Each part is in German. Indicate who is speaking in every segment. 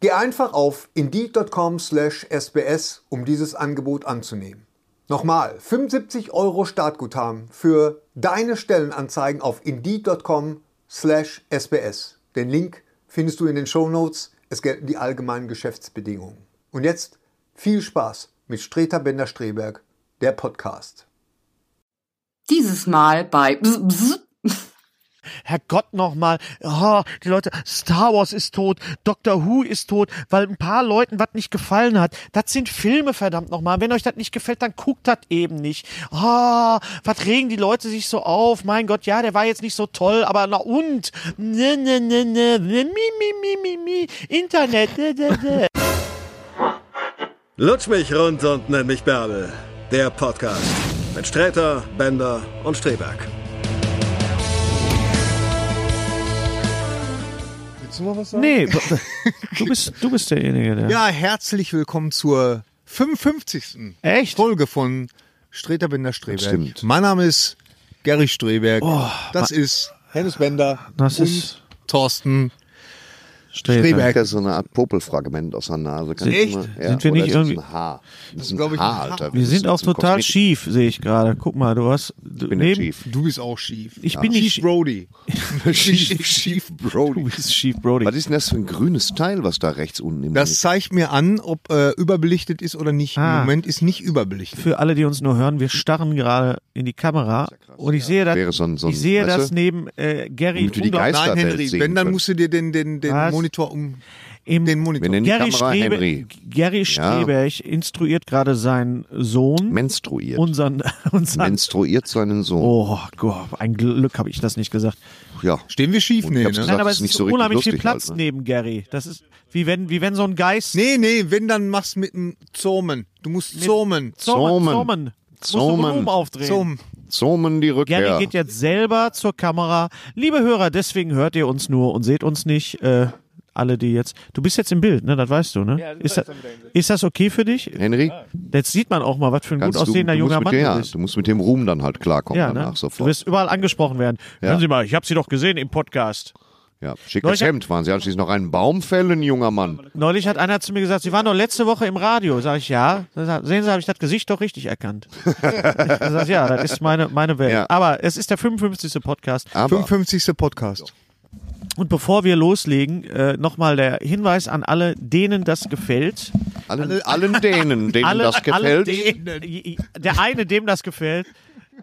Speaker 1: Geh einfach auf indeed.com/sbs, um dieses Angebot anzunehmen. Nochmal, 75 Euro Startguthaben für deine Stellenanzeigen auf indeed.com/sbs. Den Link findest du in den Shownotes. Es gelten die allgemeinen Geschäftsbedingungen. Und jetzt viel Spaß mit Streter Bender-Streberg, der Podcast.
Speaker 2: Dieses Mal bei Bzz, Bzz.
Speaker 3: Herrgott nochmal, oh, die Leute, Star Wars ist tot, Doctor Who ist tot, weil ein paar Leuten was nicht gefallen hat. Das sind Filme, verdammt nochmal. Wenn euch das nicht gefällt, dann guckt das eben nicht. Ah, was regen die Leute sich so auf? Mein Gott, ja, der war jetzt nicht so toll, aber na und? Ne, ne, ne, ne, ne, mi, mi, mi, mi, mi, Internet, ne, ne, ne.
Speaker 4: Lutsch mich rund und nenn mich Bärbel. Der Podcast mit Sträter, Bender und Streberg.
Speaker 5: Willst du mal was sagen?
Speaker 3: Nee, du bist, du bist derjenige, der.
Speaker 5: Ja, herzlich willkommen zur 55.
Speaker 3: Echt?
Speaker 5: Folge von Streter Bender Streberg.
Speaker 6: Das stimmt.
Speaker 5: Mein Name ist Gary Streberg. das ist Oh, Hennes Bender.
Speaker 3: Das
Speaker 5: und
Speaker 3: ist-
Speaker 5: Thorsten.
Speaker 3: Streber.
Speaker 5: Streber.
Speaker 6: Das ist so eine Art Popelfragment aus der Nase. Kannst
Speaker 3: Echt?
Speaker 6: du mal-
Speaker 3: Sind wir
Speaker 6: oder
Speaker 3: nicht
Speaker 6: ist das
Speaker 3: irgendwie-
Speaker 6: Ein Haar. Das ist ein
Speaker 5: glaub ich,
Speaker 6: Haar,
Speaker 5: ein Haar.
Speaker 6: Alter.
Speaker 3: Wir
Speaker 6: Das
Speaker 3: sind
Speaker 6: ist
Speaker 3: auch
Speaker 6: zum
Speaker 3: total
Speaker 6: Kosmetik-
Speaker 3: schief, sehe ich gerade. Guck mal, du hast
Speaker 6: Ich bin der Chief.
Speaker 5: Du bist auch schief.
Speaker 3: Ich bin nicht
Speaker 5: Schief Brody.
Speaker 6: Chief, Chief
Speaker 3: Du
Speaker 6: Brody.
Speaker 3: bist schief, Brody.
Speaker 6: Was ist denn das für ein grünes Teil, was da rechts unten im
Speaker 5: Das zeigt mir an, ob äh, überbelichtet ist oder nicht.
Speaker 3: Ah.
Speaker 5: Im Moment ist nicht überbelichtet.
Speaker 3: Für alle, die uns nur hören, wir starren gerade in die Kamera und ich sehe
Speaker 6: Wäre
Speaker 3: das,
Speaker 6: so ein- so ein-
Speaker 3: ich sehe
Speaker 6: weißt
Speaker 3: das
Speaker 6: du?
Speaker 3: neben äh, Gary
Speaker 6: Damit wir die
Speaker 3: unglaublich-
Speaker 6: Geister-
Speaker 5: Nein,
Speaker 6: Stadtwelt
Speaker 5: Henry,
Speaker 6: sehen
Speaker 5: wenn, dann
Speaker 6: können.
Speaker 5: musst du dir den, den, den
Speaker 3: Was?
Speaker 5: Monitor um.
Speaker 3: im,
Speaker 5: Den
Speaker 6: Wir
Speaker 5: Monitor.
Speaker 6: nennen die
Speaker 3: Gary,
Speaker 6: Kamera
Speaker 3: Strebe,
Speaker 6: Henry.
Speaker 3: Gary Streberg instruiert gerade seinen Sohn,
Speaker 6: Menstruiert.
Speaker 3: unseren, unseren
Speaker 6: Menstruiert seinen Sohn.
Speaker 3: Oh Gott, ein Glück habe ich das nicht gesagt.
Speaker 6: Ja.
Speaker 5: Stehen wir schief?
Speaker 6: Und
Speaker 5: Nee,
Speaker 6: ich hab's
Speaker 5: ne?
Speaker 6: gesagt.
Speaker 3: Nein, aber
Speaker 6: ist
Speaker 3: es
Speaker 6: nicht
Speaker 3: ist
Speaker 6: so richtig
Speaker 3: unheimlich viel
Speaker 6: lustig
Speaker 3: Platz
Speaker 6: halt, ne?
Speaker 3: neben Gary. Das ist wie wenn, wie wenn so ein Geist.
Speaker 5: Nee, nee, wenn, dann mach's mit dem Zomen. Du musst Zomen.
Speaker 3: Zomen,
Speaker 6: Zomen.
Speaker 3: Zomen. Musst du
Speaker 6: Zomen.
Speaker 3: Volumen aufdrehen.
Speaker 5: Zomen.
Speaker 6: Zomen um die
Speaker 3: Gary
Speaker 6: Rückkehr.
Speaker 3: geht jetzt selber zur Kamera. Liebe Hörer, deswegen hört ihr uns nur und seht uns nicht. Äh, alle, die jetzt. Du bist jetzt im Bild, ne? Das weißt du, ne? ist, das, ist das okay für dich?
Speaker 6: Henry,
Speaker 3: Jetzt sieht man auch mal, was für ein gut
Speaker 6: kannst du, du,
Speaker 3: aussehender junger
Speaker 6: musst mit
Speaker 3: Mann
Speaker 6: der,
Speaker 3: du bist.
Speaker 6: du musst mit dem Ruhm dann halt klarkommen
Speaker 3: Ja,
Speaker 6: danach
Speaker 3: ne? Du
Speaker 6: sofort.
Speaker 3: wirst überall angesprochen werden.
Speaker 6: Ja.
Speaker 3: Hören Sie mal, ich habe Sie doch gesehen im Podcast.
Speaker 6: Ja, schickes
Speaker 3: Leute-
Speaker 6: Hemd waren sie anschließend noch einen Baum fällen, junger Mann.
Speaker 3: Neulich hat einer zu mir gesagt, Sie waren doch letzte Woche im Radio. Sag ich, ja. Dann sagt, Sehen Sie, habe ich das Gesicht doch richtig erkannt. Dann sag ich, ja, das ist meine, meine Welt.
Speaker 6: Ja.
Speaker 3: Aber es ist der 55. Podcast.
Speaker 6: Aber
Speaker 5: 55. Podcast.
Speaker 3: Und bevor wir loslegen, äh, nochmal der Hinweis an alle, denen das gefällt.
Speaker 6: allen, allen denen, denen
Speaker 3: Alle,
Speaker 6: das
Speaker 3: Alle
Speaker 6: gefällt,
Speaker 3: denen, der eine, dem das gefällt.
Speaker 6: denen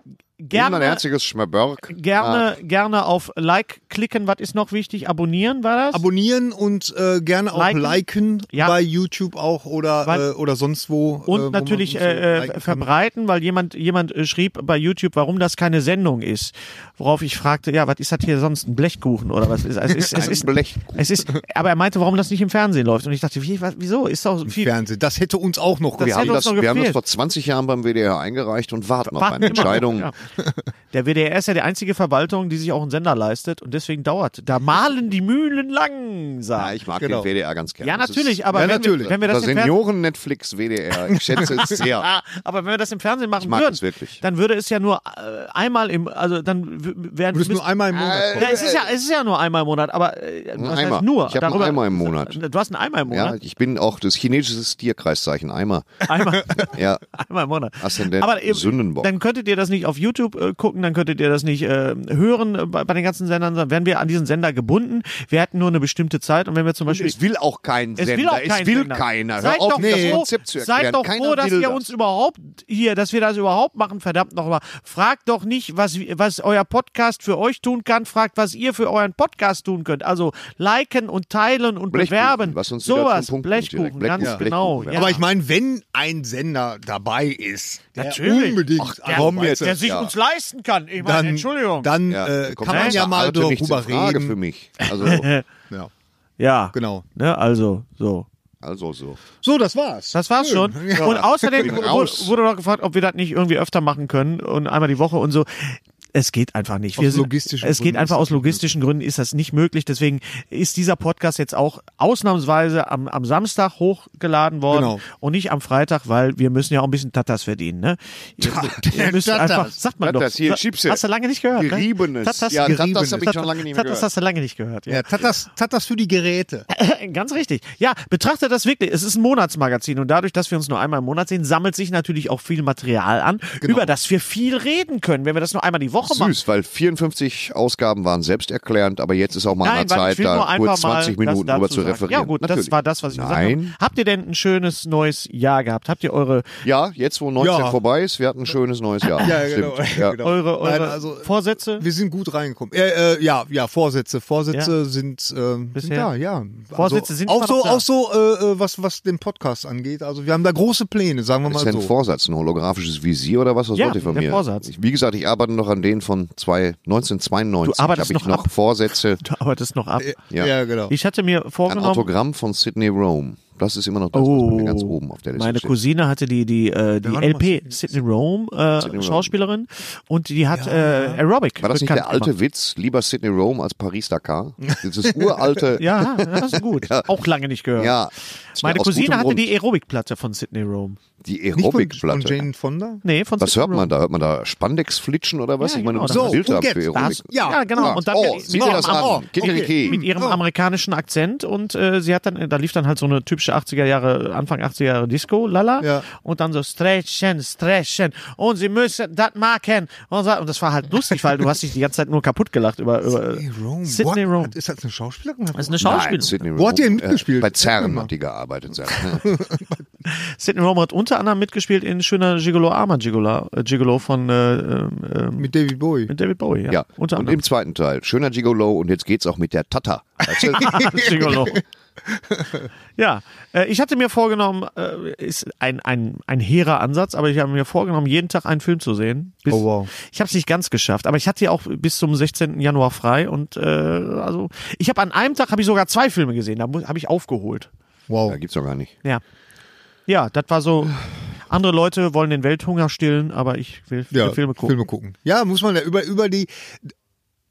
Speaker 6: ein Ah.
Speaker 3: Gerne,
Speaker 6: herzliches Schmerberg.
Speaker 3: gerne, gerne auf Like klicken. Was ist noch wichtig? Abonnieren war das?
Speaker 5: Abonnieren und äh, gerne auch
Speaker 3: Liken.
Speaker 5: liken,
Speaker 3: Ja.
Speaker 5: bei YouTube auch oder, äh,
Speaker 3: Weil-
Speaker 5: oder sonst wo. äh, wo
Speaker 3: Und
Speaker 5: man
Speaker 3: natürlich
Speaker 5: uns so
Speaker 3: äh,
Speaker 5: liken
Speaker 3: äh,
Speaker 5: kann.
Speaker 3: verbreiten, weil jemand, jemand äh, schrieb bei YouTube, warum das keine Sendung ist. Worauf ich fragte, ja, was ist das hier sonst? Ein Blechkuchen oder was ist? Es ist, es
Speaker 6: Ein
Speaker 3: ist,
Speaker 6: Blechkuchen.
Speaker 3: Es ist aber er meinte, warum das nicht im Fernsehen läuft. Und ich dachte, wie, was, wieso? Ist doch viel.
Speaker 5: Fernsehen. Das hätte uns auch noch
Speaker 3: Das
Speaker 6: Wir
Speaker 5: gefallen.
Speaker 3: hätte
Speaker 6: haben
Speaker 3: uns
Speaker 6: das,
Speaker 3: noch
Speaker 6: wir haben das
Speaker 3: gefehlt.
Speaker 6: vor 20 Jahren beim WDR eingereicht und warten auf
Speaker 3: Warten
Speaker 6: eine
Speaker 3: immer noch,
Speaker 6: Entscheidung.
Speaker 3: ja. Der WDR ist ja die einzige Verwaltung, die sich auch einen Sender leistet und deswegen dauert. Da malen die Mühlen langsam.
Speaker 6: Ja, ich mag
Speaker 5: Genau.
Speaker 6: den WDR ganz gerne.
Speaker 3: Ja,
Speaker 6: Das ist-
Speaker 3: natürlich, aber
Speaker 5: Ja,
Speaker 3: wenn,
Speaker 5: natürlich.
Speaker 3: Wir, wenn wir das
Speaker 6: das
Speaker 3: im Fernsehen
Speaker 6: Senioren-Netflix WDR. Ich schätze es sehr.
Speaker 3: Ah, aber wenn wir das im Fernsehen machen
Speaker 6: Ich mag
Speaker 3: würden,
Speaker 6: es wirklich.
Speaker 3: dann würde es ja nur äh, einmal im, also dann w- wären
Speaker 5: Du bist nur einmal im Monat.
Speaker 3: Ja,
Speaker 5: kommen.
Speaker 3: es ist ja, es ist ja nur einmal im Monat, aber äh, was
Speaker 6: Eimer.
Speaker 3: heißt nur?
Speaker 6: Ich hab einen
Speaker 3: Darüber-
Speaker 6: Eimer im Monat.
Speaker 3: Du hast einen Eimer im
Speaker 6: Ja,
Speaker 3: Monat.
Speaker 6: ich bin auch das chinesische Tierkreiszeichen Eimer.
Speaker 3: Einmal,
Speaker 6: Ja,
Speaker 3: einmal im Monat.
Speaker 6: Aszendent
Speaker 3: aber eben,
Speaker 6: Sündenbock.
Speaker 3: dann könntet ihr das nicht auf YouTube äh, gucken, dann könntet ihr das nicht äh, hören äh, bei, bei den ganzen Sendern. Dann wären wir an diesen Sender gebunden. Wir hätten nur eine bestimmte Zeit und wenn wir zum Beispiel
Speaker 6: Es will auch kein Sender.
Speaker 3: kein
Speaker 6: es will
Speaker 3: Sender.
Speaker 6: keiner.
Speaker 3: Seid
Speaker 6: Hör auf,
Speaker 3: doch
Speaker 6: das
Speaker 3: froh,
Speaker 6: Konzept zu erklären.
Speaker 3: seid doch
Speaker 6: keiner
Speaker 3: froh, dass
Speaker 6: will
Speaker 3: ihr
Speaker 6: das.
Speaker 3: uns überhaupt hier, dass wir das überhaupt machen, verdammt nochmal. Fragt doch nicht, was, was euer Podcast für euch tun kann, fragt, was ihr für euren Podcast tun könnt. Also liken und teilen und
Speaker 6: Blechkuchen,
Speaker 3: bewerben.
Speaker 6: was uns wieder
Speaker 3: Sowas,
Speaker 6: zum Punkt bringt
Speaker 3: Blechkuchen,
Speaker 6: direkt.
Speaker 3: ganz
Speaker 6: Blechkuchen,
Speaker 3: genau.
Speaker 6: Blechkuchen,
Speaker 3: Ja.
Speaker 1: Aber ich meine, wenn ein Sender dabei ist, der
Speaker 3: Natürlich.
Speaker 1: unbedingt
Speaker 3: Ach, der-
Speaker 1: arbeitet,
Speaker 3: der sich
Speaker 6: ja.
Speaker 3: uns leisten kann. Ich meine,
Speaker 1: dann,
Speaker 3: Entschuldigung.
Speaker 1: dann
Speaker 6: Ja,
Speaker 1: äh,
Speaker 6: da kommt
Speaker 1: kann man
Speaker 6: das
Speaker 1: ja mal
Speaker 6: natürlich zur
Speaker 1: darüber
Speaker 6: Frage für
Speaker 1: reden.
Speaker 6: mich. Also,
Speaker 1: Ja.
Speaker 3: ja,
Speaker 1: genau.
Speaker 3: Ne, also, so.
Speaker 6: also so.
Speaker 1: So, das war's.
Speaker 3: Das war's schon.
Speaker 1: Ja.
Speaker 3: Und außerdem
Speaker 6: Bin
Speaker 3: wurde,
Speaker 6: raus.
Speaker 3: wurde noch gefragt, ob wir das nicht irgendwie öfter machen können und einmal die Woche und so. Es geht einfach nicht.
Speaker 1: Aus
Speaker 3: Wir sind-
Speaker 1: logistischen
Speaker 3: es geht
Speaker 1: Gründen
Speaker 3: einfach
Speaker 1: ist
Speaker 3: aus
Speaker 1: das nicht
Speaker 3: logistischen Gründen ist das nicht möglich. Deswegen ist dieser Podcast jetzt auch ausnahmsweise am, am Samstag hochgeladen worden
Speaker 1: Genau.
Speaker 3: und nicht am Freitag, weil wir müssen ja auch ein bisschen Tatas verdienen. Ne? Ihr, ihr müsst
Speaker 1: Tatas.
Speaker 3: einfach, sagt man
Speaker 6: Tatas,
Speaker 3: doch.
Speaker 6: hier,
Speaker 3: Sa-
Speaker 6: Chipse.
Speaker 3: Hast du lange nicht gehört? Ne?
Speaker 6: Geriebenes. Ja, Tatas
Speaker 3: geriebenes.
Speaker 6: hab ich schon lange nicht mehr
Speaker 3: Tatas
Speaker 6: gehört.
Speaker 3: hast du lange nicht gehört. Ja.
Speaker 1: ja, tat das, tat das für die Geräte.
Speaker 3: Ganz richtig. Ja, betrachtet das wirklich. Es ist ein Monatsmagazin und dadurch, dass wir uns nur einmal im Monat sehen, sammelt sich natürlich auch viel Material an, über das wir viel reden können. Wenn wir das nur einmal die Woche machen,
Speaker 6: Genau. Süß, weil 54 Ausgaben waren selbsterklärend, aber jetzt ist auch mal an der
Speaker 3: warte,
Speaker 6: Zeit, da kurz 20 Minuten
Speaker 3: das
Speaker 6: drüber
Speaker 3: dazu
Speaker 6: zu
Speaker 3: sagen.
Speaker 6: referieren.
Speaker 3: Ja gut,
Speaker 6: Natürlich.
Speaker 3: das war das, was ich gesagt
Speaker 6: Nein.
Speaker 3: habe. Habt ihr denn ein schönes neues Jahr gehabt? Habt ihr eure,
Speaker 6: Ja, jetzt wo 19
Speaker 1: Ja.
Speaker 6: vorbei ist, wir hatten ein schönes neues Jahr.
Speaker 1: Ja,
Speaker 6: Stimmt.
Speaker 1: genau.
Speaker 6: Ja.
Speaker 1: genau.
Speaker 3: eure, eure
Speaker 1: Nein, also,
Speaker 6: äh,
Speaker 3: Vorsätze?
Speaker 1: wir sind gut reingekommen. Äh, äh, ja, ja, Vorsätze. Vorsätze
Speaker 3: Ja.
Speaker 1: sind, ähm, sind
Speaker 3: Bisher?
Speaker 1: da, ja.
Speaker 3: Vorsätze
Speaker 1: also,
Speaker 3: sind
Speaker 1: auch
Speaker 3: immer noch
Speaker 1: so,
Speaker 3: da.
Speaker 1: auch so, äh, äh, was, was den Podcast angeht. Also wir haben da große Pläne, sagen wir
Speaker 6: Ist
Speaker 1: mal
Speaker 6: denn
Speaker 1: so.
Speaker 6: ein Vorsatz, ein holographisches Visier oder was? Was
Speaker 3: Ja,
Speaker 6: wollt ihr von
Speaker 3: der
Speaker 6: mir?
Speaker 3: Vorsatz.
Speaker 6: Ich, wie gesagt, ich arbeite noch an denen von zwei, 1992.
Speaker 3: Du arbeitest
Speaker 6: Hab ich
Speaker 3: noch
Speaker 6: noch
Speaker 3: ab.
Speaker 6: Vorsätze.
Speaker 3: Du arbeitest noch ab.
Speaker 1: ja.
Speaker 6: Ja.
Speaker 1: genau.
Speaker 3: Ich hatte mir
Speaker 6: Ein
Speaker 3: vorgenommen, Oh,
Speaker 6: Autogramm von Sydney Rome. Das ist immer noch das, was bei mir
Speaker 1: Oh,
Speaker 6: ganz oben auf der Liste
Speaker 3: Meine
Speaker 6: steht.
Speaker 3: Cousine hatte die, die, äh, die
Speaker 1: war noch mal
Speaker 3: LP Sydney Rome, äh,
Speaker 6: Sydney Rome.
Speaker 3: Schauspielerin, und die hat äh, Aerobic.
Speaker 6: War das nicht
Speaker 3: bekannt
Speaker 6: der alte
Speaker 3: gemacht.
Speaker 6: Witz? Lieber Sydney Rome als Paris-Dakar? Dieses uralte...
Speaker 3: Ja, das ist gut. Auch lange nicht gehört.
Speaker 6: Ja.
Speaker 3: Meine
Speaker 6: Aus
Speaker 3: Cousine
Speaker 6: gutem
Speaker 3: hatte
Speaker 6: Grund.
Speaker 3: die E- Aerobic-Platte von Sydney Rome.
Speaker 6: die
Speaker 1: Nicht von, von
Speaker 6: Aerobic-Platte.
Speaker 1: Jane Fonda?
Speaker 3: Nee, von
Speaker 6: Was
Speaker 3: Sydney
Speaker 6: hört
Speaker 3: Rome.
Speaker 6: man da? Hört man da Spandex flitschen oder was?
Speaker 3: Ja,
Speaker 6: ich meine,
Speaker 3: genau,
Speaker 6: das
Speaker 3: da
Speaker 6: ist ein
Speaker 1: hast- So, und
Speaker 6: Bild haben für
Speaker 1: jetzt, da
Speaker 6: Aerobic.
Speaker 3: hast- ja, Ja, genau. und dann
Speaker 6: oh,
Speaker 3: mit-
Speaker 6: sieh
Speaker 3: mit
Speaker 6: dir das
Speaker 3: ihrem
Speaker 6: an.
Speaker 1: Arm.
Speaker 6: Kikeriki.
Speaker 3: mit ihrem
Speaker 1: Oh.
Speaker 3: amerikanischen Akzent und äh, sie hat dann, da lief dann halt so eine typische 80er Jahre, Anfang 80er Jahre Disco, lala.
Speaker 1: Ja.
Speaker 3: Und dann so stretchen, stretchen und sie müssen das machen. Und, so, und das war halt lustig, weil du hast dich die ganze Zeit nur kaputt gelacht über, über
Speaker 1: Sydney Rome.
Speaker 3: Sydney
Speaker 1: What?
Speaker 3: Rome.
Speaker 1: Ist das eine Schauspielerin?
Speaker 3: Das ist eine
Speaker 6: Nein,
Speaker 3: Schauspielerin.
Speaker 6: Sydney
Speaker 1: Wo hat die denn
Speaker 6: Rohde,
Speaker 1: mitgespielt?
Speaker 6: Bei CERN
Speaker 1: Erzähl
Speaker 6: hat die gearbeitet. Sag.
Speaker 3: Sidney Rome hat unter anderem mitgespielt in Schöner Gigolo Armer Gigolo, äh, Gigolo von äh, ähm, ähm,
Speaker 1: Mit David Bowie.
Speaker 3: mit David Bowie. Ja,
Speaker 6: ja.
Speaker 3: unter
Speaker 6: Und
Speaker 3: anderem.
Speaker 6: im zweiten Teil, schöner Gigolo und jetzt geht's auch mit der Tata. Weißt du?
Speaker 3: Gigolo. ja, äh, ich hatte mir vorgenommen, äh, ist ein, ein, ein hehrer Ansatz, aber ich habe mir vorgenommen, jeden Tag einen Film zu sehen. Bis,
Speaker 1: Oh, wow.
Speaker 3: Ich habe es nicht ganz geschafft, aber ich hatte ja auch bis zum 16. Januar frei und äh, also ich habe an einem Tag habe ich sogar zwei Filme gesehen, da mu- habe ich aufgeholt.
Speaker 1: Wow.
Speaker 6: ja, gibt's doch gar nicht.
Speaker 3: Ja. Ja, das war so. Andere Leute wollen den Welthunger stillen, aber ich will viele
Speaker 1: Ja,
Speaker 3: Filme gucken.
Speaker 1: Ja, muss man ja über, über die.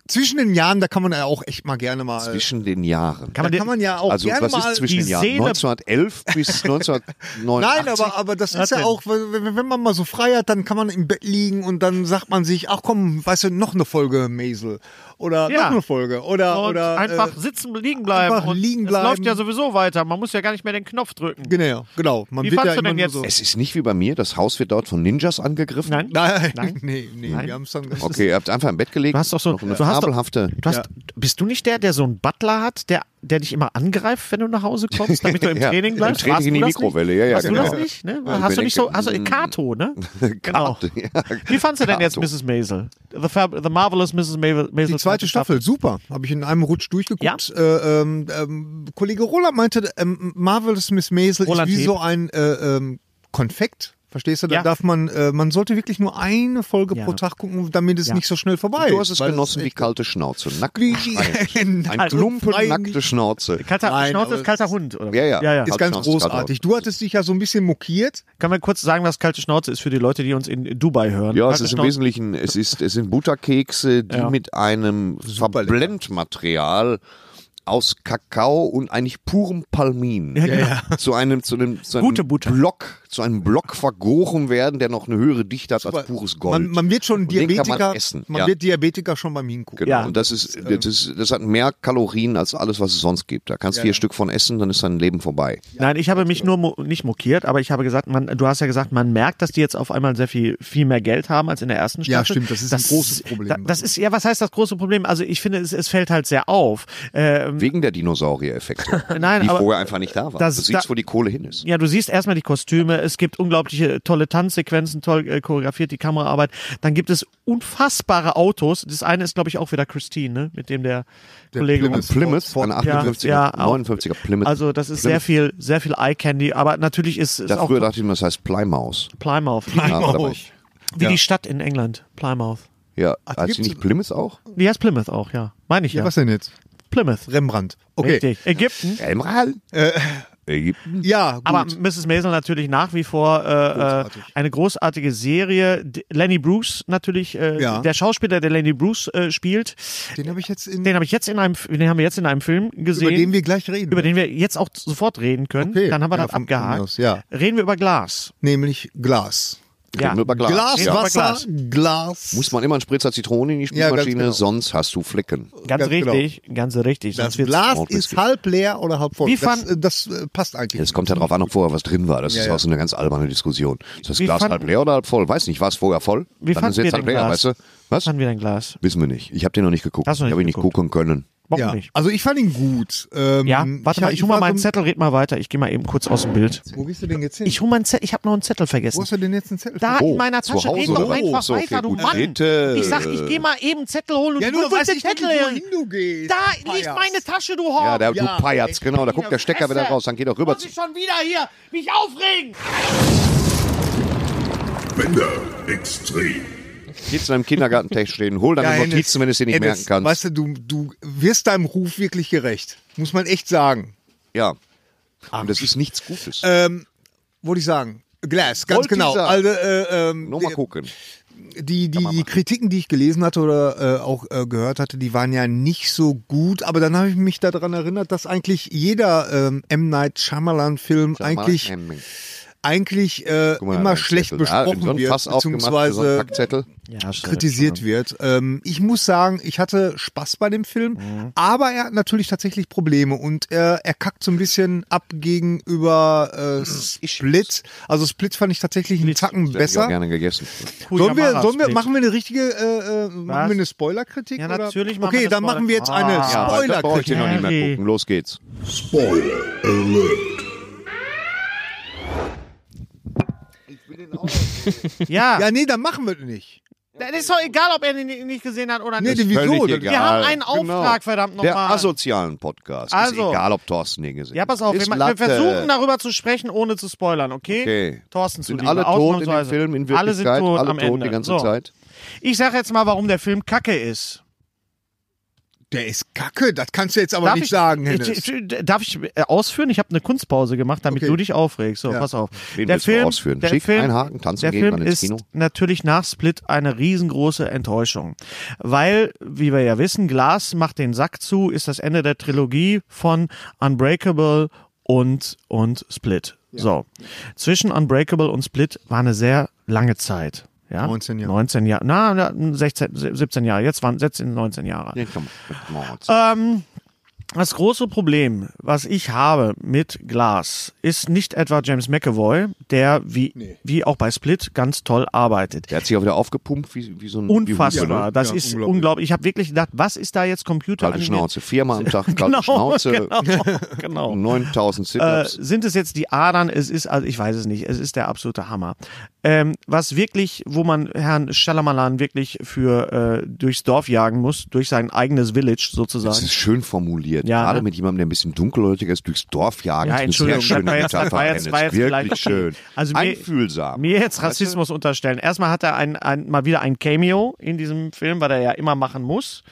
Speaker 1: Zwischen den Jahren, da kann man ja auch echt mal gerne mal.
Speaker 6: Zwischen den Jahren.
Speaker 3: Kann
Speaker 1: da
Speaker 3: man den-
Speaker 1: Äh. kann man ja auch
Speaker 6: Also
Speaker 1: gerne
Speaker 6: was
Speaker 1: mal.
Speaker 6: ist zwischen
Speaker 3: die
Speaker 6: den Jahren?
Speaker 3: Seele-
Speaker 6: 1911 bis 1989.
Speaker 1: Nein, aber, aber das
Speaker 3: Was
Speaker 1: ist ja
Speaker 3: denn?
Speaker 1: auch, wenn, wenn- wenn man mal so frei hat, dann kann man im Bett liegen und dann sagt man sich, ach komm, weißt du, noch eine Folge Maisel. Oder
Speaker 3: Ja.
Speaker 1: noch eine Folge. Oder,
Speaker 3: und
Speaker 1: oder
Speaker 3: einfach
Speaker 1: äh,
Speaker 3: sitzen, liegen bleiben.
Speaker 1: einfach
Speaker 3: und
Speaker 1: liegen
Speaker 3: Es
Speaker 1: bleiben.
Speaker 3: läuft ja sowieso weiter. Man muss ja gar nicht mehr den Knopf drücken.
Speaker 1: genau, genau. Man
Speaker 3: Wie
Speaker 1: wird ja
Speaker 3: fandst du
Speaker 1: immer
Speaker 3: denn
Speaker 1: nur
Speaker 3: jetzt-
Speaker 1: so.
Speaker 6: Es ist nicht wie bei mir, das Haus wird dort von Ninjas angegriffen.
Speaker 3: Nein?
Speaker 1: Nein,
Speaker 3: Nein?
Speaker 1: nee, nee, wir haben es dann ganz
Speaker 6: Okay, ihr habt einfach im Bett gelegt.
Speaker 3: Du hast doch so-
Speaker 6: noch eine
Speaker 3: du hast doch-
Speaker 6: fabelhafte.
Speaker 3: Du hast,
Speaker 1: Ja.
Speaker 3: Bist du nicht der, der so einen Butler hat, der, der dich immer angreift, wenn du nach Hause kommst, damit du im
Speaker 6: Ja,
Speaker 3: Training
Speaker 6: im
Speaker 3: bleibst?
Speaker 6: Training
Speaker 3: Warst
Speaker 6: in
Speaker 3: du
Speaker 6: die
Speaker 3: das
Speaker 6: Mikrowelle,
Speaker 3: nicht?
Speaker 6: ja, ja,
Speaker 3: Warst
Speaker 6: genau.
Speaker 3: du das nicht? Ne?
Speaker 6: Ja, ich
Speaker 3: Hast du
Speaker 6: bin
Speaker 3: nicht so,
Speaker 6: echt-
Speaker 3: also äh, Kato, ne? genau.
Speaker 6: Kato, ja. genau.
Speaker 3: Wie fandst du denn jetzt
Speaker 6: Kato.
Speaker 3: Mrs. Maisel? The, Fab the Marvelous Mrs. Maisel.
Speaker 1: Die zweite Staffel, super. Habe ich in einem Rutsch durchgeguckt. Äh, ähm, ähm, Kollege Roland meinte, ähm, Marvelous Miss Maisel
Speaker 3: Roland
Speaker 1: ist wie
Speaker 3: Heb.
Speaker 1: so ein äh, ähm, Konfekt. Verstehst du? Da
Speaker 3: Ja.
Speaker 1: darf man, äh, man sollte wirklich nur eine Folge
Speaker 3: Ja.
Speaker 1: pro Tag gucken, damit es
Speaker 3: Ja.
Speaker 1: nicht so schnell vorbei ist.
Speaker 6: Du hast es
Speaker 1: Weil
Speaker 6: genossen wie
Speaker 1: echt-
Speaker 6: kalte Schnauze. Nackt.
Speaker 1: Wie-
Speaker 6: Ein
Speaker 1: Nein,
Speaker 6: ein Klumpen
Speaker 1: frei
Speaker 6: nackte
Speaker 1: nicht.
Speaker 6: Schnauze.
Speaker 3: Kalter,
Speaker 1: Nein,
Speaker 3: Schnauze
Speaker 1: aber
Speaker 3: ist kalter Hund, oder?
Speaker 6: Ja, ja.
Speaker 3: ja, ja.
Speaker 1: Ist ganz
Speaker 6: Schnauze, kalte
Speaker 1: großartig. Du hattest dich ja so ein bisschen mokiert.
Speaker 3: Können wir kurz sagen, was kalte Schnauze ist für die Leute, die uns in Dubai hören?
Speaker 6: Ja, es
Speaker 3: kalte
Speaker 6: ist im
Speaker 3: Schnauze-
Speaker 6: Wesentlichen, es ist, es sind Butterkekse, die
Speaker 3: Ja.
Speaker 6: mit einem Verblendmaterial aus Kakao und eigentlich purem Palmin
Speaker 3: Ja, genau.
Speaker 6: zu einem zu einem, zu einem
Speaker 3: Gute Butter.
Speaker 6: Block zu einem Block vergoren werden, der noch eine höhere Dichte hat als pures Gold.
Speaker 1: Man, man wird schon
Speaker 6: Und den
Speaker 1: Diabetiker.
Speaker 6: Kann man essen.
Speaker 1: man
Speaker 6: ja.
Speaker 1: wird Diabetiker schon beim Hingucken.
Speaker 6: Genau.
Speaker 3: Ja. Ähm.
Speaker 6: Und das ist, das ist, das hat mehr Kalorien als alles, was es sonst gibt. Da kannst du vier Stück von essen, dann ist dein Leben vorbei.
Speaker 3: Nein, ich habe mich nur mo nicht mokiert, aber ich habe gesagt, man, du hast ja gesagt, man merkt, dass die jetzt auf einmal sehr viel, viel mehr Geld haben als in der ersten Staffel.
Speaker 1: Ja, stimmt, das ist ein großes Problem.
Speaker 3: Da, das ist, ja, was heißt das große Problem? Also ich finde, es, es fällt halt sehr auf. Ähm,
Speaker 6: Wegen der Dinosaurier-Effekte.
Speaker 3: Nein,
Speaker 6: die
Speaker 3: aber-
Speaker 6: vorher einfach nicht da waren.
Speaker 3: Das-
Speaker 6: du siehst,
Speaker 3: da-
Speaker 6: wo die Kohle hin ist.
Speaker 3: ja, du siehst erstmal die Kostüme, es gibt unglaubliche tolle Tanzsequenzen, toll äh, choreografiert die Kameraarbeit. Dann gibt es unfassbare Autos. Das eine ist, glaube ich, auch wieder Christine, ne? mit dem der, Kollege
Speaker 1: Plymouth.
Speaker 6: Plymouth,
Speaker 1: Ford-
Speaker 6: ein
Speaker 1: Ja,
Speaker 6: 58er,
Speaker 3: ja, auch.
Speaker 6: 59er Plymouth.
Speaker 3: Also das ist sehr viel, sehr viel Eye Candy, aber natürlich ist es
Speaker 6: da
Speaker 3: auch
Speaker 6: früher dachte ich mir, das heißt Plymouth.
Speaker 3: Plymouth,
Speaker 6: Ja, da
Speaker 1: oh.
Speaker 6: war ich.
Speaker 3: wie die Stadt in England, Plymouth.
Speaker 6: Ja,
Speaker 3: Ah,
Speaker 1: die
Speaker 6: heißt sie
Speaker 1: gibt's-
Speaker 6: nicht Plymouth auch?
Speaker 3: Die heißt Plymouth auch, ja. Meine ich
Speaker 1: Ja,
Speaker 3: ja.
Speaker 1: Was denn jetzt?
Speaker 3: Plymouth.
Speaker 1: Rembrandt. Okay.
Speaker 3: Richtig. Ägypten.
Speaker 6: Elmral?
Speaker 3: Äh.
Speaker 6: Ägypten?
Speaker 1: Ja, gut.
Speaker 3: Aber Mrs. Maisel natürlich nach wie vor äh, äh, eine großartige Serie. D- Lenny Bruce natürlich, äh,
Speaker 1: Ja.
Speaker 3: der Schauspieler, der Lenny Bruce äh, spielt.
Speaker 1: den habe ich jetzt in,
Speaker 3: Den habe ich jetzt in einem, F- den haben wir jetzt in einem Film gesehen,
Speaker 1: über den wir gleich reden.
Speaker 3: über den wir jetzt auch sofort reden können.
Speaker 1: Okay.
Speaker 3: Dann haben wir
Speaker 1: Ja,
Speaker 3: das
Speaker 1: von- von mir
Speaker 3: abgehakt.
Speaker 1: aus, ja.
Speaker 3: Reden wir über Glas.
Speaker 1: nämlich Glas.
Speaker 6: Reden wir über Glas.
Speaker 1: Glas,
Speaker 6: ja.
Speaker 3: wa-
Speaker 1: Wasser, Glas.
Speaker 6: Muss man immer einen Spritzer Zitrone in die
Speaker 1: Ja, ganz
Speaker 6: Spülmaschine,
Speaker 1: genau.
Speaker 6: sonst hast du Flicken.
Speaker 3: Ganz
Speaker 1: Ja, genau.
Speaker 3: richtig, ganz richtig.
Speaker 1: das
Speaker 3: Sonst wird's-
Speaker 1: Glas
Speaker 6: auch
Speaker 1: ist
Speaker 6: witzig.
Speaker 1: halb leer oder halb voll.
Speaker 3: Wie
Speaker 1: das,
Speaker 3: fand-
Speaker 1: äh, das äh, passt eigentlich.
Speaker 6: Es kommt ja darauf an, ob vorher was drin war. Das ist
Speaker 1: ja.
Speaker 6: auch so eine ganz alberne Diskussion. Ist das
Speaker 3: Wie
Speaker 6: Glas
Speaker 3: fand-
Speaker 6: halb leer oder halb voll? Weiß nicht, war es vorher voll?
Speaker 3: Wie
Speaker 6: Dann
Speaker 3: fanden
Speaker 6: ist jetzt
Speaker 3: wir
Speaker 6: halb
Speaker 3: den
Speaker 6: leer,
Speaker 3: Glas?
Speaker 6: weißt du? Was?
Speaker 3: Haben wir denn Glas?
Speaker 6: Wissen wir nicht. Ich habe den noch nicht geguckt.
Speaker 3: Hast du noch
Speaker 6: ich
Speaker 3: nicht
Speaker 6: habe ihn nicht
Speaker 3: geguckt.
Speaker 6: gucken können.
Speaker 3: Bock
Speaker 1: ja.
Speaker 3: nicht.
Speaker 1: Also ich fand ihn gut. Ähm,
Speaker 3: Ja, warte mal, ich hole mal
Speaker 1: war
Speaker 3: meinen
Speaker 1: so ein-
Speaker 3: Zettel, red mal weiter. Ich gehe mal eben kurz aus dem Bild.
Speaker 1: Wo gehst du denn jetzt hin?
Speaker 3: Ich hole meinen Zettel, ich habe noch einen Zettel
Speaker 1: Wo
Speaker 3: vergessen.
Speaker 1: hast du denn jetzt einen Zettel?
Speaker 3: Da
Speaker 6: Oh,
Speaker 3: in meiner
Speaker 6: zu
Speaker 3: Tasche,
Speaker 6: Hause
Speaker 3: red doch
Speaker 6: oder was?
Speaker 3: einfach
Speaker 6: Oh, so, okay,
Speaker 3: weiter, du
Speaker 6: gut.
Speaker 3: Mann.
Speaker 6: Bitte.
Speaker 3: Ich sag, ich gehe mal eben einen Zettel holen und
Speaker 1: ja,
Speaker 3: du
Speaker 1: nur
Speaker 3: holst
Speaker 1: weiß
Speaker 3: den
Speaker 1: ich nicht,
Speaker 3: Zettel hin.
Speaker 1: wohin du gehst.
Speaker 3: Da liegt
Speaker 1: Feierst.
Speaker 3: meine Tasche, du Horn.
Speaker 6: Ja, der
Speaker 1: Ja,
Speaker 6: du Peiatz, genau. Da guckt der Stecker wieder raus. Dann geh doch rüber
Speaker 3: Muss
Speaker 6: zu.
Speaker 3: ich schon wieder hier mich aufregen.
Speaker 7: Bender Extrem.
Speaker 6: Geh zu deinem Kindergartentech stehen, hol deine
Speaker 1: Ja, Hennes,
Speaker 6: Notizen, wenn du es dir nicht
Speaker 1: Hennes,
Speaker 6: merken kannst.
Speaker 1: Weißt du, du, du wirst deinem Ruf wirklich gerecht. Muss man echt sagen.
Speaker 6: Ja. Und das ist nichts Gutes.
Speaker 1: Wollte ich sagen. Glass, ganz
Speaker 6: Wollte ich
Speaker 1: genau.
Speaker 6: sagen.
Speaker 1: Also, äh, ähm,
Speaker 6: Nur mal gucken.
Speaker 1: die, die, die Kritiken, die ich gelesen hatte oder äh, auch äh, gehört hatte, die waren ja nicht so gut. Aber dann habe ich mich daran erinnert, dass eigentlich jeder ähm, M. Night Shyamalan-Film eigentlich,
Speaker 6: Guck mal,
Speaker 1: eigentlich äh,
Speaker 6: da
Speaker 1: immer
Speaker 6: ein
Speaker 1: schlecht
Speaker 6: Zettel. Ja, in
Speaker 1: besprochen
Speaker 6: so ein
Speaker 1: wird,
Speaker 6: Fass aufgemacht, für so einen
Speaker 1: beziehungsweise
Speaker 6: Packzettel.
Speaker 3: Ja, stimmt.
Speaker 1: kritisiert wird. Ähm, ich muss sagen, ich hatte Spaß bei dem Film,
Speaker 6: Mhm.
Speaker 1: aber er hat natürlich tatsächlich Probleme und er, er kackt so ein bisschen ab gegenüber äh, Split. Also Split fand ich tatsächlich einen Tacken
Speaker 6: Hätte ich auch
Speaker 1: besser.
Speaker 6: gerne gegessen.
Speaker 1: Sollen wir, sollen wir,
Speaker 3: Split.
Speaker 1: machen wir eine richtige, äh, äh, machen wir eine Spoilerkritik?
Speaker 3: Ja,
Speaker 1: oder?
Speaker 3: natürlich machen
Speaker 1: Okay,
Speaker 3: wir eine
Speaker 1: dann machen wir jetzt eine
Speaker 3: Spoiler- Ah,
Speaker 6: Ja, aber das brauche
Speaker 1: Spoilerkritik.
Speaker 6: ich dir noch nicht
Speaker 3: Harry.
Speaker 6: mehr gucken. Los geht's.
Speaker 7: Spoiler Alert.
Speaker 3: Ja.
Speaker 1: Ja, nee, dann machen wir nicht.
Speaker 3: Das ist doch egal, ob er den nicht gesehen hat oder
Speaker 1: Nee,
Speaker 3: nicht.
Speaker 1: die- wieso?
Speaker 6: Völlig
Speaker 1: Wir
Speaker 6: egal. Genau.
Speaker 3: haben einen Auftrag, verdammt noch
Speaker 6: Der
Speaker 3: mal.
Speaker 6: asozialen Podcast.
Speaker 3: Also.
Speaker 6: ist egal, ob Thorsten den gesehen
Speaker 3: Ja, pass auf,
Speaker 6: hat.
Speaker 3: wir,
Speaker 6: Ist
Speaker 3: ma- wir
Speaker 6: Latte.
Speaker 3: versuchen darüber zu sprechen, ohne zu spoilern, okay?
Speaker 6: Okay.
Speaker 3: Thorsten
Speaker 6: Sind
Speaker 3: zuliebe,
Speaker 6: alle tot in dem
Speaker 3: ausnahmsweise.
Speaker 6: Film, in Wirklichkeit.
Speaker 3: Alle sind tot
Speaker 6: alle
Speaker 3: am
Speaker 6: tot
Speaker 3: Ende.
Speaker 6: die ganze
Speaker 3: so.
Speaker 6: Zeit.
Speaker 3: Ich sag jetzt mal, warum der Film kacke ist.
Speaker 1: Der ist kacke, das kannst du jetzt aber nicht
Speaker 3: ich,
Speaker 1: sagen,
Speaker 3: ich,
Speaker 1: Hennes.
Speaker 3: ich- Darf ich äh, ausführen? Ich habe eine Kunstpause gemacht, damit
Speaker 1: Okay.
Speaker 3: du dich aufregst. So,
Speaker 1: Ja.
Speaker 3: pass auf.
Speaker 6: Wen
Speaker 3: der
Speaker 6: willst du
Speaker 3: Film,
Speaker 6: ausführen?
Speaker 3: Der
Speaker 6: Schick,
Speaker 3: Film,
Speaker 6: einhaken, tanzen
Speaker 3: der
Speaker 6: gehen,
Speaker 3: Film
Speaker 6: dann ins
Speaker 3: ist
Speaker 6: Kino.
Speaker 3: natürlich nach Split eine riesengroße Enttäuschung. Weil, wie wir ja wissen, Glas macht den Sack zu, ist das Ende der Trilogie von Unbreakable und, und Split. So. Zwischen Unbreakable und Split war eine sehr lange Zeit. Ja?
Speaker 1: 19 Jahre.
Speaker 3: 19 Jahre. Na, na, 16, 17 Jahre. Jetzt waren 16, 19 Jahre.
Speaker 6: Nee, komm, komm, komm, jetzt.
Speaker 3: Äh. Das große Problem, was ich habe mit Glas, ist nicht etwa James McAvoy, der wie, wie auch bei Split ganz toll arbeitet.
Speaker 6: Der hat sich auch wieder aufgepumpt wie, wie so ein wie Hupe,
Speaker 3: Unfassbar.
Speaker 6: ne?
Speaker 3: Das
Speaker 1: Ja,
Speaker 3: ist unglaublich.
Speaker 1: unglaublich.
Speaker 3: Ich habe wirklich gedacht, was ist da jetzt Computer?
Speaker 6: Kalte Schnauze. Viermal am Tag kalte Schnauze.
Speaker 3: Genau, genau.
Speaker 6: 9000
Speaker 3: Äh,
Speaker 6: Sit-Ups.
Speaker 3: sind es jetzt die Adern? Es ist, also ich weiß es nicht, es ist der absolute Hammer. Ähm, was wirklich, wo man Herrn Schalamalan wirklich für äh, durchs Dorf jagen muss, durch sein eigenes Village sozusagen.
Speaker 6: das ist schön formuliert.
Speaker 3: Ja,
Speaker 6: Gerade
Speaker 3: ne?
Speaker 6: mit jemandem, der ein bisschen dunkelhäutiger ist, durchs Dorf jagen.
Speaker 3: Ja,
Speaker 6: Das ist
Speaker 3: Entschuldigung,
Speaker 6: eine sehr schöne
Speaker 3: das war jetzt- das
Speaker 6: Metapher,
Speaker 3: war jetzt-
Speaker 6: Hennes.
Speaker 3: war jetzt
Speaker 6: Wirklich
Speaker 3: vielleicht-
Speaker 6: schön.
Speaker 3: Also mir-
Speaker 6: Einfühlsam.
Speaker 3: Mir jetzt Rassismus unterstellen. Erstmal hat er ein, ein, mal wieder ein Cameo in diesem Film, weil er ja immer machen muss.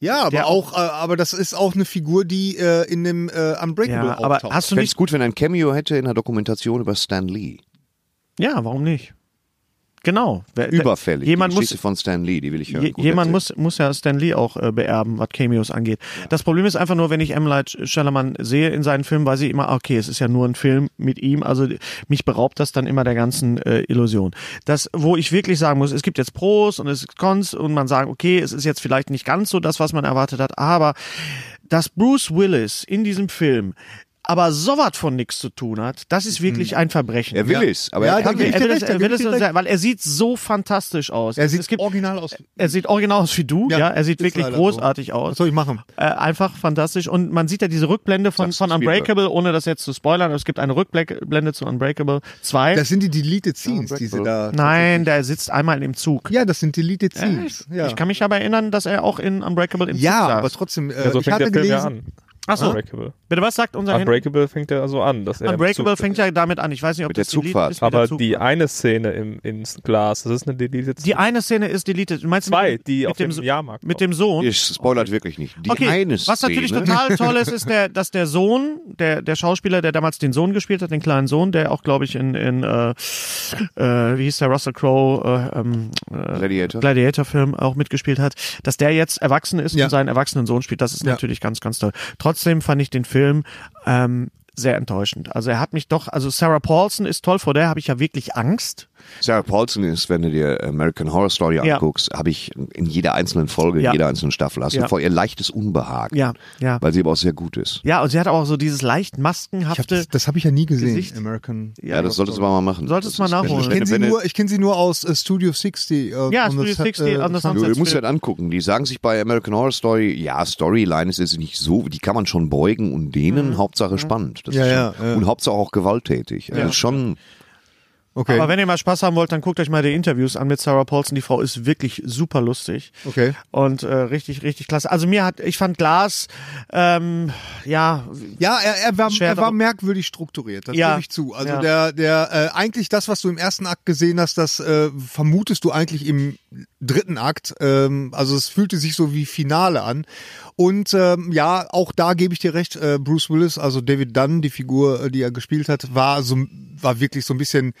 Speaker 1: ja, aber
Speaker 3: der-
Speaker 1: auch, äh, aber das ist auch eine Figur, die äh, in dem äh, Unbreakable
Speaker 3: Ja, aber
Speaker 1: auftaucht.
Speaker 3: hast du
Speaker 6: Fände es
Speaker 3: nicht.
Speaker 6: gut, wenn er ein Cameo hätte in einer Dokumentation über Stan Lee.
Speaker 3: Ja, warum nicht? Genau. Wer-
Speaker 6: Überfällig.
Speaker 3: Jemand
Speaker 6: die
Speaker 3: muss,
Speaker 6: Geschichte von Stan Lee, die will ich hören.
Speaker 3: Je,
Speaker 6: Gut
Speaker 3: jemand
Speaker 6: erzählt.
Speaker 3: muss, muss ja Stan Lee auch äh, beerben, was Cameos angeht. Das Problem ist einfach nur, wenn ich M. Night Shyamalan sehe in seinen Filmen, weiß ich immer, ah, okay, es ist ja nur ein Film mit ihm, also mich beraubt das dann immer der ganzen äh, Illusion. Das, wo ich wirklich sagen muss, es gibt jetzt Pros und es gibt Cons und man sagt, okay, es ist jetzt vielleicht nicht ganz so das, was man erwartet hat, aber dass Bruce Willis in diesem Film aber sowas von nichts zu tun hat, das ist wirklich ein Verbrechen.
Speaker 6: Er will es, aber
Speaker 1: Ja,
Speaker 6: er
Speaker 1: da
Speaker 6: kann
Speaker 1: gebe ich
Speaker 3: Er
Speaker 6: nicht.
Speaker 3: will,
Speaker 1: dir recht,
Speaker 3: es,
Speaker 1: da
Speaker 3: er
Speaker 1: gebe
Speaker 3: will
Speaker 1: ich
Speaker 3: es
Speaker 1: dir
Speaker 3: so
Speaker 1: recht.
Speaker 3: sehr, weil er sieht so fantastisch aus.
Speaker 1: Er sieht
Speaker 3: es gibt,
Speaker 1: original aus.
Speaker 3: Er sieht original aus wie du, ja.
Speaker 1: Ja,
Speaker 3: er sieht
Speaker 1: ist
Speaker 3: wirklich
Speaker 1: leider
Speaker 3: großartig
Speaker 1: Was
Speaker 3: aus.
Speaker 1: soll ich machen?
Speaker 3: Äh, einfach fantastisch. Und man sieht ja diese Rückblende von,
Speaker 6: Sagst
Speaker 3: von
Speaker 6: du Spielberg.
Speaker 3: Unbreakable, ohne das jetzt zu spoilern. Es gibt eine Rückblende zu Unbreakable 2.
Speaker 1: Das sind die Deleted Scenes, diese da.
Speaker 3: Nein, der sitzt einmal im Zug.
Speaker 1: Ja, das sind Deleted Scenes. Ja,
Speaker 3: Äh, Ich kann mich aber erinnern, dass er auch in Unbreakable im
Speaker 1: ja
Speaker 3: Zug saß.
Speaker 1: aber trotzdem, äh,
Speaker 8: Ja, so
Speaker 1: ich
Speaker 8: Also fängt der
Speaker 1: hatte
Speaker 8: Film ja
Speaker 1: gelesen,
Speaker 8: an.
Speaker 3: Achso,
Speaker 8: Unbreakable.
Speaker 3: bitte was sagt unser Hin
Speaker 8: Unbreakable fängt ja also an. Dass er im
Speaker 3: Unbreakable
Speaker 8: Zug
Speaker 3: fängt ja damit an. Ich weiß nicht, ob
Speaker 6: Mit
Speaker 3: das
Speaker 6: der
Speaker 3: deleted
Speaker 6: Zugfahrt.
Speaker 3: ist. mit der
Speaker 8: Aber
Speaker 3: Zugfahrt.
Speaker 8: die eine Szene im, ins Glas, das ist eine Deleted
Speaker 3: die eine Szene ist deleted. Du meinst
Speaker 8: Zwei,
Speaker 3: mit dem-
Speaker 8: die
Speaker 3: mit
Speaker 8: auf dem
Speaker 3: So-
Speaker 8: Jahrmarkt
Speaker 3: Mit
Speaker 8: kommen.
Speaker 3: dem Sohn.
Speaker 6: Ich spoilert wirklich nicht. Die
Speaker 3: um- Okay,
Speaker 6: eine
Speaker 3: was natürlich
Speaker 6: Szene,
Speaker 3: total toll ist, ist, der, dass der Sohn, der, der Schauspieler, der damals den Sohn gespielt hat, den kleinen Sohn, der auch, glaube ich, in, in äh, äh, wie hieß der, Russell Crowe, äh, ähm,
Speaker 6: Gladiator.
Speaker 3: Gladiator-Film auch mitgespielt hat, dass der jetzt erwachsen ist
Speaker 1: Ja.
Speaker 3: und seinen erwachsenen Sohn spielt, das ist
Speaker 1: Ja.
Speaker 3: natürlich ganz, ganz toll. Trotzdem fand ich den Film ähm, sehr enttäuschend. Also er hat mich doch, also Sarah Paulson ist toll, vor der habe ich ja wirklich Angst.
Speaker 6: Sarah Paulson ist, wenn du dir American Horror Story
Speaker 3: Ja.
Speaker 6: anguckst, habe ich in jeder einzelnen Folge,
Speaker 3: Ja.
Speaker 6: in jeder einzelnen Staffel, hast
Speaker 3: Ja.
Speaker 6: du vor ihr leichtes Unbehagen.
Speaker 3: Ja, ja.
Speaker 6: Weil sie aber auch sehr gut ist.
Speaker 3: Ja, und sie hat auch so dieses leicht
Speaker 1: ich hab,
Speaker 3: maskenhafte.
Speaker 1: das, das habe ich ja nie gesehen.
Speaker 3: Gesicht.
Speaker 1: American.
Speaker 6: Ja, das solltest du aber mal machen.
Speaker 3: Solltest
Speaker 6: Das
Speaker 3: mal
Speaker 6: ist- wenn-
Speaker 3: nachholen.
Speaker 1: Ich
Speaker 6: wenn-
Speaker 1: kenne sie,
Speaker 6: wenn-
Speaker 1: nur- ich kenn sie nur aus äh, Studio 60. Äh,
Speaker 3: Ja,
Speaker 1: on the
Speaker 3: Studio
Speaker 1: Sun-
Speaker 3: 60 on the Sunset
Speaker 6: Du musst
Speaker 3: Film.
Speaker 6: dir das angucken. Die sagen sich bei American Horror Story, ja, Storyline ist jetzt nicht so, die kann man schon beugen und
Speaker 3: Mhm.
Speaker 6: dehnen. Hauptsache spannend. Das
Speaker 1: Ja,
Speaker 6: ist
Speaker 1: ja,
Speaker 6: schon,
Speaker 1: ja.
Speaker 6: Und Hauptsache auch gewalttätig. Also schon,
Speaker 1: Okay.
Speaker 3: Aber wenn ihr mal Spaß haben wollt, dann guckt euch mal die Interviews an mit Sarah Paulson. Die Frau ist wirklich super lustig.
Speaker 1: Okay.
Speaker 3: Und äh, richtig, richtig klasse. Also mir hat, ich fand Glas, ähm, ja,
Speaker 1: Ja, er, er, war,
Speaker 3: Schwer
Speaker 1: er war
Speaker 3: darum-
Speaker 1: merkwürdig strukturiert, das
Speaker 3: Ja.
Speaker 1: gebe ich zu. Also
Speaker 3: Ja.
Speaker 1: der, der äh, eigentlich das, was du im ersten Akt gesehen hast, das äh, vermutest du eigentlich im dritten Akt. Ähm, also es fühlte sich so wie Finale an. Und ähm, ja, auch da gebe ich dir recht, äh, Bruce Willis, also David Dunn, die Figur, äh, die er gespielt hat, war so war wirklich so ein bisschen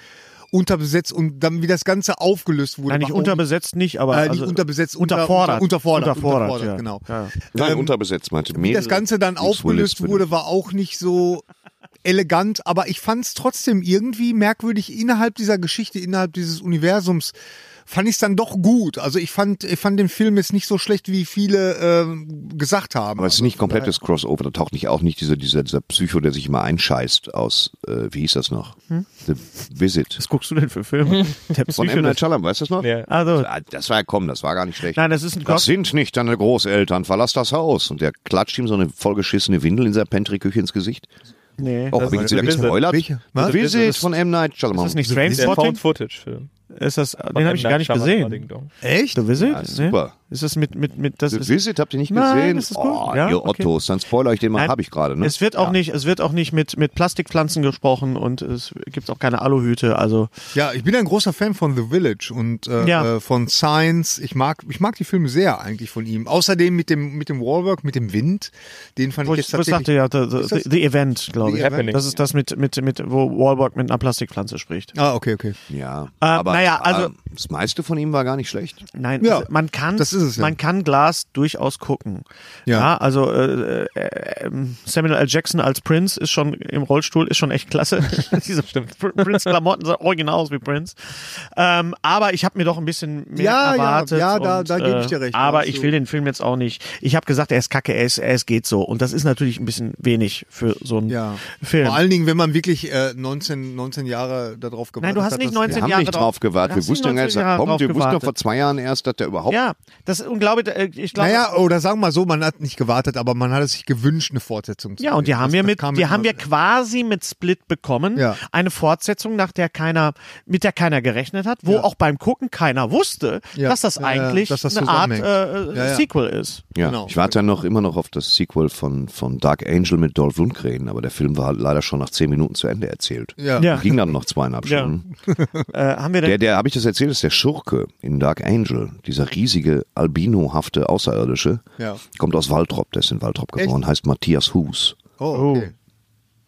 Speaker 1: unterbesetzt und dann wie das Ganze aufgelöst wurde.
Speaker 3: nein, nicht
Speaker 1: war auch-
Speaker 3: unterbesetzt nicht, aber
Speaker 1: Äh, nicht
Speaker 3: also,
Speaker 1: unterbesetzt, unter-
Speaker 3: unterfordert.
Speaker 1: unterfordert,
Speaker 3: Unterfordert,
Speaker 1: unterfordert,
Speaker 3: ja.
Speaker 1: genau.
Speaker 3: Ja.
Speaker 6: nein, unterbesetzt, meinte
Speaker 1: wie das Ganze dann aufgelöst wurde,
Speaker 6: war.
Speaker 1: war auch nicht so elegant, aber ich fand es trotzdem irgendwie merkwürdig innerhalb dieser Geschichte, innerhalb dieses Universums. Fand ich es dann doch gut. Also ich fand, ich fand den Film jetzt nicht so schlecht, wie viele ähm, gesagt haben.
Speaker 6: Aber es ist nicht komplettes Crossover. Da taucht nicht auch nicht dieser, dieser, dieser Psycho, der sich immer einscheißt aus, äh, wie hieß das noch? The Visit.
Speaker 3: Was guckst du denn für Filme? Der Hm?
Speaker 6: Von
Speaker 3: Psycho,
Speaker 6: M. Night
Speaker 3: das,
Speaker 6: Shyamalan, weißt du das noch?
Speaker 8: Ja.
Speaker 3: also,
Speaker 6: Ah, Das war ja komm, das war gar nicht schlecht.
Speaker 3: Nein, das ist ein Cross-
Speaker 6: Das sind nicht deine Großeltern, verlass das Haus. Und der klatscht ihm so eine vollgeschissene Windel in seiner Pantry-Küche ins Gesicht.
Speaker 3: nee.
Speaker 6: Auch bin ich jetzt
Speaker 8: ist
Speaker 6: wieder
Speaker 8: The Visit.
Speaker 6: gespoilert.
Speaker 1: Welche? Was?
Speaker 6: Visit von M. Night Shyamalan.
Speaker 3: Ist das nicht
Speaker 8: Der
Speaker 3: Trainspotting?
Speaker 8: Found-Footage-Film.
Speaker 3: Ist das, den habe ich gar nicht gesehen.
Speaker 1: Echt?
Speaker 3: The Visit?
Speaker 6: ist super.
Speaker 3: Nee? Ist das mit, mit, mit, das
Speaker 6: The
Speaker 3: ist,
Speaker 6: Visit habt ihr nicht
Speaker 3: Nein,
Speaker 6: gesehen?
Speaker 3: das ist gut.
Speaker 6: oh,
Speaker 3: Ja,
Speaker 6: ihr
Speaker 3: okay.
Speaker 6: Ottos, dann spoiler ich den mal,
Speaker 3: Nein,
Speaker 6: habe ich gerade. Ne?
Speaker 3: Es wird auch nicht, es wird auch nicht mit, mit Plastikpflanzen gesprochen und es gibt auch keine Aluhüte, also.
Speaker 1: Ja, ich bin ein großer Fan von The Village und äh,
Speaker 3: Ja.
Speaker 1: äh, von Science. Ich mag, ich mag die Filme sehr eigentlich von ihm. Außerdem mit dem, mit dem Wallwork, mit dem Wind, den fand
Speaker 3: Wo
Speaker 1: ich
Speaker 3: ich,
Speaker 1: jetzt
Speaker 3: wo ich
Speaker 1: tatsächlich.
Speaker 3: sagte ja, the, the,
Speaker 1: Ist das-
Speaker 3: the, the Event, glaube ich.
Speaker 8: Happening.
Speaker 3: Das ist das mit, mit, mit, wo Wahlberg mit einer Plastikpflanze spricht.
Speaker 1: Ah, okay, okay.
Speaker 6: Ja,
Speaker 3: naja, also-
Speaker 6: ähm, das meiste von ihm war gar nicht schlecht.
Speaker 3: Nein,
Speaker 1: Ja,
Speaker 3: also man kann,
Speaker 1: das ist es ja.
Speaker 3: man kann Glas durchaus gucken.
Speaker 1: Ja.
Speaker 3: also äh, äh, ähm, Samuel L. Jackson als Prince ist schon im Rollstuhl, ist schon echt klasse. Diese Pr- Prince-Klamotten sahen original aus wie Prince. Ähm, aber ich habe mir doch ein bisschen mehr
Speaker 1: Ja, ja,
Speaker 3: erwartet.
Speaker 1: ja, da-
Speaker 3: und,
Speaker 1: da gebe ich
Speaker 3: äh,
Speaker 1: dir recht.
Speaker 3: Aber
Speaker 1: Also-
Speaker 3: ich will den Film jetzt auch nicht. Ich habe gesagt, er ist kacke, er ist, er ist geht so. Und das ist natürlich ein bisschen wenig für so einen
Speaker 1: Ja.
Speaker 3: Film.
Speaker 1: Vor allen Dingen, wenn man wirklich äh, 19, 19 Jahre darauf gewartet
Speaker 3: Nein, du hast
Speaker 1: hat,
Speaker 3: nicht
Speaker 1: dass-
Speaker 3: 19
Speaker 6: Wir haben
Speaker 3: Jahre
Speaker 6: nicht drauf gewartet. Wir
Speaker 3: Hast
Speaker 6: wussten
Speaker 3: nicht
Speaker 6: ja gar
Speaker 3: 19
Speaker 6: nicht, dass er
Speaker 3: Jahre
Speaker 6: kommt.
Speaker 3: drauf
Speaker 6: Wir wussten doch
Speaker 3: gewartet.
Speaker 6: vor zwei Jahren erst, dass der überhaupt
Speaker 3: Ja, das ist unglaublich. äh, Ich glaube,
Speaker 1: Naja, oder sagen wir mal so, man hat nicht gewartet, aber man hat es sich gewünscht, eine Fortsetzung zu
Speaker 3: Ja, und die
Speaker 1: sehen.
Speaker 3: haben
Speaker 1: Das-
Speaker 3: wir
Speaker 1: das
Speaker 3: mit,
Speaker 1: kam
Speaker 3: die haben wir
Speaker 1: immer-
Speaker 3: quasi mit Split bekommen.
Speaker 1: Ja.
Speaker 3: Eine Fortsetzung, nach der keiner, mit der keiner gerechnet hat, wo auch beim Gucken keiner wusste,
Speaker 1: Ja.
Speaker 3: dass das
Speaker 1: Ja, ja,
Speaker 3: eigentlich
Speaker 1: dass das
Speaker 3: eine Art äh,
Speaker 1: zusammenhängt.
Speaker 3: äh,
Speaker 1: Ja, ja.
Speaker 3: Sequel ist.
Speaker 6: Ja,
Speaker 1: Genau.
Speaker 6: ich warte ja noch immer noch auf das Sequel von, von Dark Angel mit Dolph Lundgren, aber der Film war halt leider schon nach zehn Minuten zu Ende erzählt.
Speaker 1: Ja.
Speaker 3: Ja.
Speaker 6: Ging dann noch zweieinhalb
Speaker 3: Ja.
Speaker 6: Stunden.
Speaker 3: Äh, haben wir denn,
Speaker 6: Der, der, habe ich das erzählt, ist der Schurke in Dark Angel, dieser riesige, albinohafte Außerirdische,
Speaker 1: Ja.
Speaker 6: kommt aus Waltrop, der ist in Waltrop geboren, heißt Matthias Hus.
Speaker 1: Oh, okay.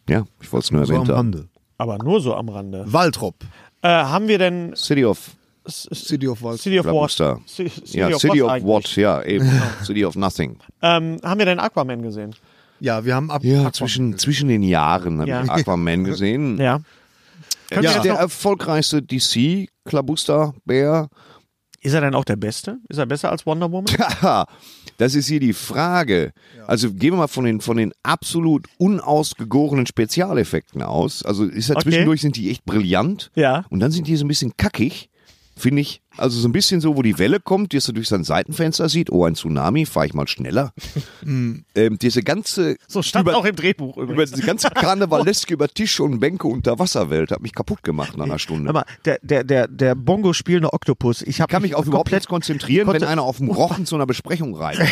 Speaker 6: Ja, ich wollte es nur erwähnt haben.
Speaker 1: Rande.
Speaker 3: aber nur so am Rande.
Speaker 1: Waltrop.
Speaker 3: Äh, haben wir denn
Speaker 6: City of
Speaker 3: S- S-
Speaker 1: City of Wolves.
Speaker 3: City of What.
Speaker 6: Blockbuster.
Speaker 3: C- City
Speaker 6: ja, City of
Speaker 3: eigentlich.
Speaker 6: What, ja, eben. City of Nothing.
Speaker 3: Ähm, haben wir denn Aquaman gesehen?
Speaker 1: Ja, wir haben ab.
Speaker 6: Ja,
Speaker 1: Aquaman
Speaker 6: zwischen,
Speaker 1: gesehen.
Speaker 6: zwischen den Jahren habe
Speaker 3: Ja.
Speaker 6: ich Aquaman gesehen.
Speaker 3: Ja.
Speaker 6: Er
Speaker 1: Ja.
Speaker 6: ist der erfolgreichste DC-Klabuster-Bär.
Speaker 3: Ist er denn auch der Beste? Ist er besser als Wonder Woman?
Speaker 6: Haha, das ist hier die Frage. Also gehen wir mal von den, von den absolut unausgegorenen Spezialeffekten aus. Also ist ja
Speaker 3: Okay.
Speaker 6: zwischendurch sind die echt brillant.
Speaker 3: Ja.
Speaker 6: Und dann sind die so ein bisschen kackig, finde ich. Also so ein bisschen so, wo die Welle kommt, die es so durch sein Seitenfenster sieht. Oh, ein Tsunami, fahre ich mal schneller. ähm, diese ganze,
Speaker 3: So stand
Speaker 6: über-
Speaker 3: auch im Drehbuch
Speaker 6: über
Speaker 3: übrigens.
Speaker 6: diese ganze Karnevaleske über Tische und Bänke unter Wasserwelt hat mich kaputt gemacht nach einer Stunde.
Speaker 3: Hör mal, der, der, der, der Bongo spielende Oktopus. Ich hab
Speaker 6: kann mich auf überhaupt
Speaker 3: komplett
Speaker 6: nicht konzentrieren,
Speaker 3: konnte-
Speaker 6: wenn einer auf dem Rochen zu einer Besprechung reitet.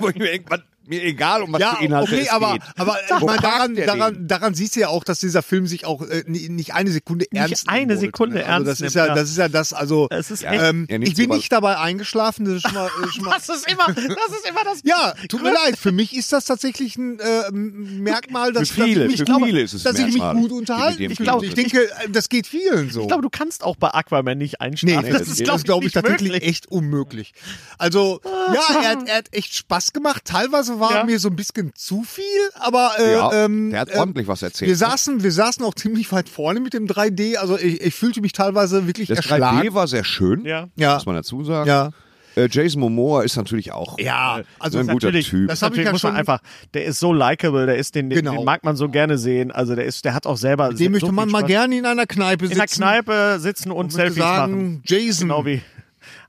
Speaker 6: Wo ich mir irgendwann- mir egal, um was
Speaker 1: Ja,
Speaker 6: für Inhalte
Speaker 1: okay,
Speaker 6: es
Speaker 1: aber,
Speaker 6: geht.
Speaker 1: aber
Speaker 6: Wo
Speaker 1: ich meine,
Speaker 6: parkt
Speaker 1: daran,
Speaker 6: der
Speaker 1: daran, daran siehst du ja auch, dass dieser Film sich auch äh, ni- nicht eine Sekunde ernst nehmen
Speaker 3: eine
Speaker 1: wollte,
Speaker 3: Sekunde
Speaker 1: ne?
Speaker 3: ernst
Speaker 1: also das
Speaker 3: nimmt,
Speaker 1: ist ja,
Speaker 3: ja.
Speaker 1: Das ist ja das, also
Speaker 3: Es ist echt-
Speaker 1: ähm,
Speaker 6: Er nimmt
Speaker 1: ich bin
Speaker 6: sie
Speaker 1: nicht dabei eingeschlafen, das ist schon mal, äh, schon mal
Speaker 3: Das ist immer, das ist immer das.
Speaker 1: Ja, tut mir leid. Für mich ist das tatsächlich ein äh, Merkmal, dass,
Speaker 6: Für viele,
Speaker 1: dass, ich, mich,
Speaker 6: für
Speaker 1: glaube,
Speaker 6: viele ist es ein
Speaker 1: dass ich mich
Speaker 6: Merkmal,
Speaker 1: gut
Speaker 6: die mit
Speaker 1: unterhalten
Speaker 6: dem
Speaker 1: Ich,
Speaker 6: Film
Speaker 1: glaube, ich
Speaker 6: sind.
Speaker 1: denke, äh, das geht vielen so.
Speaker 3: Ich glaube, du kannst auch bei Aquaman nicht
Speaker 1: Nee,
Speaker 3: einschlafen.
Speaker 1: das, ist, glaube glaub ich,
Speaker 3: nicht
Speaker 1: tatsächlich
Speaker 3: möglich.
Speaker 1: echt unmöglich. Also, ja, er hat, er hat echt Spaß gemacht. Teilweise war
Speaker 3: Ja.
Speaker 1: mir so ein bisschen zu viel, aber äh,
Speaker 6: Ja,
Speaker 1: ähm,
Speaker 6: der hat
Speaker 1: äh,
Speaker 6: ordentlich was erzählt.
Speaker 3: ne?
Speaker 6: ne?
Speaker 1: Wir saßen, wir saßen auch ziemlich weit vorne mit dem 3D. Also ich, ich fühlte mich teilweise wirklich
Speaker 6: das
Speaker 1: erschlagen.
Speaker 6: 3D war sehr schön,
Speaker 3: Ja.
Speaker 1: ja,
Speaker 6: muss man dazu sagen.
Speaker 1: ja,
Speaker 6: Äh, Jason Momoa ist natürlich auch äh,
Speaker 1: ja. Also
Speaker 6: ein guter
Speaker 3: natürlich,
Speaker 6: Typ.
Speaker 1: das
Speaker 3: Das
Speaker 1: hab ich
Speaker 3: natürlich
Speaker 1: ja
Speaker 3: muss man
Speaker 1: schon-
Speaker 3: einfach. Der ist so likable, der ist den, den,
Speaker 1: Genau.
Speaker 3: den mag man so gerne sehen. Also der ist, der hat auch selber. so
Speaker 1: den möchte
Speaker 3: viel
Speaker 1: man mal
Speaker 3: Spaß.
Speaker 1: gerne in einer Kneipe
Speaker 3: in
Speaker 1: sitzen.
Speaker 3: der Kneipe sitzen und,
Speaker 1: und würde
Speaker 3: Selfies machen.
Speaker 1: sagen, hm. Jason,
Speaker 3: Genau wie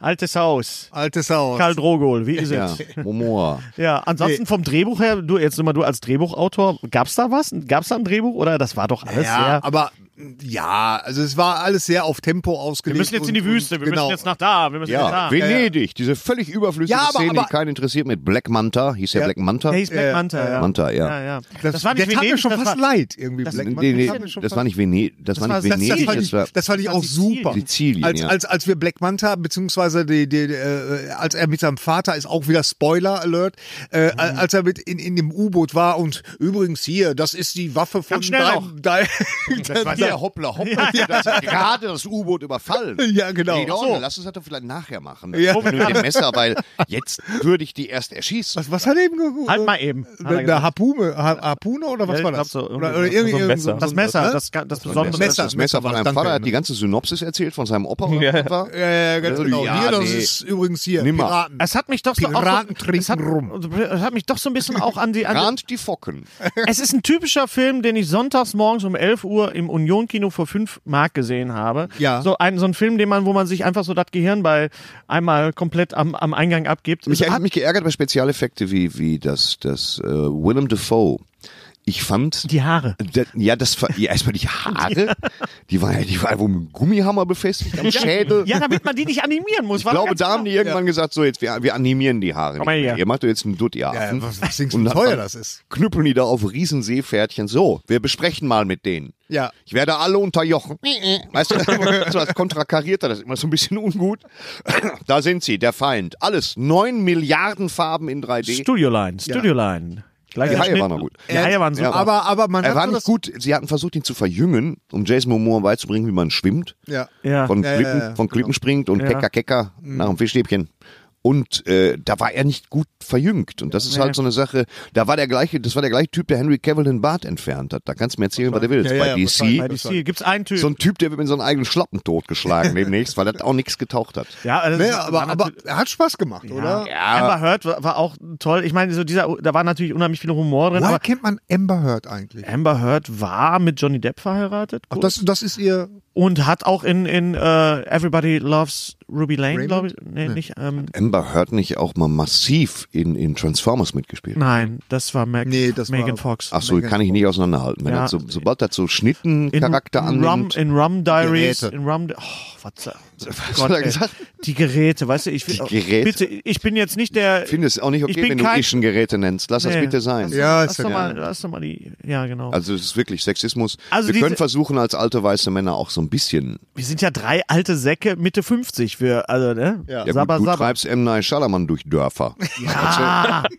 Speaker 3: altes Haus.
Speaker 1: altes Haus.
Speaker 3: Karl Drogol, wie ist
Speaker 6: ja,
Speaker 3: es?
Speaker 6: Momoa.
Speaker 3: Ja, ansonsten vom Drehbuch her, du jetzt immer du als Drehbuchautor, gab's da was? Gab's da ein Drehbuch oder das war doch alles
Speaker 1: ja,
Speaker 3: sehr
Speaker 1: aber ja, also es war alles sehr auf Tempo ausgelegt.
Speaker 3: Wir müssen jetzt in die
Speaker 1: und-
Speaker 3: Wüste,
Speaker 1: und- genau.
Speaker 3: wir müssen jetzt nach da, wir müssen jetzt
Speaker 6: Ja,
Speaker 3: nach da.
Speaker 6: Venedig, diese völlig überflüssige
Speaker 1: Ja, aber-
Speaker 6: Szene,
Speaker 1: aber-
Speaker 6: die keinen interessiert mit Black Manta, hieß der
Speaker 1: Ja.
Speaker 6: Black Manta?
Speaker 3: Der hieß Black
Speaker 1: Äh,
Speaker 3: Manta, ja.
Speaker 6: Manta, ja.
Speaker 3: ja, ja.
Speaker 1: Das, war nicht der tat mir schon
Speaker 3: das
Speaker 1: fast
Speaker 3: war,
Speaker 1: leid irgendwie.
Speaker 3: Das-
Speaker 1: Black Manta,
Speaker 6: Nee,
Speaker 1: tat
Speaker 6: nee,
Speaker 1: mir schon
Speaker 6: das
Speaker 1: fast-
Speaker 6: war nicht Venedig, das,
Speaker 3: war-
Speaker 6: war nicht
Speaker 1: das, das,
Speaker 6: Venedig,
Speaker 1: fand ich,
Speaker 6: das war
Speaker 1: das fand ich
Speaker 3: das
Speaker 1: auch
Speaker 3: war Sizilien.
Speaker 1: super.
Speaker 6: Sizilien,
Speaker 1: als,
Speaker 6: ja.
Speaker 1: als, als wir Black Manta, beziehungsweise die, die, die, äh, als er mit seinem Vater ist, auch wieder Spoiler Alert, äh,
Speaker 3: Mhm.
Speaker 1: als er mit in, in dem U-Boot war und übrigens hier, das ist die Waffe von
Speaker 3: Ganz schnell
Speaker 1: deinem. Dein,
Speaker 6: Das war der Hoppla Hoppla, das hat gerade das U-Boot überfallen.
Speaker 1: Ja, genau.
Speaker 6: Nee,
Speaker 1: So.
Speaker 6: so. lass uns das doch vielleicht nachher machen.
Speaker 1: Ja.
Speaker 6: Ja. Mit dem Messer, weil jetzt würde ich die erst erschießen.
Speaker 1: was, was hat er eben gerufen?
Speaker 3: Halt mal eben, hat er
Speaker 1: Eine
Speaker 3: gesagt.
Speaker 1: Harpune, Ha- Harpune oder was
Speaker 3: Ja, ich
Speaker 1: war
Speaker 3: glaub
Speaker 1: das?
Speaker 3: so,
Speaker 1: oder,
Speaker 3: irgendwie so-
Speaker 1: oder
Speaker 3: so
Speaker 1: irgendwie,
Speaker 8: ein
Speaker 1: irgend
Speaker 8: Messer.
Speaker 1: so-
Speaker 3: das Messer, Ne? das, das besondere
Speaker 6: Das,
Speaker 1: Messer.
Speaker 6: das Messer
Speaker 1: Messer
Speaker 6: von
Speaker 1: war
Speaker 6: deinem
Speaker 1: das,
Speaker 6: Vater
Speaker 1: danke.
Speaker 6: hat die ganze Synopsis erzählt von seinem Opa.
Speaker 8: Ja.
Speaker 6: etwa.
Speaker 1: Ja, ja, ganz
Speaker 6: Also,
Speaker 1: genau.
Speaker 6: ja,
Speaker 1: hier, das
Speaker 6: nee.
Speaker 1: ist übrigens hier.
Speaker 6: Nimmer.
Speaker 1: Piraten.
Speaker 3: Es hat mich doch so auch
Speaker 1: Piraten
Speaker 3: so,
Speaker 1: trinken
Speaker 3: es hat,
Speaker 1: rum.
Speaker 3: Es hat mich doch so ein bisschen auch an die an,
Speaker 6: Rand die Focken.
Speaker 3: Es ist ein typischer Film, den ich sonntags morgens um 11 Uhr im Union Kino vor 5 Mark gesehen habe.
Speaker 1: Ja.
Speaker 3: So ein so ein Film, den man wo man sich einfach so das Gehirn bei einmal komplett am, am Eingang abgibt.
Speaker 6: Mich
Speaker 3: Es hat-
Speaker 6: hat mich geärgert bei Spezialeffekte wie, wie das, das äh, Willem Dafoe. Ich fand,
Speaker 3: die Haare.
Speaker 6: Da, ja, das ver- ja, erstmal die Haare, die war ja, die war ja wohl mit einem Gummihammer befestigt am Schädel.
Speaker 3: Ja, damit man die nicht animieren muss.
Speaker 6: Ich glaube, da haben die irgendwann gesagt, so jetzt, wir, wir animieren die Haare.
Speaker 3: Komm mal
Speaker 6: nicht mehr.
Speaker 3: her.
Speaker 6: Ihr macht doch jetzt einen Dutt, ihr
Speaker 1: Ja,
Speaker 6: Affen.
Speaker 1: was was denkst du,
Speaker 6: Und
Speaker 1: wie
Speaker 6: hat
Speaker 1: teuer
Speaker 6: man-
Speaker 1: das ist?
Speaker 6: knüppeln die da auf Riesenseepferdchen. So, wir besprechen mal mit denen.
Speaker 1: Ja.
Speaker 6: Ich werde alle unterjochen. Weißt du, so als kontrakariert er das immer so ein bisschen ungut. Da sind sie, der Feind. Alles, neun Milliarden Farben in 3D.
Speaker 3: Studio Line, Studio Line. Gleich
Speaker 6: Die Haie
Speaker 3: Schnitt-
Speaker 6: waren noch gut.
Speaker 3: Die Haie waren super.
Speaker 6: Ja.
Speaker 1: Aber, aber man
Speaker 6: er
Speaker 1: hat
Speaker 6: war
Speaker 1: so
Speaker 6: nicht
Speaker 1: das,
Speaker 6: gut. Sie hatten versucht, ihn zu verjüngen, um Jason Momoa beizubringen, wie man schwimmt.
Speaker 1: Ja.
Speaker 3: ja.
Speaker 6: Von,
Speaker 1: Ja, ja,
Speaker 6: Klippen,
Speaker 1: ja. genau. Mhm.
Speaker 6: von Klippen springt und kecker, kecker nach dem Fischstäbchen. Und äh, da war er nicht gut verjüngt. Und das ist halt so eine Sache, da war der gleiche, das war der gleiche Typ, der Henry Cavill den Bart entfernt hat. Da kannst du mir erzählen, was du willst.
Speaker 1: Ja, ja, ja,
Speaker 6: Bei DC
Speaker 3: bei DC gibt's einen Typ.
Speaker 6: so ein Typ, der wird mit seinen eigenen Schlappen totgeschlagen demnächst, weil das auch nichts getaucht hat.
Speaker 3: ja, also das
Speaker 1: Ne,
Speaker 3: war
Speaker 1: aber, aber
Speaker 3: natürlich-
Speaker 1: er hat Spaß gemacht, oder?
Speaker 3: Amber Heard war, war auch toll. Ich meine, so dieser, da war natürlich unheimlich viel Humor drin.
Speaker 1: Woher
Speaker 3: Aber
Speaker 1: kennt man Amber Heard eigentlich?
Speaker 3: Amber Heard war mit Johnny Depp verheiratet
Speaker 1: Ach, das, das ist ihr.
Speaker 3: und hat auch in, in äh, Everybody Loves Ruby Lane,
Speaker 1: Raymond?
Speaker 3: glaube ich. Nee, nicht. Ähm,
Speaker 6: Amber Heard nicht auch mal massiv in, in Transformers mitgespielt.
Speaker 3: nein, das war Meg
Speaker 1: Nee, das war-
Speaker 3: Megan Fox.
Speaker 6: Ach so, kann
Speaker 1: genau.
Speaker 6: ich nicht auseinanderhalten. Wenn
Speaker 3: Ja.
Speaker 6: das so, sobald das so Schnittencharakter
Speaker 3: in Rum,
Speaker 6: annimmt.
Speaker 3: in Rum Diaries,
Speaker 1: Geräte.
Speaker 3: in Rum, Di- oh, was, was
Speaker 6: hat er gesagt?
Speaker 3: Die Geräte, weißt du, ich will,
Speaker 6: Die Geräte?
Speaker 3: bitte, ich bin jetzt nicht der,
Speaker 6: Ich finde es auch
Speaker 3: Ich
Speaker 6: nicht okay,
Speaker 3: bin
Speaker 6: wenn du
Speaker 3: kein-
Speaker 6: ischen Geräte nennst. Lass das
Speaker 3: Nee. Also
Speaker 6: bitte sein.
Speaker 1: Ja,
Speaker 3: lass
Speaker 1: ist ja
Speaker 3: doch mal,
Speaker 1: klar.
Speaker 3: lass doch mal die, ja, genau.
Speaker 6: Also es ist wirklich Sexismus.
Speaker 3: Also
Speaker 6: Wir
Speaker 3: diese-
Speaker 6: können versuchen, als alte weiße Männer auch so ein bisschen.
Speaker 3: Wir sind ja drei alte Säcke Mitte 50 für, also, ne?
Speaker 1: Ja.
Speaker 6: Ja, gut, du treibst M. Night Shyamalan durch Dörfer.
Speaker 3: Ah,
Speaker 6: Also,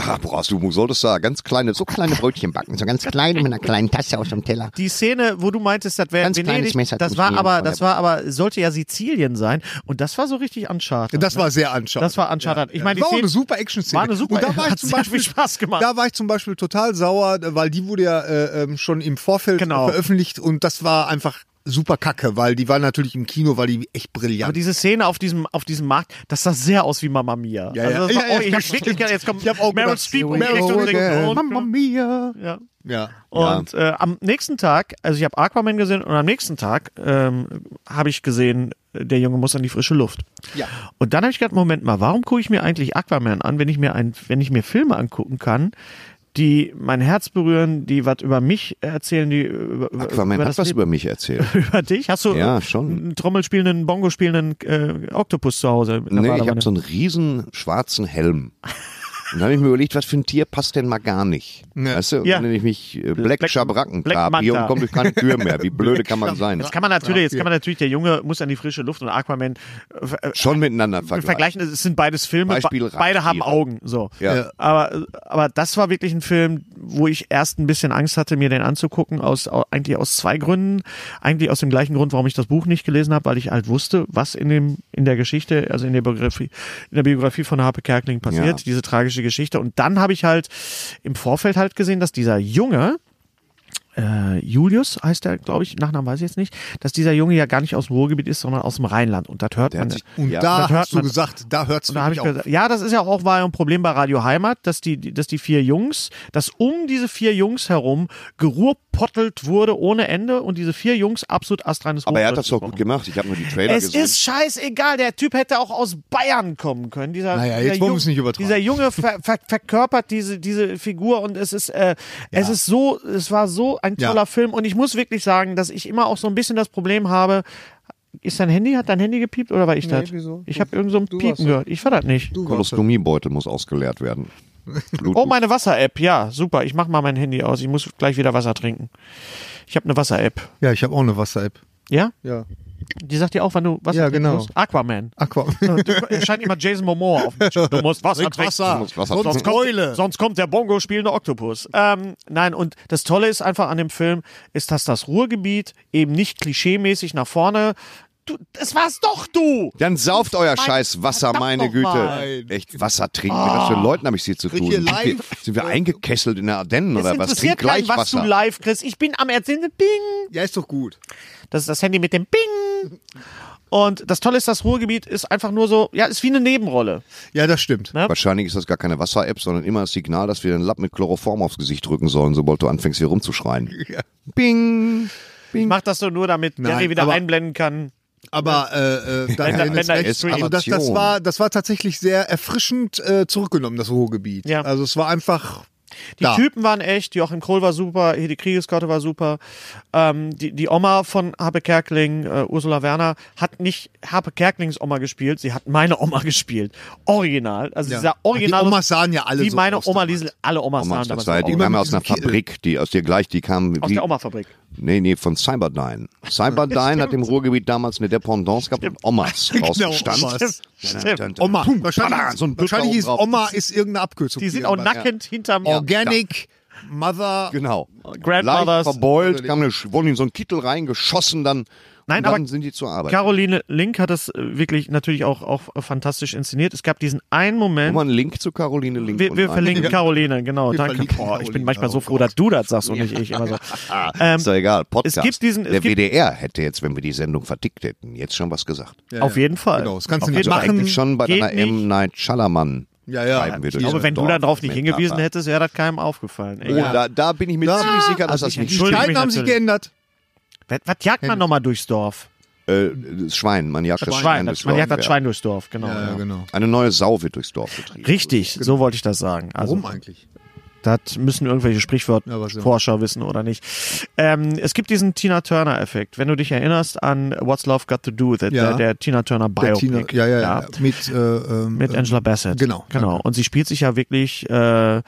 Speaker 6: Ah, Boras, du solltest da ganz kleine, so kleine Brötchen backen, so ganz kleine mit einer kleinen Tasse auf dem Teller.
Speaker 3: Die Szene, wo du meintest, das wäre
Speaker 6: Ganz kleines
Speaker 3: Venedig,
Speaker 6: Messer
Speaker 3: das
Speaker 6: zum
Speaker 3: war
Speaker 6: Schmieren
Speaker 3: aber,
Speaker 6: von
Speaker 3: das
Speaker 6: der-
Speaker 3: war aber, sollte ja Sizilien sein. Und das war so richtig Uncharted.
Speaker 1: Das
Speaker 3: ne?
Speaker 1: war sehr anschauend.
Speaker 3: Das war Uncharted. Ich meine, die
Speaker 1: war auch
Speaker 3: Szene-
Speaker 1: eine super Action-Szene.
Speaker 3: War eine super-
Speaker 1: Und da war ich
Speaker 3: hat
Speaker 1: zum
Speaker 3: sehr
Speaker 1: Beispiel,
Speaker 3: viel Spaß gemacht.
Speaker 1: Da war ich zum Beispiel total sauer, weil die wurde ja äh, ähm, schon im Vorfeld
Speaker 3: Genau.
Speaker 1: veröffentlicht und das war einfach super kacke, weil die war natürlich im Kino, weil die echt
Speaker 3: Aber
Speaker 1: brillant.
Speaker 3: diese Szene auf diesem, auf diesem Markt, das sah sehr aus wie Mamma Mia.
Speaker 1: Ja,
Speaker 3: also das
Speaker 1: ja.
Speaker 3: war,
Speaker 1: Ja, ja,
Speaker 3: oh, ich hab
Speaker 1: stimmt.
Speaker 3: wirklich gedacht, jetzt kommt
Speaker 1: Ich hab auch
Speaker 3: Meryl
Speaker 1: gedacht, oh,
Speaker 3: Streep
Speaker 1: here we
Speaker 3: und direkt
Speaker 1: go
Speaker 3: und denkt, oh,
Speaker 1: again.
Speaker 3: und-
Speaker 1: Mamma Mia.
Speaker 3: Ja.
Speaker 1: Ja.
Speaker 3: Und äh, am nächsten Tag, also ich habe Aquaman gesehen und am nächsten Tag ähm, habe ich gesehen, der Junge muss an die frische Luft.
Speaker 1: Ja.
Speaker 3: Und dann habe ich gedacht, Moment mal, warum gucke ich mir eigentlich Aquaman an, wenn ich mir ein, wenn ich mir Filme angucken kann, die mein Herz berühren, die was über mich erzählen, die über, über,
Speaker 6: Aquaman
Speaker 3: über
Speaker 6: hat
Speaker 3: das
Speaker 6: was
Speaker 3: Leben-
Speaker 6: über mich erzählt.
Speaker 3: über dich? Hast du
Speaker 6: Ja,
Speaker 3: äh,
Speaker 6: schon.
Speaker 3: einen Trommelspielenden, Bongo spielenden äh, Oktopus zu Hause?
Speaker 6: Nee, ich habe
Speaker 3: Normalerweise.
Speaker 6: so einen riesen schwarzen Helm. Und dann habe ich mir überlegt, was für ein Tier passt denn mal gar nicht. Weißt du, Und
Speaker 3: Ja.
Speaker 6: dann nenne ich mich äh, Black,
Speaker 3: Black-
Speaker 6: Schabracken
Speaker 3: Black
Speaker 6: Schabrackenkrab. Hier
Speaker 3: Manta.
Speaker 6: und kommt durch keine Tür mehr. Wie blöde kann man sein?
Speaker 3: Jetzt kann man natürlich, jetzt kann man natürlich, der Junge muss an die frische Luft und Aquaman äh, ver- äh,
Speaker 6: Schon miteinander vergleichen.
Speaker 3: vergleichen. Es sind beides Filme,
Speaker 6: Beispiel
Speaker 3: be- beide haben
Speaker 6: Raubtiere.
Speaker 3: Augen. So.
Speaker 6: Ja.
Speaker 3: Aber, aber das war wirklich ein Film, wo ich erst ein bisschen Angst hatte, mir den anzugucken, aus, au- eigentlich aus zwei Gründen. Eigentlich aus dem gleichen Grund, warum ich das Buch nicht gelesen habe, weil ich halt wusste, was in dem, in der Geschichte, also in der Biografie, in der Biografie von Harpe Kerkeling passiert,
Speaker 6: Ja.
Speaker 3: diese tragische Geschichte. Und dann habe ich halt im Vorfeld halt gesehen, dass dieser Junge, äh, Julius heißt er, glaube ich, Nachnamen weiß ich jetzt nicht, dass dieser Junge ja gar nicht aus dem Ruhrgebiet ist, sondern aus dem Rheinland. Und das hört
Speaker 6: Der
Speaker 3: man.
Speaker 6: hat sich,
Speaker 1: Und
Speaker 6: ja,
Speaker 1: da
Speaker 3: das hört
Speaker 1: hast du
Speaker 3: man.
Speaker 1: gesagt, da hört's
Speaker 3: Und da habe ich
Speaker 1: wirklich auf.
Speaker 3: gesagt, ja, das ist ja auch war ja ein Problem bei Radio Heimat, dass die, die- dass die vier Jungs, dass um diese vier Jungs herum gerurpottelt wurde ohne Ende und diese vier Jungs absolut astreines
Speaker 6: aber er hat das
Speaker 3: Hochdeutsch
Speaker 6: doch
Speaker 3: gesprochen.
Speaker 6: gut gemacht. Ich habe nur die Trailer
Speaker 3: Es
Speaker 6: gesehen.
Speaker 3: ist scheißegal, der Typ hätte auch aus Bayern kommen können. Dieser,
Speaker 1: Naja, jetzt wollen
Speaker 3: dieser
Speaker 1: wir
Speaker 3: Junge-
Speaker 1: es nicht übertragen.
Speaker 3: Dieser Junge ver ver verkörpert diese, diese Figur und es ist, äh, es ist so, es war so ein
Speaker 1: Ja.
Speaker 3: toller Film und ich muss wirklich sagen, dass ich immer auch so ein bisschen das Problem habe, ist dein Handy, hat dein Handy gepiept oder war ich das?
Speaker 1: wieso?
Speaker 3: Ich habe irgend so ein
Speaker 1: Du warst
Speaker 3: Piepen
Speaker 1: das.
Speaker 3: gehört. Ich war das nicht.
Speaker 1: Du warst-
Speaker 6: Kolostomiebeutel muss ausgeleert werden. Blut-
Speaker 3: Oh, meine Wasser-App, ja, super. Ich mach mal mein Handy aus. Ich muss gleich wieder Wasser trinken. Ich habe eine Wasser-App.
Speaker 1: ja, ich habe auch eine Wasser-App.
Speaker 3: Ja?
Speaker 1: Ja.
Speaker 3: Die sagt dir auch, wann du Wasser
Speaker 1: Ja,
Speaker 3: trinken
Speaker 1: genau.
Speaker 3: musst. Aquaman.
Speaker 1: Aqua.
Speaker 3: Es scheint immer Jason Momoa auf dem Schirm. Du musst Wasser trinken.
Speaker 6: Du musst Wasser
Speaker 1: Sonst
Speaker 6: trinken.
Speaker 3: Kommt,
Speaker 1: Keule.
Speaker 3: Sonst kommt der Bongo spielende Oktopus. Ähm, nein, und das Tolle ist einfach an dem Film, ist, dass das Ruhrgebiet eben nicht klischeemäßig nach vorne. Du, das war's doch du!
Speaker 6: Dann sauft euer
Speaker 3: Mein-
Speaker 6: scheiß Wasser,
Speaker 3: verdammt
Speaker 6: meine
Speaker 3: noch
Speaker 6: Güte.
Speaker 3: mal. Ah.
Speaker 6: Echt Wasser trinken. Mit was für Leuten habe ich sie zu
Speaker 1: Krieg
Speaker 6: tun?
Speaker 1: hier
Speaker 6: Sind wir,
Speaker 1: live-
Speaker 6: sind wir eingekesselt in der Ardennen
Speaker 3: Es
Speaker 6: oder was? Trink
Speaker 3: interessiert keinen,
Speaker 6: gleich
Speaker 3: was du
Speaker 6: Wasser.
Speaker 3: live kriegst. Ich bin am Erzählen. Bing!
Speaker 1: Ja, ist doch gut.
Speaker 3: Das ist das Handy mit dem Bing. Und das Tolle ist, das Ruhrgebiet ist einfach nur so, ja, ist wie eine Nebenrolle.
Speaker 1: Ja, das stimmt.
Speaker 6: Wahrscheinlich ist das gar keine Wasser-App, sondern immer das Signal, dass wir den Lapp mit Chloroform aufs Gesicht drücken sollen, sobald du anfängst hier rumzuschreien. Bing!
Speaker 3: Ich mach das so nur, damit
Speaker 1: Nein,
Speaker 3: Jerry wieder
Speaker 1: aber-
Speaker 3: einblenden kann.
Speaker 1: Aber äh, äh, da
Speaker 3: Wenn da-
Speaker 1: wenn es
Speaker 3: wenn da
Speaker 1: recht-
Speaker 3: ist
Speaker 1: also das, das
Speaker 6: Eskalation.
Speaker 1: war das war tatsächlich sehr erfrischend äh, zurückgenommen das Ruhrgebiet.
Speaker 3: Ja.
Speaker 1: Also es war einfach
Speaker 3: Die
Speaker 1: da.
Speaker 3: Typen waren echt, Joachim Kohl war super, Hedi Kriegeskotte war super. Ähm, die, die Oma von Harpe Kerkeling, äh, Ursula Werner, hat nicht Harpe Kerkelings Oma gespielt, sie hat meine Oma gespielt. Original. Also
Speaker 1: Ja.
Speaker 3: dieser original.
Speaker 1: Die Omas sahen ja alle
Speaker 3: Wie
Speaker 1: so
Speaker 3: meine
Speaker 1: aus
Speaker 3: Oma,
Speaker 1: damals.
Speaker 3: diese, alle Omas
Speaker 6: Oma,
Speaker 3: sahen
Speaker 6: Oh das
Speaker 3: damals.
Speaker 6: sei, die
Speaker 1: Immer
Speaker 6: kamen
Speaker 1: mit
Speaker 6: aus einer
Speaker 1: diesem Kittel.
Speaker 6: Fabrik, die aus dir gleich, die kamen.
Speaker 3: Aus
Speaker 6: die,
Speaker 3: der Oma-Fabrik.
Speaker 6: Nee, nee, von Cyberdyne. Cyberdyne hat im Ruhrgebiet damals eine Dependance gehabt und Omas
Speaker 3: Genau,
Speaker 6: draußen stand.
Speaker 1: Omas.
Speaker 3: Stimmt.
Speaker 1: Oma.
Speaker 6: Tada,
Speaker 1: wahrscheinlich
Speaker 6: so ein Büffel
Speaker 1: wahrscheinlich ist
Speaker 6: oben drauf.
Speaker 1: Oma ist irgendeine Abkürzung.
Speaker 3: Die sind
Speaker 1: für
Speaker 3: auch
Speaker 1: irgendwas.
Speaker 3: nackend hinterm
Speaker 1: Organic Mother.
Speaker 6: Genau.
Speaker 3: Grandmothers.
Speaker 6: Leicht verbeult, kam eine, Sch- wurden in so einen Kittel reingeschossen, dann,
Speaker 3: Nein,
Speaker 6: und dann
Speaker 3: aber
Speaker 6: sind die zur Arbeit.
Speaker 3: Caroline Link hat das äh, wirklich natürlich auch, auch äh, fantastisch inszeniert. Es gab diesen einen Moment.
Speaker 6: Nochmal Um einen Link zu Caroline Link.
Speaker 3: wir,
Speaker 6: und
Speaker 3: wir
Speaker 6: einen-
Speaker 3: verlinken Caroline, genau.
Speaker 1: Wir
Speaker 3: danke.
Speaker 1: verlinken
Speaker 3: Boah, ich bin
Speaker 1: Caroline,
Speaker 3: manchmal so
Speaker 1: oh
Speaker 3: froh, dass du das sagst und nicht ich. Immer so. Ähm,
Speaker 6: ist doch egal, Podcast.
Speaker 3: es gibt diesen- es
Speaker 6: der
Speaker 3: gibt-
Speaker 6: WDR hätte jetzt, wenn wir die Sendung vertickt hätten, jetzt schon was gesagt.
Speaker 3: Auf jeden Fall.
Speaker 1: Genau, das kannst
Speaker 3: Auf
Speaker 1: du nicht
Speaker 3: jeden
Speaker 6: Also
Speaker 3: Fall.
Speaker 1: machen.
Speaker 6: eigentlich schon bei
Speaker 3: Geht
Speaker 6: deiner M. Night Shyamalan.
Speaker 1: Ja, ja.
Speaker 6: Schreiben wir
Speaker 1: Ich
Speaker 6: durch
Speaker 1: glaube,
Speaker 3: Aber
Speaker 6: das
Speaker 3: wenn du
Speaker 6: Dorf
Speaker 3: darauf nicht
Speaker 6: mit
Speaker 3: hingewiesen
Speaker 6: Papa.
Speaker 3: hättest, wäre das keinem aufgefallen. Ey,
Speaker 6: Oh,
Speaker 3: ja.
Speaker 6: da, da bin ich mir ziemlich sicher, dass
Speaker 3: also
Speaker 6: das
Speaker 3: ich
Speaker 6: nicht
Speaker 1: Die
Speaker 3: entschuldige-
Speaker 6: stimmt.
Speaker 1: Zeiten haben sich
Speaker 3: natürlich.
Speaker 1: geändert.
Speaker 3: was, was jagt man nochmal durchs Dorf?
Speaker 6: Äh, das Schwein, man jagt das Schwein.
Speaker 3: Schwein.
Speaker 6: durchs
Speaker 3: Das, man
Speaker 6: Dorf,
Speaker 3: jagt das
Speaker 6: ja.
Speaker 3: Schwein durchs Dorf, genau.
Speaker 1: Ja,
Speaker 3: ja.
Speaker 1: genau.
Speaker 6: Eine neue Sau wird durchs Dorf getrieben.
Speaker 3: Richtig, so wollte ich das sagen. Also,
Speaker 1: Warum eigentlich?
Speaker 3: Das müssen irgendwelche
Speaker 1: Ja, was
Speaker 3: Sprichwörter
Speaker 1: immer.
Speaker 3: Forscher wissen oder nicht. Ähm, es gibt diesen Tina Turner-Effekt. Wenn du dich erinnerst an What's Love Got to Do with It,
Speaker 1: Ja.
Speaker 3: der, der Tina Turner
Speaker 1: Der
Speaker 3: Biopic.
Speaker 1: Tina, ja, ja, ja. Mit, äh, ähm,
Speaker 3: Mit Angela Bassett.
Speaker 1: Genau.
Speaker 3: Genau. Und sie spielt sich ja wirklich, äh,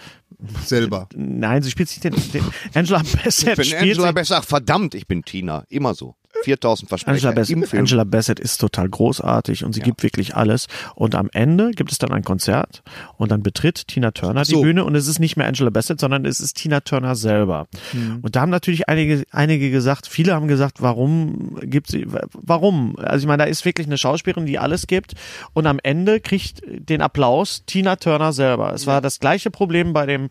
Speaker 1: selber.
Speaker 3: nein, sie spielt sich den, den Angela Bassett
Speaker 6: Ich bin
Speaker 3: spielt
Speaker 6: Angela
Speaker 3: sich,
Speaker 6: Besser. Ach, verdammt, ich bin Tina. Immer so. 4000 Versprecher
Speaker 3: Angela
Speaker 6: im
Speaker 3: Bassett,
Speaker 6: Film.
Speaker 3: Angela Bassett ist total großartig und sie gibt wirklich alles. Und am Ende gibt es dann ein Konzert und dann betritt Tina Turner die
Speaker 1: So.
Speaker 3: Bühne und es ist nicht mehr Angela Bassett, sondern es ist Tina Turner selber.
Speaker 1: Mhm.
Speaker 3: Und da haben natürlich einige, einige gesagt, viele haben gesagt, warum gibt sie, warum? Also ich meine, da ist wirklich eine Schauspielerin, die alles gibt und am Ende kriegt den Applaus Tina Turner selber. Es war das gleiche Problem bei dem,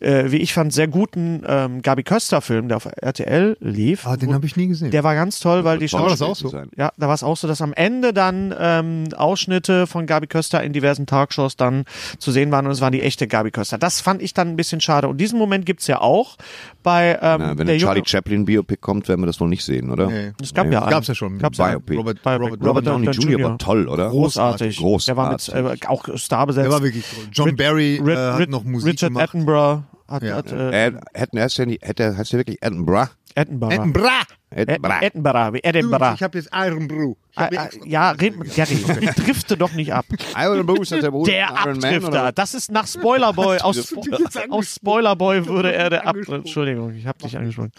Speaker 3: äh, wie ich fand, sehr guten ähm, Gabi Köster-Film, der auf RTL lief.
Speaker 1: Ah, den
Speaker 3: Wo-
Speaker 1: habe ich nie gesehen.
Speaker 3: der war ganz toll, weil die
Speaker 6: Soll
Speaker 1: war
Speaker 3: Schauspielerin
Speaker 1: das auch so?
Speaker 6: sein.
Speaker 3: ja, da war es auch so, dass am Ende dann ähm, Ausschnitte von Gabi Köster in diversen Talkshows dann zu sehen waren und es waren die echte Gabi Köster. Das fand ich dann ein bisschen schade. Und diesen Moment gibt's ja auch bei ähm,
Speaker 6: Na, wenn
Speaker 3: der
Speaker 6: ein Charlie
Speaker 3: Junge.
Speaker 6: Chaplin Biopic kommt, werden wir das wohl nicht sehen, oder?
Speaker 1: Nee.
Speaker 3: Es gab ja, einen.
Speaker 1: Gab's ja schon.
Speaker 3: Gab's ja.
Speaker 6: Biopic.
Speaker 1: Robert,
Speaker 3: Bei
Speaker 1: Robert,
Speaker 3: Robert
Speaker 1: Robert,
Speaker 6: Downey
Speaker 3: Downey
Speaker 6: Jr.
Speaker 3: Jr.
Speaker 6: war toll, oder?
Speaker 3: Großartig. Der war mit,
Speaker 6: Großartig.
Speaker 3: äh, auch Star besetzt.
Speaker 1: der war wirklich John Barry
Speaker 3: Rid-
Speaker 1: äh, hat
Speaker 3: Rid-
Speaker 1: noch Musik
Speaker 3: Richard
Speaker 1: gemacht.
Speaker 3: Attenborough hat,
Speaker 1: Ja.
Speaker 3: hat äh,
Speaker 6: Ed, hätten erst ja nicht, hätte, heißt der wirklich Edinburgh?
Speaker 3: Attenborough.
Speaker 1: Attenborough.
Speaker 6: Edinburgh.
Speaker 3: Attenborough. wie Edinburgh.
Speaker 1: Ich habe jetzt Iron Brew. Ich
Speaker 3: Ah,
Speaker 1: hab mir
Speaker 3: ah,
Speaker 1: extra-
Speaker 3: Ja, red, Gary, drifte doch nicht ab.
Speaker 6: Iron Bruce ist der Bruder
Speaker 3: Der
Speaker 6: von Iron Man,
Speaker 3: Abdrifter.
Speaker 6: oder?
Speaker 3: Das ist nach Spoilerboy. Aus,
Speaker 6: Hast du
Speaker 1: dir jetzt
Speaker 3: Spo-
Speaker 1: angesprochen?
Speaker 3: aus Spoilerboy würde er der Abdrift.
Speaker 1: Angesprochen.
Speaker 3: Entschuldigung, ich habe dich angesprochen.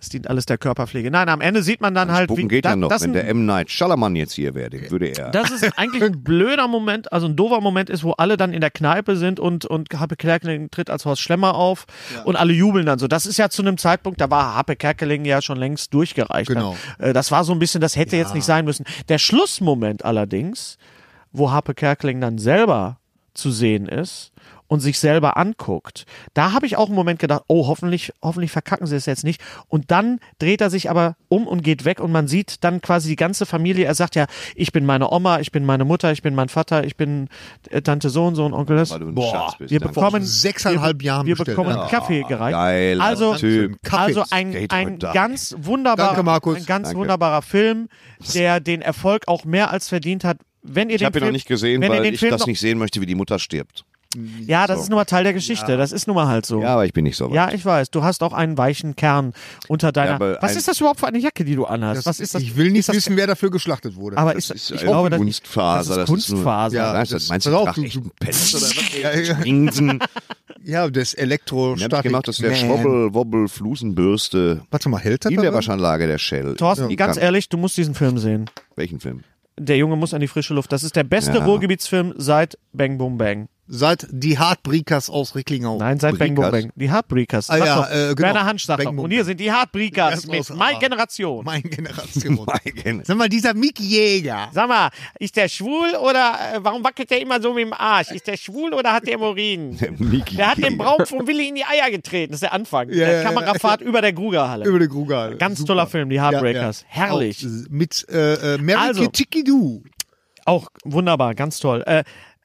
Speaker 3: Es dient alles der Körperpflege. Nein, am Ende sieht man dann halt,
Speaker 6: Spucken geht
Speaker 3: da-
Speaker 6: ja noch.
Speaker 3: das,
Speaker 6: Wenn
Speaker 3: ein-
Speaker 6: der M. Night Shyamalan jetzt hier wäre, den würde er.
Speaker 3: das ist eigentlich ein blöder Moment, also ein doofer Moment ist, wo alle dann in der Kneipe sind und, und Happe Kerkeling tritt als Horst Schlemmer auf und alle jubeln dann so. Das ist ja zu einem Zeitpunkt, da war Happe Kerkeling ja schon längst durchgereicht.
Speaker 1: Genau.
Speaker 3: Äh, Das war so ein bisschen, das hätte jetzt nicht sein müssen. Der Schlussmoment allerdings, wo Happe Kerkeling dann selber zu sehen ist und sich selber anguckt. Da habe ich auch einen Moment gedacht, oh, hoffentlich, hoffentlich verkacken sie es jetzt nicht. Und dann dreht er sich aber um und geht weg und man sieht dann quasi die ganze Familie. Er sagt ja, ich bin meine Oma, ich bin meine Mutter, ich bin mein Vater, ich bin äh, Tante Sohn, Sohn, Onkel. Das.
Speaker 6: Weil du ein
Speaker 3: Boah,
Speaker 6: Schatz bist,
Speaker 3: wir
Speaker 6: danke.
Speaker 3: bekommen
Speaker 1: sechseinhalb
Speaker 3: wir,
Speaker 1: Jahren
Speaker 3: wir
Speaker 1: bestellt.
Speaker 3: bekommen
Speaker 1: Ja.
Speaker 3: Kaffee gereicht.
Speaker 6: Geiler
Speaker 3: Also-
Speaker 6: Typ.
Speaker 1: Kaffee.
Speaker 3: Also ein,
Speaker 6: Skate
Speaker 3: ein
Speaker 6: heute.
Speaker 3: ganz wunderbarer,
Speaker 1: Danke, Markus.
Speaker 3: ein ganz
Speaker 6: Danke.
Speaker 3: wunderbarer Film, der den Erfolg auch mehr als verdient hat. Wenn ihr
Speaker 6: Ich
Speaker 3: den
Speaker 6: habe ihn
Speaker 3: Film,
Speaker 6: noch nicht gesehen,
Speaker 3: wenn ihr
Speaker 6: weil
Speaker 3: den
Speaker 6: ich
Speaker 3: Film
Speaker 6: das
Speaker 3: noch,
Speaker 6: nicht sehen möchte, wie die Mutter stirbt.
Speaker 3: Ja, das ist nun mal Teil der Geschichte. Das ist nun mal halt so.
Speaker 6: Ja, aber ich bin nicht so weit.
Speaker 3: Ja, ich weiß. Du hast auch einen weichen Kern unter
Speaker 6: Ja,
Speaker 3: deiner.
Speaker 6: aber
Speaker 3: was
Speaker 6: ein-
Speaker 3: ist das überhaupt für eine Jacke, die du anhast? Was ist das?
Speaker 1: Ich will nicht
Speaker 3: ist das,
Speaker 1: wissen, wer dafür geschlachtet wurde.
Speaker 3: Aber ist,
Speaker 6: Das ist
Speaker 3: ich
Speaker 6: eine
Speaker 3: glaube, das,
Speaker 6: Kunstfaser.
Speaker 3: das ist Kunstfaser.
Speaker 6: Das
Speaker 1: Ja,
Speaker 6: nur, weißt du,
Speaker 1: das-
Speaker 6: meinst du,
Speaker 1: pass auf,
Speaker 6: Drachen
Speaker 1: du-
Speaker 6: echt ein Pelz oder was?
Speaker 1: ja, ja,
Speaker 6: Rinsen.
Speaker 1: ja, das
Speaker 6: Ich
Speaker 1: Elektrostatik.
Speaker 6: hab gemacht, das ist der
Speaker 1: Man.
Speaker 6: Schwobbel-Wobbel-Flusenbürste
Speaker 1: Warte mal, hält das
Speaker 6: in
Speaker 1: da
Speaker 6: der
Speaker 1: drin?
Speaker 6: Waschanlage der Shell.
Speaker 3: Thorsten,
Speaker 6: Die
Speaker 3: ganz
Speaker 6: kann-
Speaker 3: ehrlich, du musst diesen Film sehen.
Speaker 6: Welchen Film?
Speaker 3: Der Junge muss an die frische Luft. Das ist der beste
Speaker 6: Ja.
Speaker 3: Ruhrgebietsfilm seit Bang Boom Bang.
Speaker 1: Seit die Hardbreakers aus Recklinghau.
Speaker 3: Nein, seit Bang Boom
Speaker 6: Breakers?
Speaker 3: Bang. Die Heartbreakers.
Speaker 1: Ah,
Speaker 3: Sag
Speaker 1: ja,
Speaker 3: doch,
Speaker 1: äh, genau.
Speaker 3: Werner Hansch sagt
Speaker 1: Bang
Speaker 3: doch.
Speaker 1: Boom
Speaker 3: Und hier
Speaker 1: Bang.
Speaker 3: sind die Heartbreakers
Speaker 1: Erst ah.
Speaker 3: mit
Speaker 1: aus-
Speaker 3: My Generation.
Speaker 1: Meine Generation.
Speaker 6: Mein
Speaker 1: Sag mal, dieser Mick Jäger.
Speaker 3: Sag mal, ist der schwul oder äh, warum wackelt der immer so mit dem Arsch? Ist der schwul oder hat der Hämorrhoiden?
Speaker 6: Miki
Speaker 3: Der hat den
Speaker 6: G.
Speaker 3: Braum vom Willi in die Eier getreten. Das ist der Anfang.
Speaker 1: Ja,
Speaker 3: der
Speaker 1: ja, ja.
Speaker 3: Kamerafahrt über der Grugerhalle.
Speaker 1: Über den Kruger.
Speaker 3: Ganz toller Film, die Heartbreakers. Herrlich.
Speaker 1: Auch mit äh, äh, Mary
Speaker 3: Also.
Speaker 1: also. Du.
Speaker 3: Auch wunderbar, ganz toll. Äh,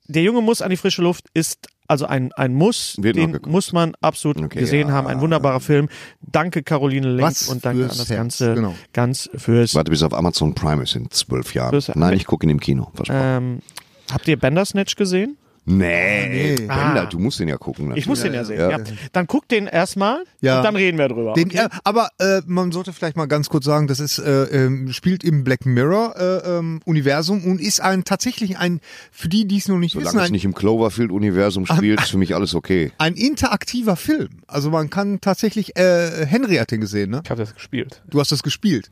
Speaker 3: der Junge muss an die frische Luft ist also ein, ein Muss,
Speaker 6: Wird noch
Speaker 3: den
Speaker 6: geguckt.
Speaker 3: muss man absolut
Speaker 6: Okay,
Speaker 3: gesehen
Speaker 6: ja.
Speaker 3: haben. Ein wunderbarer Film. Danke Caroline Link
Speaker 1: Was
Speaker 3: und danke an
Speaker 1: fürs
Speaker 3: das
Speaker 1: Herz,
Speaker 3: Ganze
Speaker 1: genau.
Speaker 3: ganz fürs.
Speaker 6: Warte, bis auf Amazon Prime ist in zwölf Jahren.
Speaker 3: Das-
Speaker 6: Nein, ich gucke ihn im Kino. Versprochen.
Speaker 3: Ähm, habt ihr Bandersnatch gesehen?
Speaker 6: nee,
Speaker 1: nee.
Speaker 6: Bender,
Speaker 3: Ah.
Speaker 6: du musst den ja gucken.
Speaker 3: Ich muss den ja
Speaker 6: natürlich.
Speaker 3: sehen. Ja. Dann guckt den erstmal
Speaker 1: Ja.
Speaker 3: und dann reden wir drüber.
Speaker 1: Den, äh, aber äh, man sollte vielleicht mal ganz kurz sagen, das ist äh, ähm, spielt im Black Mirror äh, ähm, Universum und ist ein tatsächlich ein für die, die es noch nicht wissen,
Speaker 6: Solange es
Speaker 1: ein,
Speaker 6: nicht im Cloverfield-Universum spielt, ist für mich alles okay.
Speaker 1: ein interaktiver Film. Also man kann tatsächlich äh, Henry hat den gesehen, ne?
Speaker 8: Ich habe das gespielt.
Speaker 1: Du hast das gespielt.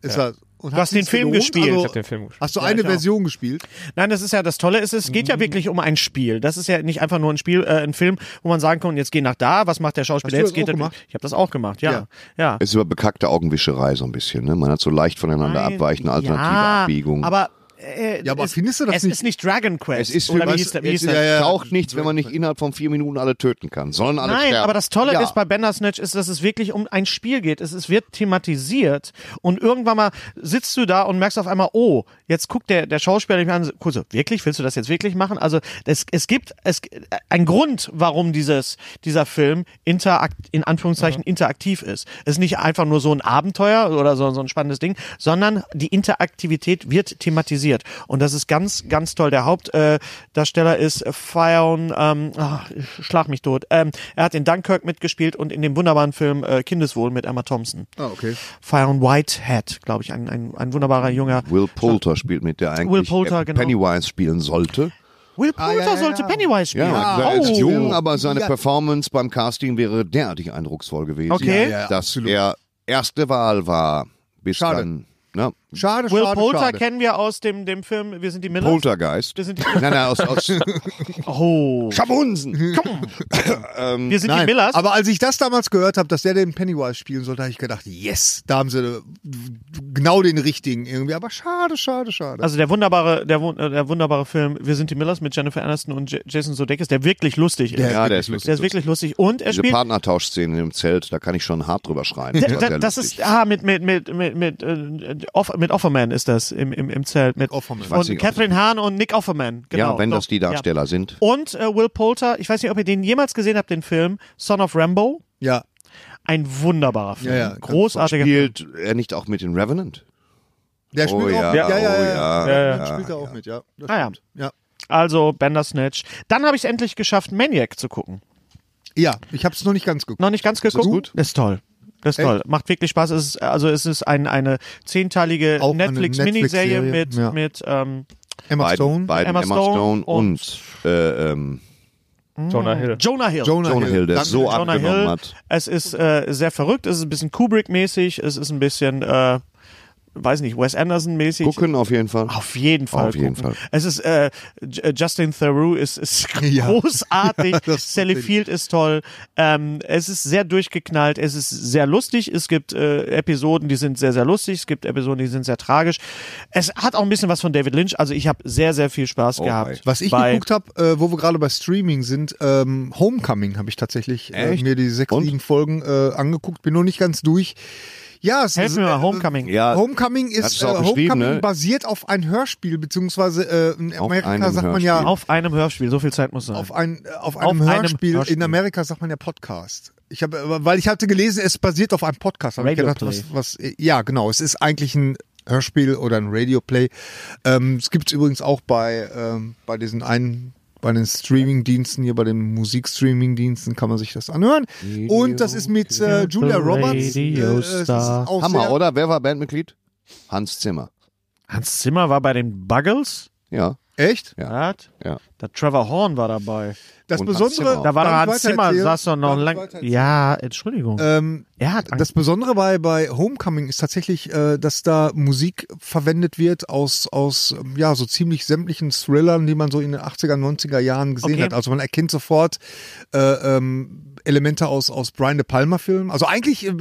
Speaker 1: Es war, und
Speaker 3: Du hast den
Speaker 1: du's
Speaker 3: Film
Speaker 1: gelohnt?
Speaker 3: gespielt.
Speaker 1: Also,
Speaker 8: Ich hab den Film gespielt.
Speaker 1: Hast du
Speaker 3: Ja,
Speaker 1: eine
Speaker 3: ich auch.
Speaker 1: Version gespielt?
Speaker 3: Nein, das ist ja das Tolle ist, es geht
Speaker 1: Mhm.
Speaker 3: ja wirklich um ein Spiel. Das ist ja nicht einfach nur ein Spiel, äh, ein Film, wo man sagen kann, jetzt geh nach da, was macht der Schauspieler
Speaker 1: Hast du
Speaker 3: jetzt
Speaker 1: das
Speaker 3: geht
Speaker 1: auch
Speaker 3: er-
Speaker 1: gemacht?
Speaker 3: Ich habe das auch gemacht, ja. Ja.
Speaker 6: Es ist über bekackte Augenwischerei so ein bisschen. Ne? Man hat so leicht voneinander abweichende alternative
Speaker 3: ja,
Speaker 6: Abbiegungen.
Speaker 3: Aber äh,
Speaker 1: Ja, aber
Speaker 3: es,
Speaker 1: findest du das
Speaker 3: es
Speaker 1: nicht-
Speaker 3: ist nicht Dragon Quest
Speaker 6: es ist
Speaker 3: oder wie
Speaker 6: weißt
Speaker 3: hieß, der,
Speaker 6: du,
Speaker 3: wie hieß
Speaker 6: es
Speaker 3: der?
Speaker 1: ja, ja.
Speaker 6: taucht nichts, wenn man nicht innerhalb von vier Minuten alle töten kann, sondern alle
Speaker 3: Nein,
Speaker 6: sterben.
Speaker 3: aber das Tolle
Speaker 6: ja.
Speaker 3: ist bei Bandersnatch ist, dass es wirklich um ein Spiel geht. Es, es wird thematisiert und irgendwann mal sitzt du da und merkst auf einmal, oh, jetzt guckt der, der Schauspieler mich an, kurz so, wirklich, willst du das jetzt wirklich machen? Also es, es gibt es, einen Grund, warum dieses, dieser Film interakt, in
Speaker 1: Mhm.
Speaker 3: Anführungszeichen interaktiv ist. Es ist nicht einfach nur so ein Abenteuer oder so, so ein spannendes Ding, sondern die Interaktivität wird thematisiert und das ist ganz, ganz toll. Der Hauptdarsteller äh, Darsteller ist Fion, ähm, ah, schlag mich tot. Ähm, er hat in Dunkirk mitgespielt und in dem wunderbaren Film äh, Kindeswohl mit Emma Thompson.
Speaker 1: Ah, okay.
Speaker 3: Fion Whitehead, glaube ich, ein, ein, ein wunderbarer junger.
Speaker 6: Will Poulter spielt mit, der eigentlich
Speaker 3: Will Poulter,
Speaker 6: der
Speaker 3: genau.
Speaker 6: Pennywise spielen sollte.
Speaker 3: Will Poulter
Speaker 1: Ah, ja, ja,
Speaker 3: sollte
Speaker 1: ja.
Speaker 3: Pennywise spielen.
Speaker 6: Ja, also er ist
Speaker 3: oh.
Speaker 6: jung, aber seine
Speaker 1: Ja.
Speaker 6: Performance beim Casting wäre derartig eindrucksvoll gewesen,
Speaker 3: Okay. Ja,
Speaker 1: ja,
Speaker 6: dass
Speaker 1: absolut.
Speaker 6: er erste Wahl war bis
Speaker 1: Schade.
Speaker 6: dann. ne? Na,
Speaker 1: Schade,
Speaker 3: Will
Speaker 1: schade,
Speaker 3: Poulter
Speaker 1: schade.
Speaker 3: kennen wir aus dem, dem Film Wir sind die Millers.
Speaker 6: Poltergeist.
Speaker 3: Wir sind die,
Speaker 6: Nein, nein, aus, aus
Speaker 3: oh,
Speaker 6: Schabunsen. Komm.
Speaker 3: wir sind die
Speaker 1: Nein,
Speaker 3: Millers.
Speaker 1: aber als ich das damals gehört habe, dass der den Pennywise spielen sollte, habe ich gedacht, yes, da haben sie äh, genau den richtigen irgendwie. Aber schade, schade, schade.
Speaker 3: also der wunderbare, der, wun- äh, der wunderbare Film Wir sind die Millers mit Jennifer Aniston und J Jason Sudeikis, der wirklich lustig ist.
Speaker 1: Der-
Speaker 6: Ja, der ist lustig.
Speaker 3: der ist wirklich lustig und er
Speaker 6: Diese
Speaker 3: spielt
Speaker 6: Partnertauschszene im Zelt, da kann ich schon hart drüber schreien.
Speaker 3: Da,
Speaker 6: war
Speaker 3: da,
Speaker 6: sehr
Speaker 3: das
Speaker 6: lustig.
Speaker 3: ist ah mit mit mit mit mit, äh, Off, mit Offerman ist das im im, im Zelt mit
Speaker 1: Offerman.
Speaker 6: weiß
Speaker 3: und
Speaker 6: nicht, ob-
Speaker 3: Catherine Hahn und Nick Offerman genau
Speaker 6: ja, wenn
Speaker 3: Doch,
Speaker 6: das die Darsteller sind.
Speaker 3: ja. und äh, Will Poulter ich weiß nicht ob ihr den jemals gesehen habt den Film Son of Rambo
Speaker 1: ja,
Speaker 3: ein wunderbarer Film
Speaker 1: Ja, ja, ganz
Speaker 3: großartiger Film.
Speaker 6: Spielt er nicht auch mit den Revenant?
Speaker 1: der spielt
Speaker 6: oh,
Speaker 1: auch
Speaker 6: ja,
Speaker 1: mit. Ja, ja,
Speaker 6: oh,
Speaker 1: ja.
Speaker 6: ja,
Speaker 1: ja,
Speaker 6: ja,
Speaker 1: spielt er auch mit, ja. Das
Speaker 3: Ah, ja.
Speaker 1: stimmt. ja.
Speaker 3: also Bandersnatch dann habe ich es endlich geschafft Maniac zu gucken
Speaker 1: Ja, ich habe es noch nicht ganz geguckt.
Speaker 3: noch nicht ganz geguckt
Speaker 1: gut?
Speaker 3: ist toll das ist
Speaker 1: Echt?
Speaker 3: toll. Macht wirklich Spaß. Es ist, also es ist ein, eine zehnteilige
Speaker 1: Auch eine Netflix-Serie,
Speaker 3: Netflix-Miniserie mit,
Speaker 1: ja.
Speaker 3: mit ähm,
Speaker 1: Emma
Speaker 6: Beiden-
Speaker 1: Stone,
Speaker 6: Beiden
Speaker 3: Emma
Speaker 6: Emma,
Speaker 3: Stone
Speaker 6: Stone und, äh, ähm,
Speaker 8: Jonah Hill.
Speaker 3: ähm, Jonah Hill.
Speaker 1: Jonah,
Speaker 6: Jonah Hill, der
Speaker 1: Danke.
Speaker 6: so
Speaker 3: Jonah
Speaker 6: abgenommen
Speaker 3: Hill.
Speaker 6: hat.
Speaker 3: Es ist äh, sehr verrückt, es ist ein bisschen Kubrick-mäßig, es ist ein bisschen, äh, weiß nicht, Wes Anderson-mäßig.
Speaker 6: Gucken auf jeden Fall.
Speaker 3: Auf jeden Fall.
Speaker 6: Auf jeden
Speaker 3: gucken.
Speaker 6: Fall.
Speaker 3: Es ist äh, J- äh, Justin Theroux ist, ist
Speaker 1: Ja.
Speaker 3: großartig.
Speaker 1: Das-
Speaker 3: Sally Field ist toll. Ähm, es ist sehr durchgeknallt. Es ist sehr lustig. Es gibt äh, Episoden, die sind sehr sehr lustig. Es gibt Episoden, die sind sehr tragisch. Es hat auch ein bisschen was von David Lynch. Also ich habe sehr sehr viel Spaß gehabt.
Speaker 1: Oh Was ich
Speaker 3: bei-
Speaker 1: geguckt habe, äh, wo wir gerade bei Streaming sind, ähm, Homecoming habe ich tatsächlich äh,
Speaker 6: Echt?
Speaker 1: mir die sechs,
Speaker 6: Und?
Speaker 1: sieben Folgen äh, angeguckt, bin noch nicht ganz durch. Ja, es
Speaker 3: Helf
Speaker 1: ist,
Speaker 3: mir mal,
Speaker 1: äh,
Speaker 3: Homecoming.
Speaker 6: Ja,
Speaker 1: Homecoming ist
Speaker 6: Hast
Speaker 1: äh,
Speaker 6: du auch geschrieben,
Speaker 1: Homecoming
Speaker 6: ne?
Speaker 1: basiert auf ein Hörspiel beziehungsweise äh, in
Speaker 6: Auf
Speaker 1: Amerika
Speaker 6: einem
Speaker 1: sagt man ja
Speaker 6: Hörspiel.
Speaker 3: Auf einem Hörspiel. So viel Zeit muss sein.
Speaker 1: auf ein äh, auf
Speaker 3: Auf
Speaker 1: einem,
Speaker 3: einem
Speaker 1: Hörspiel.
Speaker 3: Hörspiel.
Speaker 1: in Amerika sagt man ja Podcast. Ich habe äh, weil ich hatte gelesen, es basiert auf einem Podcast, habe ich
Speaker 3: Radio
Speaker 1: gedacht, was, was äh, ja, genau, es ist eigentlich ein Hörspiel oder ein Radioplay. Ähm, es gibt es übrigens auch bei ähm, bei diesen einen bei den Streaming-Diensten hier, bei den Musikstreaming-Diensten kann man sich das anhören. Und das ist mit äh, Julia Roberts. Äh,
Speaker 3: Radio
Speaker 1: es ist
Speaker 3: Star.
Speaker 1: auch
Speaker 6: Hammer,
Speaker 1: sehr-
Speaker 6: oder? Wer war Bandmitglied? Hans Zimmer.
Speaker 3: Hans Zimmer war bei den Buggles.
Speaker 6: Ja.
Speaker 1: Echt?
Speaker 6: Ja.
Speaker 3: Was?
Speaker 6: Ja.
Speaker 3: Der Trevor Horn war dabei.
Speaker 1: Das
Speaker 6: Und Hans
Speaker 1: Besondere,
Speaker 6: Zimmer.
Speaker 3: Da war doch
Speaker 1: Darf ich
Speaker 3: Hans Zimmer,
Speaker 1: weitererzählen?
Speaker 3: saß doch noch
Speaker 1: Darf ich
Speaker 3: lang.
Speaker 1: weitererzählen?
Speaker 3: Ja, Entschuldigung.
Speaker 1: Ähm,
Speaker 3: er hat
Speaker 1: das Besondere bei, bei Homecoming ist tatsächlich, äh, dass da Musik verwendet wird aus, aus ähm, ja, so ziemlich sämtlichen Thrillern, die man so in den 80er, 90er Jahren gesehen
Speaker 3: Okay.
Speaker 1: hat. Also man erkennt sofort äh, ähm, Elemente aus, aus Brian De Palma Filmen. Also eigentlich, äh,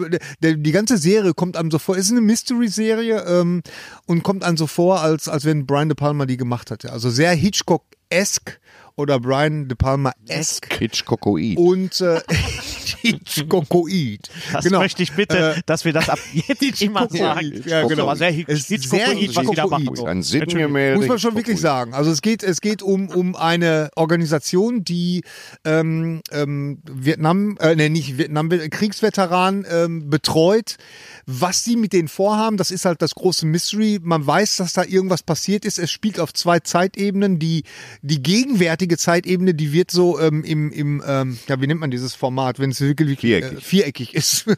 Speaker 1: der, die ganze Serie kommt einem so vor, ist eine Mystery-Serie ähm, und kommt einem so vor, als, als wenn Brian De Palma die gemacht hätte. Also sehr Hitchcock-esque oder Brian De Palma-esque.
Speaker 6: Hitchcockoid.
Speaker 1: Und äh, Genau. Hitchcockoid.
Speaker 3: Das möchte ich bitte, dass wir das ab jetzt immer sagen.
Speaker 1: Hitchcockoid. Äh, Ja,
Speaker 3: Das ist
Speaker 1: genau.
Speaker 3: aber sehr
Speaker 1: Es ist
Speaker 3: Hitchcockoid,
Speaker 1: sehr
Speaker 3: was die da
Speaker 1: Hitchcockoid.
Speaker 3: machen.
Speaker 6: Ein Sittengemälde.
Speaker 1: Muss man schon wirklich sagen. Also es geht, es geht um, um eine Organisation, die ähm, ähm, Vietnam, äh, nee, nicht Vietnam, Kriegsveteranen ähm, betreut. Was sie mit denen vorhaben, das ist halt das große Mystery. Man weiß, dass da irgendwas passiert ist. Es spielt auf zwei Zeitebenen. Die, die gegenwärtige Zeitebene, die wird so ähm, im, im ähm, ja, wie nennt man dieses Format, wenn es wirklich
Speaker 6: Viereckig.
Speaker 1: äh, viereckig ist. wenn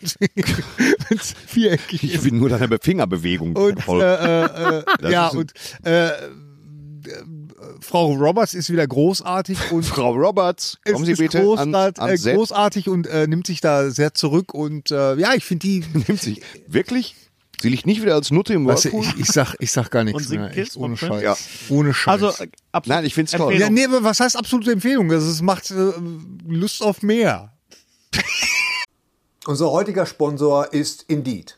Speaker 1: es viereckig
Speaker 6: Ich
Speaker 1: ist.
Speaker 6: bin nur deiner Fingerbewegung.
Speaker 1: Und,
Speaker 6: voll.
Speaker 1: äh, äh, äh, ja,
Speaker 6: ist ein-
Speaker 1: und äh, äh, Frau Roberts ist wieder großartig und
Speaker 6: Frau Roberts,
Speaker 1: es
Speaker 6: kommen Sie
Speaker 1: ist
Speaker 6: bitte an,
Speaker 1: großart-
Speaker 6: an
Speaker 1: äh,
Speaker 6: Set.
Speaker 1: großartig und äh, nimmt sich da sehr zurück und äh, ja, ich finde die.
Speaker 6: Nimmt sich. Wirklich? Sie liegt nicht wieder als Nutte im
Speaker 1: Weißt du,
Speaker 6: Whirlpool?
Speaker 1: ich, ich sag, ich sag gar
Speaker 3: Und
Speaker 1: nichts
Speaker 3: singt
Speaker 1: mehr.
Speaker 3: Kiss
Speaker 1: Echt, ohne
Speaker 3: von
Speaker 1: Scheiß.
Speaker 6: Ja.
Speaker 1: Ohne Scheiß.
Speaker 3: Also,
Speaker 1: Also,
Speaker 3: ab,
Speaker 6: Nein, ich find's toll.
Speaker 1: ja,
Speaker 9: Genau.
Speaker 1: nee, aber was heißt absolute Empfehlung? Also, es macht äh, Lust auf mehr.
Speaker 9: Unser heutiger Sponsor ist Indeed.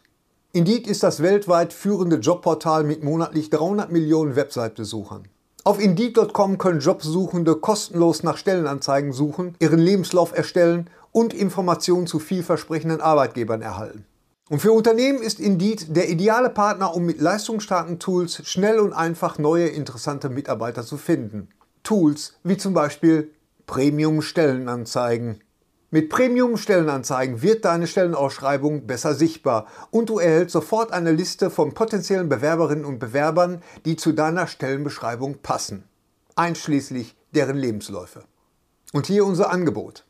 Speaker 9: Indeed ist das weltweit führende Jobportal mit monatlich 300 Millionen Website-Besuchern. Auf Indeed.com können Jobsuchende kostenlos nach Stellenanzeigen suchen, ihren Lebenslauf erstellen und Informationen zu vielversprechenden Arbeitgebern erhalten. Und für Unternehmen ist Indeed der ideale Partner, um mit leistungsstarken Tools schnell und einfach neue interessante Mitarbeiter zu finden. Tools wie zum Beispiel Premium-Stellenanzeigen. Mit Premium-Stellenanzeigen wird deine Stellenausschreibung besser sichtbar und du erhältst sofort eine Liste von potenziellen Bewerberinnen und Bewerbern, die zu deiner Stellenbeschreibung passen, einschließlich deren Lebensläufe. Und hier unser Angebot.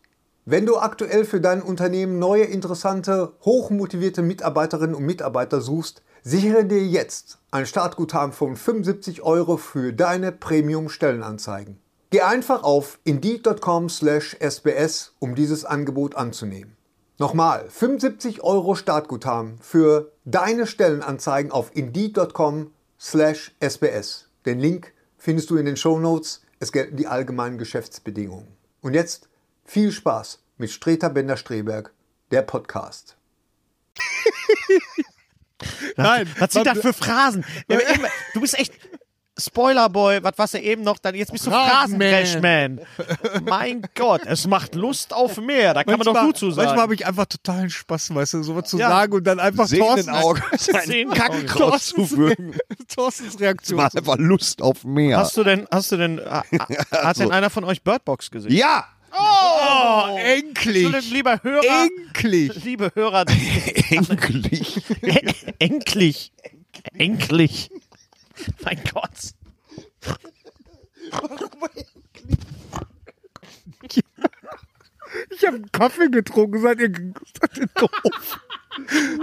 Speaker 9: Wenn du aktuell für dein Unternehmen neue, interessante, hochmotivierte Mitarbeiterinnen und Mitarbeiter suchst, sichere dir jetzt ein Startguthaben von 75 Euro für deine Premium-Stellenanzeigen. Geh einfach auf indeed.com/sbs, um dieses Angebot anzunehmen. Nochmal, 75 Euro Startguthaben für deine Stellenanzeigen auf Indeed.com slash SBS. Den Link findest du in den Shownotes. Es gelten die allgemeinen Geschäftsbedingungen. Und jetzt viel Spaß mit Streter Bender-Streberg, der Podcast.
Speaker 1: Nein,
Speaker 3: Was sind
Speaker 1: man-
Speaker 3: das für Phrasen? Ja, aber eben, du bist echt Spoilerboy, was warst du eben noch? Dann jetzt bist du
Speaker 1: Phrasenman.
Speaker 3: Phrasenman. Mein Gott, es macht Lust auf mehr. Da kann man doch
Speaker 1: Manchmal-
Speaker 3: gut zu sagen.
Speaker 1: Manchmal habe ich einfach totalen Spaß, weißt du, sowas zu
Speaker 3: Ja.
Speaker 1: sagen und dann einfach
Speaker 6: Sehenden
Speaker 1: Thorsten
Speaker 6: Auge
Speaker 3: Sehen-
Speaker 6: seinen Kack rauszuwürgen.
Speaker 1: Thorstens Reaktion.
Speaker 6: Macht einfach Lust auf mehr.
Speaker 3: Hast du denn, hast du denn, ha- ha- hat
Speaker 1: Also,
Speaker 3: denn einer von euch Birdbox gesehen?
Speaker 6: ja!
Speaker 1: Oh,
Speaker 3: Entschuldigung,
Speaker 1: endlich.
Speaker 3: lieber Hörer,
Speaker 1: Endlich.
Speaker 3: liebe Hörer,
Speaker 6: Endlich.
Speaker 3: endlich, endlich. Mein Gott.
Speaker 1: Ich habe Kaffee getrunken, seid ihr, seid ihr doof?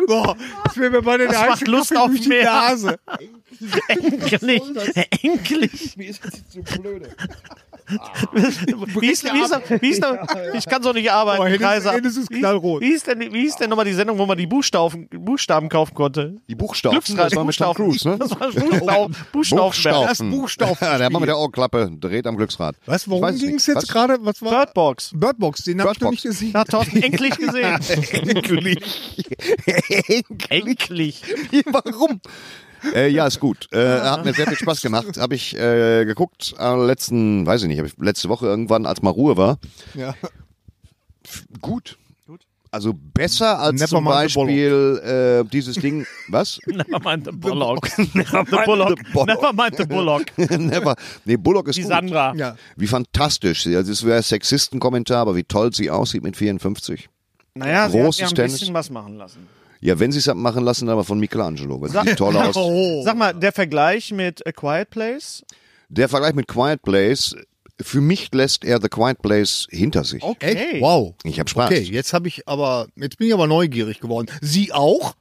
Speaker 1: Boah, das wäre mir mal der
Speaker 3: Das
Speaker 1: heiße
Speaker 3: macht
Speaker 1: Kaffee
Speaker 3: Lust auf
Speaker 1: durch die
Speaker 3: mehr.
Speaker 1: Nase.
Speaker 3: Endlich, endlich. Mir ist das jetzt so blöde. Wie ist, wie ist, wie ist, ich kann so nicht arbeiten,
Speaker 1: Boah, Hennes-
Speaker 3: Kaiser.
Speaker 1: Hennes ist
Speaker 3: Wie-
Speaker 1: knallrot.
Speaker 3: Wie ist denn, wie ist denn nochmal die Sendung, wo man die Buchstaben, Buchstaben kaufen konnte?
Speaker 6: Die Buchstaben.
Speaker 3: Glücksrad,
Speaker 6: Das war mit Tom
Speaker 3: Buchstaben.
Speaker 6: Cruise, ne? oh,
Speaker 3: Das war Buchstaben. Buchstaben.
Speaker 1: Das Buchstaben-
Speaker 6: Ja, der Mann mit der Augenklappe dreht am Glücksrad.
Speaker 1: Was,
Speaker 6: Ich
Speaker 1: worum
Speaker 6: weiß
Speaker 1: ging es
Speaker 6: nicht.
Speaker 1: jetzt
Speaker 6: Was?
Speaker 1: gerade? Was war?
Speaker 3: Birdbox.
Speaker 1: Birdbox, den habe ich noch
Speaker 6: Birdbox.
Speaker 1: nicht gesehen.
Speaker 3: Na, Thorsten, endlich gesehen.
Speaker 6: Endlich.
Speaker 3: endlich.
Speaker 6: Warum? Äh, ja, ist gut. Äh, hat mir sehr viel Spaß gemacht. Habe ich äh, geguckt äh, letzten, weiß ich nicht, hab ich letzte Woche irgendwann, als mal Ruhe war.
Speaker 1: Ja.
Speaker 6: Gut. Also besser als
Speaker 1: Never
Speaker 6: zum
Speaker 1: mind the
Speaker 6: Beispiel äh, dieses Ding, was?
Speaker 3: Never mind the Bullock. Never mind the Bullock. Never mind the Bullock.
Speaker 6: Never. Nee, Bullock ist
Speaker 3: Die
Speaker 6: gut.
Speaker 3: Sandra.
Speaker 1: Ja.
Speaker 6: Wie fantastisch. sie- Also es wäre Sexistenkommentar, aber wie toll sie aussieht mit 54.
Speaker 3: Naja, sie hat
Speaker 6: Großes
Speaker 3: ja ein
Speaker 6: Tennis.
Speaker 3: bisschen was machen lassen.
Speaker 6: Ja, wenn sie es hat machen lassen, aber von Michelangelo, weil sie sieht toll aus.
Speaker 1: Oh,
Speaker 3: Sag mal, der Vergleich mit A Quiet Place?
Speaker 6: Der Vergleich mit Quiet Place, für mich lässt er The Quiet Place hinter sich.
Speaker 1: Echt? Wow.
Speaker 6: Ich hab Spaß.
Speaker 1: Oh. Okay, jetzt habe ich aber, jetzt bin ich aber neugierig geworden. Sie auch?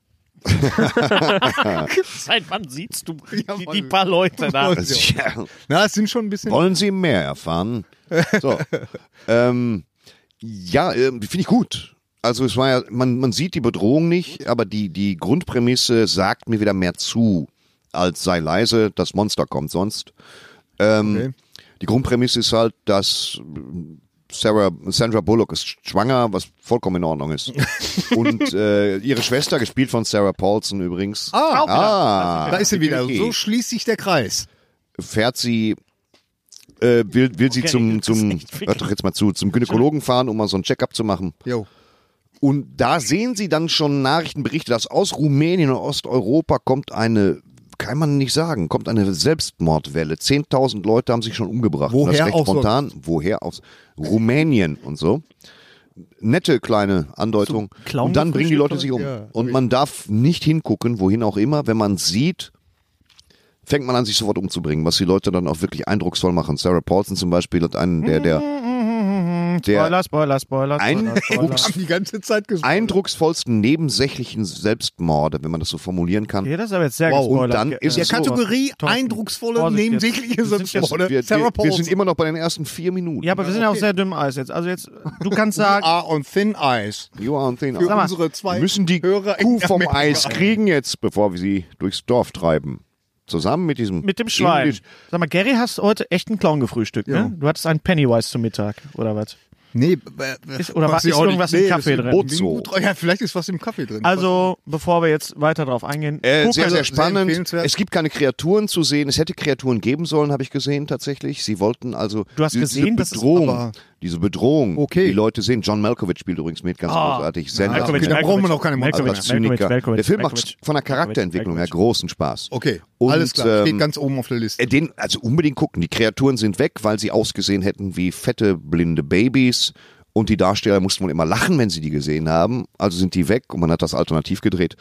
Speaker 3: Seit wann siehst du die,
Speaker 1: Jawohl.
Speaker 3: die paar Leute da?
Speaker 1: Also,
Speaker 6: Tja,
Speaker 1: Na, es sind schon ein bisschen.
Speaker 6: wollen Sie mehr erfahren? So. ähm, ja, ähm, finde ich gut. Also es war ja, man, man sieht die Bedrohung nicht, aber die, die Grundprämisse sagt mir wieder mehr zu, als sei leise, das Monster kommt sonst. Ähm,
Speaker 1: Okay.
Speaker 6: Die Grundprämisse ist halt, dass Sarah, Sandra Bullock ist schwanger, was vollkommen in Ordnung ist. Und äh, ihre Schwester, gespielt von Sarah Paulson übrigens,
Speaker 1: Ah,
Speaker 6: ah,
Speaker 1: da ist sie wieder.
Speaker 6: okay.
Speaker 1: So schließt sich der Kreis.
Speaker 6: fährt sie, äh, will, will sie
Speaker 3: Okay,
Speaker 6: zum,
Speaker 3: das ist
Speaker 6: zum
Speaker 3: echt
Speaker 6: hört doch jetzt mal zu, zum Gynäkologen fahren, um mal so ein Check-up zu machen.
Speaker 1: Jo.
Speaker 6: Und da sehen sie dann schon Nachrichtenberichte, dass aus Rumänien und Osteuropa kommt eine, kann man nicht sagen, kommt eine Selbstmordwelle. 10.000 Leute haben sich schon umgebracht. Und
Speaker 1: Woher
Speaker 6: das recht
Speaker 1: auch
Speaker 6: spontan. Woher aus Rumänien und so. Nette kleine Andeutung.
Speaker 3: Clown
Speaker 6: und dann bringen die Leute
Speaker 3: gefrühstückt
Speaker 6: sich um.
Speaker 1: Ja.
Speaker 6: Und man darf nicht hingucken, wohin auch immer, wenn man sieht, fängt man an, sich sofort umzubringen, was die Leute dann auch wirklich eindrucksvoll machen. Sarah Paulson zum Beispiel hat einen, der, der, der
Speaker 3: Spoiler, Spoiler, Spoiler. Spoiler, Spoiler.
Speaker 6: Eindrucks
Speaker 1: Haben die ganze Zeit gesagt.
Speaker 6: eindrucksvollsten nebensächlichen Selbstmorde, wenn man das so formulieren kann.
Speaker 3: Ja, das ist aber jetzt sehr
Speaker 6: Wow, und
Speaker 3: gespoilert.
Speaker 6: dann ist
Speaker 1: Der
Speaker 6: es so-
Speaker 1: Kategorie
Speaker 3: Thorsten,
Speaker 1: eindrucksvolle,
Speaker 3: Vorsicht jetzt.
Speaker 1: nebensächliche
Speaker 3: Wir sind jetzt-
Speaker 1: Selbstmorde.
Speaker 6: wir,
Speaker 1: Sarah
Speaker 6: wir, wir
Speaker 1: Paulson.
Speaker 6: sind immer noch bei den ersten vier Minuten.
Speaker 3: Ja, aber wir sind ja auf sehr dünnem Eis jetzt. Also jetzt, du kannst sagen,
Speaker 1: are on thin ice.
Speaker 6: You are on thin
Speaker 1: Für
Speaker 6: ice.
Speaker 3: mal,
Speaker 1: unsere zwei
Speaker 6: also, Wir müssen die
Speaker 1: Hörer in
Speaker 6: Kuh vom
Speaker 1: Amerika.
Speaker 6: Eis kriegen jetzt, bevor wir sie durchs Dorf treiben. Zusammen mit diesem
Speaker 3: mit dem Schwein.
Speaker 6: English-
Speaker 3: Sag mal, Gary, hast du heute echt einen Clown gefrühstückt, ne? Du hattest einen Pennywise zum Mittag, oder was?
Speaker 1: Nee, äh,
Speaker 3: Ist- oder was- ist irgendwas im Kaffee drin?
Speaker 1: Bozo. Ja, vielleicht ist was im Kaffee drin.
Speaker 3: Also, bevor wir jetzt weiter drauf eingehen,
Speaker 6: Äh,
Speaker 3: guck
Speaker 6: sehr,
Speaker 3: also-
Speaker 6: sehr spannend.
Speaker 1: empfehlenswert.
Speaker 6: es gibt keine Kreaturen zu sehen. Es hätte Kreaturen geben sollen, habe ich gesehen tatsächlich. Sie wollten also
Speaker 3: Du hast
Speaker 6: diese
Speaker 3: gesehen, das ist
Speaker 6: Bedrohung,
Speaker 1: aber-
Speaker 6: diese Bedrohung,
Speaker 1: Okay.
Speaker 6: die Leute sehen. John Malkovich spielt übrigens mit, ganz
Speaker 3: Ah.
Speaker 6: großartig. Sehr
Speaker 1: Malkovich,
Speaker 6: nett.
Speaker 1: da brauchen wir noch keine
Speaker 6: Also
Speaker 1: Malkovich,
Speaker 6: als Zyniker. Der Film macht von der Charakterentwicklung her
Speaker 3: Malkovich.
Speaker 6: großen Spaß.
Speaker 1: Okay,
Speaker 6: Und,
Speaker 1: alles klar. Steht
Speaker 6: ähm,
Speaker 1: ganz oben auf der Liste.
Speaker 6: Äh, Den, also unbedingt gucken. Die Kreaturen sind weg, weil sie ausgesehen hätten wie fette, blinde Babys. Und die Darsteller mussten wohl immer lachen, wenn sie die gesehen haben. Also sind die weg und man hat das alternativ gedreht.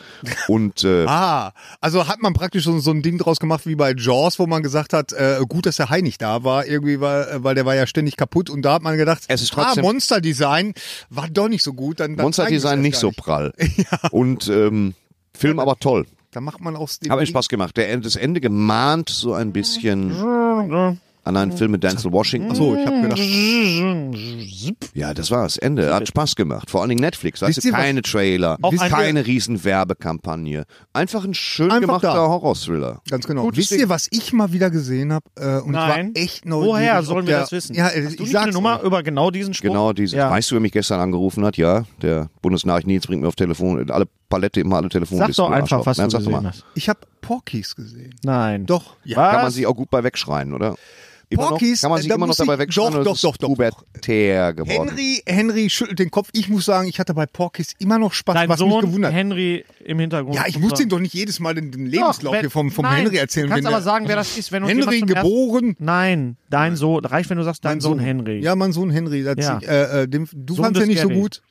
Speaker 6: Und äh,
Speaker 1: Ah, also hat man praktisch so, so ein Ding draus gemacht wie bei Jaws, wo man gesagt hat, äh, gut, dass der Hai nicht da war, irgendwie war, äh, weil der war ja ständig kaputt und da hat man gedacht,
Speaker 6: Es ist
Speaker 1: ah,
Speaker 6: trotzdem-
Speaker 1: Monsterdesign war doch nicht so gut. Dann, dann zeigen wir's
Speaker 6: Monsterdesign
Speaker 1: erst
Speaker 6: nicht
Speaker 1: gar
Speaker 6: so prall. Und ähm, Film aber toll.
Speaker 1: Da macht man aus dem
Speaker 6: Hat mir Spaß gemacht. Der, das Ende gemahnt so ein bisschen Ah nein, Film mit Denzel Washington.
Speaker 1: So, ich habe gedacht,
Speaker 6: Ja, das war's. Ende. Hat Spaß gemacht. Vor allen Dingen Netflix. Weißt
Speaker 1: Wisst
Speaker 6: du,
Speaker 1: ihr, was-
Speaker 6: keine Trailer,
Speaker 3: Auch
Speaker 6: wisst-
Speaker 3: eine-
Speaker 6: keine riesen Werbekampagne. Einfach ein schön
Speaker 1: Einfach
Speaker 6: gemachter
Speaker 1: da.
Speaker 6: Horror-Thriller.
Speaker 1: ganz genau.
Speaker 3: Gutes
Speaker 1: Wisst
Speaker 3: Ding.
Speaker 1: ihr, was ich mal wieder gesehen habe? Äh, und
Speaker 3: Nein.
Speaker 1: war echt neugierig.
Speaker 3: Woher
Speaker 1: ob
Speaker 3: sollen wir
Speaker 1: der,
Speaker 3: das wissen?
Speaker 1: Ja, äh,
Speaker 3: Hast du
Speaker 1: ich
Speaker 3: nicht
Speaker 1: sag's
Speaker 3: eine Nummer
Speaker 1: euch.
Speaker 3: über genau diesen Spruch?
Speaker 6: Genau dieses.
Speaker 3: Ja.
Speaker 6: Weißt du, wer mich gestern angerufen hat? Ja, der Bundesnachrichtendienst bringt mir auf Telefon alle Palette immer alle Telefon.
Speaker 3: Sag doch einfach, was du
Speaker 6: Nein, sag doch
Speaker 3: gesehen
Speaker 6: mal.
Speaker 3: hast.
Speaker 1: Ich habe Porkies gesehen.
Speaker 3: Nein.
Speaker 1: Doch.
Speaker 6: Kann man
Speaker 3: Was?
Speaker 6: sich auch gut bei wegschreien, oder?
Speaker 1: Porky's,
Speaker 6: noch, kann man
Speaker 1: äh,
Speaker 6: sich
Speaker 1: da
Speaker 6: immer noch
Speaker 1: muss ich-
Speaker 6: dabei wegschreien?
Speaker 1: doch,
Speaker 6: oder
Speaker 1: doch,
Speaker 6: ist
Speaker 1: doch, doch, doch.
Speaker 6: Pubertär geworden.
Speaker 1: Henry, Henry schüttelt den Kopf. Ich muss sagen, ich hatte bei Porkies immer noch Spaß,
Speaker 3: Dein
Speaker 1: was mich
Speaker 3: Sohn
Speaker 1: gewundert hat.
Speaker 3: Henry im Hintergrund.
Speaker 1: Ja, ich muss dem doch nicht jedes Mal den, den
Speaker 3: Doch,
Speaker 1: Lebenslauf
Speaker 3: wenn-
Speaker 1: hier vom, vom
Speaker 3: Nein,
Speaker 1: Henry erzählen.
Speaker 3: Du kannst
Speaker 1: wenn
Speaker 3: aber
Speaker 1: der-
Speaker 3: sagen, wer das ist, wenn uns
Speaker 1: Henry
Speaker 3: jemand zum ersten-
Speaker 1: geboren.
Speaker 3: Nein, dein Sohn. Reicht, wenn du sagst, dein
Speaker 1: Mein
Speaker 3: Sohn Henry.
Speaker 1: Ja, mein Sohn Henry. Das
Speaker 3: Ja.
Speaker 1: Ich, äh, äh, dem, du
Speaker 3: Sohn
Speaker 1: fandst
Speaker 3: des
Speaker 1: ja nicht so
Speaker 3: Gary.
Speaker 1: gut.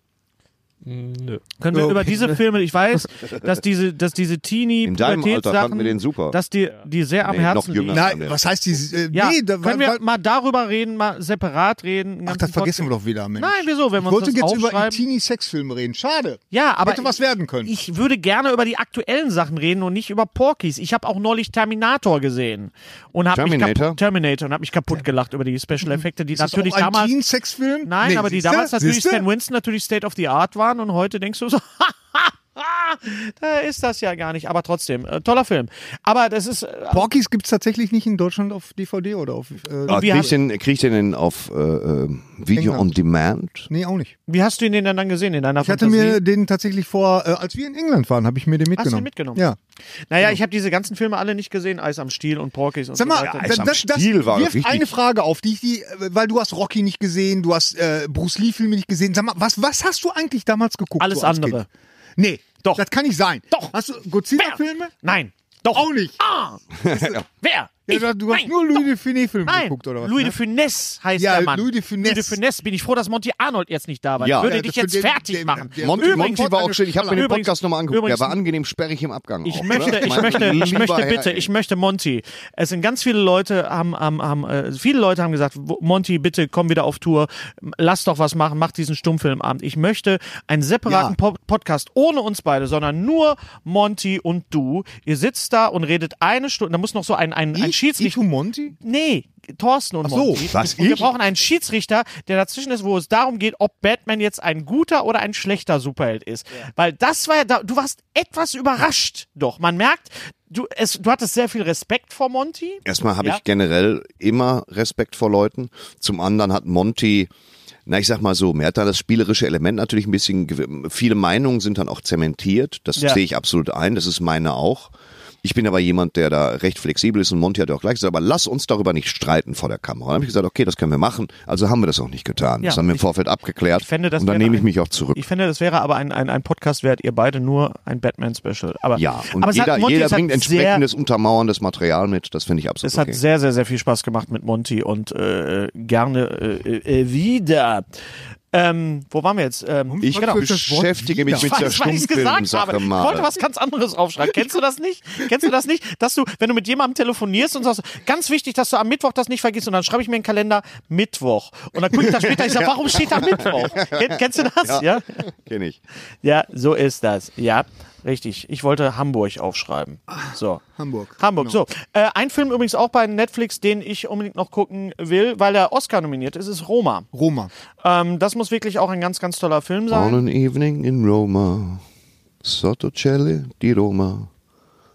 Speaker 8: Nö.
Speaker 3: Können wir
Speaker 1: Oh.
Speaker 3: über diese Filme, ich weiß, dass diese, dass diese teenie
Speaker 6: In deinem Alter fanden wir den
Speaker 3: Pubertätssachen,
Speaker 6: super.
Speaker 3: dass die, die sehr am
Speaker 6: Nee, noch
Speaker 3: Herzen
Speaker 6: jünger.
Speaker 3: liegen.
Speaker 6: Ja,
Speaker 1: Nein,
Speaker 6: nee.
Speaker 1: was heißt die? Äh,
Speaker 3: Ja,
Speaker 1: nee, da,
Speaker 3: können
Speaker 1: war,
Speaker 3: wir mal darüber reden, mal separat reden? einen
Speaker 1: ach,
Speaker 3: ganzen
Speaker 1: das vergessen wir
Speaker 3: Podcast-
Speaker 1: doch wieder, Mensch.
Speaker 3: Nein, wieso? Wenn wir
Speaker 1: ich wollte
Speaker 3: uns
Speaker 1: jetzt
Speaker 3: das
Speaker 1: über
Speaker 3: aufschreiben.
Speaker 1: Teenie-Sexfilme reden. Schade.
Speaker 3: ja, aber
Speaker 1: Hätte was werden können.
Speaker 3: Ich würde gerne über die aktuellen Sachen reden und nicht über Porkies. Ich habe auch neulich Terminator gesehen und habe mich
Speaker 6: Terminator?
Speaker 3: kaputt, Terminator und habe mich kaputt gelacht über die Special Effekte, die
Speaker 1: Ist Mhm. das
Speaker 3: natürlich
Speaker 1: auch ein
Speaker 3: damals
Speaker 1: Teen-Sexfilm?
Speaker 3: Nein,
Speaker 1: Nee,
Speaker 3: aber die
Speaker 1: siehste?
Speaker 3: damals natürlich
Speaker 1: Siehste?
Speaker 3: Stan Winston natürlich State of the Art waren und heute denkst du so, da ist das ja gar nicht. Aber trotzdem, äh, toller Film. Aber das ist äh,
Speaker 1: Porkies gibt's tatsächlich nicht in Deutschland auf DVD oder auf.
Speaker 6: Ah,
Speaker 1: Äh,
Speaker 3: wie
Speaker 6: krieg, ich
Speaker 3: hast-
Speaker 6: den, krieg ich den denn auf äh, äh, Video
Speaker 1: England.
Speaker 6: on Demand?
Speaker 1: nee, auch nicht.
Speaker 3: Wie hast du den denn dann gesehen in deiner
Speaker 1: Ich hatte
Speaker 3: Fantasie?
Speaker 1: mir den tatsächlich vor, äh, als wir in England waren, habe ich mir den
Speaker 3: Hast
Speaker 1: mitgenommen.
Speaker 3: du den mitgenommen?
Speaker 1: Ja.
Speaker 3: Naja, ich habe diese ganzen Filme alle nicht gesehen. Eis am Stiel und Porkies und
Speaker 1: Genau. Sag mal,
Speaker 3: so weiter.
Speaker 6: Eis am Stiel
Speaker 1: das
Speaker 6: war
Speaker 1: wirft
Speaker 6: wichtig.
Speaker 1: eine Frage auf, die ich, die, äh, weil du hast Rocky nicht gesehen, du hast äh, Bruce Lee Filme nicht gesehen. Sag mal, was, was hast du eigentlich damals geguckt?
Speaker 3: Alles
Speaker 1: so als
Speaker 3: andere.
Speaker 1: Kind? Nee,
Speaker 3: Doch.
Speaker 1: Das kann nicht sein.
Speaker 3: Doch.
Speaker 1: Hast du Godzilla Filme?
Speaker 3: Nein. Doch.
Speaker 1: Auch nicht.
Speaker 3: Ah! Wer? Ich?
Speaker 1: Ja, du hast
Speaker 3: Nein.
Speaker 1: nur Louis de Funès Filme
Speaker 3: Nein,
Speaker 1: geguckt oder was?
Speaker 3: Louis
Speaker 1: ne?
Speaker 3: de Funès heißt
Speaker 1: Ja,
Speaker 3: der Mann.
Speaker 1: Louis de Funès.
Speaker 3: Louis de Funès. Bin ich froh, dass Monty Arnold jetzt nicht da war.
Speaker 6: Ja.
Speaker 3: Ich würde
Speaker 1: Ja,
Speaker 3: dich
Speaker 1: das-
Speaker 3: jetzt
Speaker 1: der-
Speaker 3: fertig
Speaker 1: der-
Speaker 3: machen.
Speaker 1: der-
Speaker 6: Monty,
Speaker 3: Übrigens-
Speaker 6: Monty war auch schön. Ich habe mir den
Speaker 3: Übrigens-
Speaker 6: Podcast nochmal angeguckt.
Speaker 3: übrigens-
Speaker 6: Der war angenehm sperrig im Abgang.
Speaker 3: Ich
Speaker 6: auch,
Speaker 3: möchte,
Speaker 6: oder?
Speaker 3: ich
Speaker 6: Mein
Speaker 3: möchte, ich
Speaker 6: lieber
Speaker 3: möchte
Speaker 6: Herr,
Speaker 3: bitte,
Speaker 6: ey.
Speaker 3: ich möchte Monty. Es sind ganz viele Leute haben, haben, haben äh, viele Leute haben gesagt, "Wo- Monty, bitte komm wieder auf Tour, M- lass doch was machen, mach diesen Stummfilmabend. Ich möchte einen separaten
Speaker 1: Ja.
Speaker 3: po Podcast ohne uns beide, sondern nur Monty und du. Ihr sitzt da und redet eine Stunde, da muss noch so ein, ein, ein
Speaker 1: Ich, ich
Speaker 3: Schiedsrichter.
Speaker 1: und Monty?
Speaker 3: Nee, Thorsten und
Speaker 1: Ach so,
Speaker 3: Monty.
Speaker 1: was,
Speaker 3: und wir
Speaker 1: ich?
Speaker 3: brauchen einen Schiedsrichter, der dazwischen ist, wo es darum geht, ob Batman jetzt ein guter oder ein schlechter Superheld ist. Weil das war ja, da, du warst etwas überrascht doch. Man merkt, du, es, du hattest sehr viel Respekt vor Monty.
Speaker 6: Erstmal habe
Speaker 3: Ja.
Speaker 6: ich generell immer Respekt vor Leuten. Zum anderen hat Monty, na ich sag mal so, mir hat da das spielerische Element natürlich ein bisschen, gew- viele Meinungen sind dann auch zementiert. Das
Speaker 3: Ja.
Speaker 6: sehe ich absolut ein, das ist meine auch. Ich bin aber jemand, der da recht flexibel ist und Monty hat ja auch gleich gesagt, aber lass uns darüber nicht streiten vor der Kamera. Dann habe ich gesagt, okay, das können wir machen. Also haben wir das auch nicht getan.
Speaker 3: Ja,
Speaker 6: das haben wir im
Speaker 3: ich-
Speaker 6: Vorfeld abgeklärt.
Speaker 3: ich fände, das
Speaker 6: und dann
Speaker 3: wäre
Speaker 6: nehme ich
Speaker 3: ein-
Speaker 6: mich auch zurück.
Speaker 3: Ich finde, das wäre aber ein, ein, ein Podcast wert, ihr beide nur ein Batman-Special. Aber,
Speaker 6: ja, und
Speaker 3: aber es
Speaker 6: jeder,
Speaker 3: hat, Monty,
Speaker 6: jeder
Speaker 3: es hat
Speaker 6: bringt
Speaker 3: sehr,
Speaker 6: entsprechendes, untermauerndes Material mit. Das finde ich absolut
Speaker 3: Es hat
Speaker 6: okay.
Speaker 3: sehr, sehr, sehr viel Spaß gemacht mit Monty und äh, gerne äh, äh, wieder. Ähm, wo waren wir jetzt? Ähm,
Speaker 6: Ich
Speaker 1: Genau.
Speaker 6: beschäftige mich
Speaker 1: Ich
Speaker 6: mit der
Speaker 3: weiß, was ich gesagt
Speaker 6: Stummfilmsache
Speaker 3: habe. Ich
Speaker 6: mal.
Speaker 3: wollte was ganz anderes aufschreiben. Kennst du das nicht? Kennst du das nicht? Dass du, wenn du mit jemandem telefonierst und sagst, ganz wichtig, dass du am Mittwoch das nicht vergisst und dann schreibe ich mir in den Kalender Mittwoch. Und dann gucke ich da später, ich sage, warum steht da Mittwoch? Ken- Kennst du das? Ja. ja?
Speaker 6: Kenn ich.
Speaker 3: so ist das. Ja, richtig. Ich wollte Hamburg aufschreiben. So.
Speaker 1: Hamburg.
Speaker 3: Hamburg, so. Äh, ein Film übrigens auch bei Netflix, den ich unbedingt noch gucken will, weil er Oscar nominiert ist, ist Roma.
Speaker 1: Roma.
Speaker 3: Ähm, das muss wirklich auch ein ganz, ganz toller Film sein.
Speaker 6: On an evening in Roma, Sottocelli di Roma.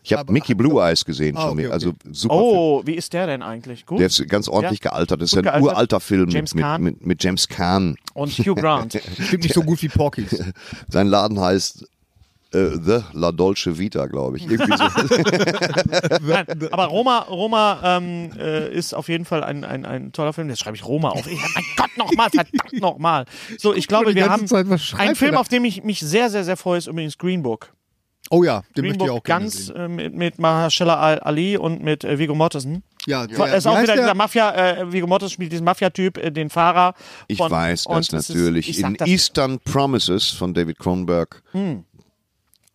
Speaker 6: Ich habe Mickey Blue Eyes gesehen schon.
Speaker 1: okay, okay.
Speaker 6: Also super Film.
Speaker 3: Oh, wie ist der denn eigentlich? Gut.
Speaker 6: Der ist ganz ordentlich
Speaker 3: Ja.
Speaker 6: gealtert. Das ist
Speaker 3: Gut
Speaker 6: ja ein
Speaker 3: gealtert.
Speaker 6: uralter Film
Speaker 3: James
Speaker 6: mit, mit,
Speaker 3: Caan.
Speaker 6: mit, mit James Caan.
Speaker 3: Und Hugh Grant.
Speaker 1: Stimmt nicht so gut wie Porkies.
Speaker 6: Sein Laden heißt äh, The La Dolce Vita, glaube ich. Irgendwie so.
Speaker 3: Nein, aber Roma, Roma ähm, äh, ist auf jeden Fall ein, ein, ein toller Film. Jetzt schreibe ich Roma auf. Ich, mein Gott, nochmal, verdammt nochmal. So, ich
Speaker 1: mir
Speaker 3: glaube,
Speaker 1: die
Speaker 3: wir
Speaker 1: ganze
Speaker 3: haben
Speaker 1: Zeit, was schreibt
Speaker 3: einen
Speaker 1: er
Speaker 3: Film,
Speaker 1: da?
Speaker 3: auf den ich mich sehr, sehr, sehr freue, ist übrigens Green Book.
Speaker 1: Oh ja, den
Speaker 3: Green
Speaker 1: möchte ich auch
Speaker 3: Book
Speaker 1: gerne
Speaker 3: ganz
Speaker 1: sehen.
Speaker 3: äh, mit, mit Mahershala Ali und mit äh, Viggo Mortensen.
Speaker 1: Ja, der,
Speaker 3: Er ist
Speaker 1: wie
Speaker 3: auch
Speaker 1: heißt
Speaker 3: wieder
Speaker 1: der?
Speaker 3: dieser Mafia, äh, Viggo Mortensen spielt diesen Mafia-Typ, äh, den Fahrer.
Speaker 6: Ich
Speaker 3: von-
Speaker 6: weiß
Speaker 3: und
Speaker 6: das
Speaker 3: es ist-
Speaker 6: natürlich.
Speaker 3: ich sag
Speaker 6: in
Speaker 3: das-
Speaker 6: Eastern Promises von David Cronenberg,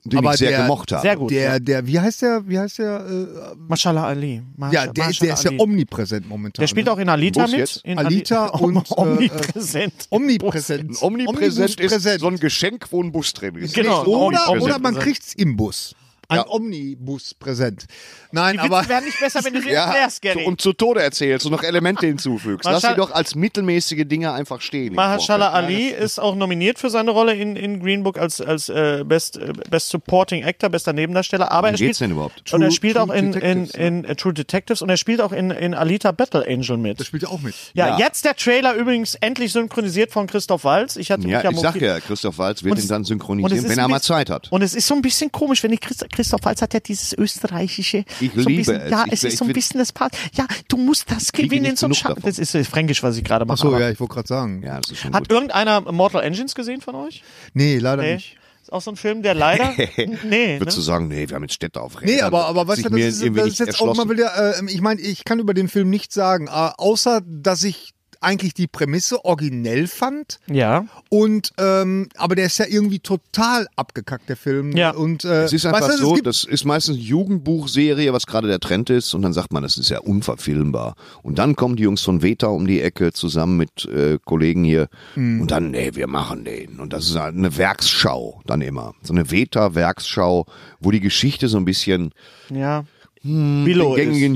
Speaker 6: den
Speaker 1: Aber
Speaker 6: ich sehr
Speaker 1: der-
Speaker 6: gemocht habe.
Speaker 3: Sehr gut. ja.
Speaker 1: Der, der, wie heißt der, wie heißt der, äh,
Speaker 3: Mahershala Ali.
Speaker 1: ja,
Speaker 3: Mahershala-
Speaker 1: der, der ist ja um-
Speaker 3: Mahershala Ali.
Speaker 1: omnipräsent momentan.
Speaker 3: Der spielt
Speaker 1: ne?
Speaker 3: auch in Alita Um-
Speaker 6: Bus
Speaker 3: mit.
Speaker 6: jetzt?
Speaker 3: In
Speaker 1: Alita
Speaker 3: Ali-
Speaker 1: und, äh,
Speaker 3: omnipräsent.
Speaker 1: Omnipräsent.
Speaker 6: Omnipräsent
Speaker 1: Omnibus
Speaker 6: ist
Speaker 1: präsent.
Speaker 6: so ein Geschenk, wo ein Bus drin ist.
Speaker 3: Genau.
Speaker 1: Oder,
Speaker 3: Omnipräsent.
Speaker 1: oder man kriegt's im Bus. Ein
Speaker 6: Ja.
Speaker 1: Omnibus präsent. Nein,
Speaker 3: Die
Speaker 1: aber
Speaker 3: Witze werden nicht besser, wenn du sie erklärst, Gary.
Speaker 6: und zu Tode erzählst und noch Elemente hinzufügst. Lass sie
Speaker 3: Marschall-
Speaker 6: doch als mittelmäßige Dinge einfach stehen. im
Speaker 3: Mahershala
Speaker 6: Vorfeld.
Speaker 3: Ali ist auch nominiert für seine Rolle in, in Green Book als, als äh, Best, äh, Best Supporting Actor, bester Nebendarsteller. Aber
Speaker 6: Worum
Speaker 3: er spielt,
Speaker 6: geht's denn überhaupt?
Speaker 3: Und er
Speaker 1: True-
Speaker 3: spielt
Speaker 1: True
Speaker 3: auch in, in,
Speaker 1: Detectives, ne?
Speaker 3: in äh, True Detectives und er spielt auch in, in Alita Battle Angel
Speaker 1: das
Speaker 3: mit.
Speaker 1: spielt ja auch mit.
Speaker 3: Ja, jetzt der Trailer übrigens endlich synchronisiert von Christoph Walz. Ich hatte mich
Speaker 6: Ja, ich
Speaker 3: am
Speaker 6: sag
Speaker 3: Mobil-
Speaker 6: ja, Christoph Walz wird
Speaker 3: Und
Speaker 6: ihn
Speaker 3: es-
Speaker 6: dann
Speaker 3: und es
Speaker 6: synchronisieren,
Speaker 3: ist ein
Speaker 6: wenn er mal
Speaker 3: bisschen-
Speaker 6: Zeit hat.
Speaker 3: Und es ist so ein bisschen komisch, wenn ich Christ, Christoph Walz hat ja dieses österreichische.
Speaker 6: Ich
Speaker 3: so ein
Speaker 6: liebe
Speaker 3: bisschen,
Speaker 6: es.
Speaker 3: Ja,
Speaker 6: Ich-
Speaker 3: es
Speaker 6: ich
Speaker 3: ist so ein
Speaker 6: find-
Speaker 3: bisschen das Part. Ja, du musst das
Speaker 6: Kriege
Speaker 3: gewinnen,
Speaker 6: nicht
Speaker 3: sonst
Speaker 6: genug
Speaker 3: scha-
Speaker 6: davon.
Speaker 3: Das ist äh, fränkisch, was ich gerade mache.
Speaker 1: Achso,
Speaker 3: aber-
Speaker 1: ja, ich wollte gerade sagen.
Speaker 6: Ja, das ist schon
Speaker 3: Hat
Speaker 6: gut.
Speaker 3: irgendeiner Mortal Engines gesehen von euch?
Speaker 1: Nee, leider
Speaker 3: Nee.
Speaker 1: nicht.
Speaker 3: Ist auch so ein Film, der leider. nee. Ne?
Speaker 6: Würdest du sagen, nee, wir haben jetzt Städte auf Rädern.
Speaker 1: Nee, aber, aber weißt
Speaker 6: sich
Speaker 1: du, das
Speaker 6: mir
Speaker 1: ist,
Speaker 6: irgendwie
Speaker 1: das
Speaker 6: nicht
Speaker 1: ist jetzt auch
Speaker 6: erschlossen.
Speaker 1: mal wieder, äh, ich meine, ich kann über den Film nichts sagen, äh, außer, dass ich eigentlich die Prämisse originell fand.
Speaker 3: Ja.
Speaker 1: Und ähm, aber der ist ja irgendwie total abgekackt, der Film.
Speaker 3: Ja.
Speaker 1: Und äh,
Speaker 6: Es ist einfach
Speaker 1: weißt du,
Speaker 6: so,
Speaker 1: es gibt,
Speaker 6: das ist meistens eine Jugendbuchserie, was gerade der Trend ist, und dann sagt man, das ist ja unverfilmbar. Und dann kommen die Jungs von Veta um die Ecke zusammen mit äh, Kollegen hier und dann, nee, wir machen den. Und das ist halt eine Werksschau dann immer. So eine Veta-Werksschau, wo die Geschichte so ein bisschen
Speaker 3: Ja. Billo
Speaker 6: den
Speaker 3: ist.
Speaker 6: gängigen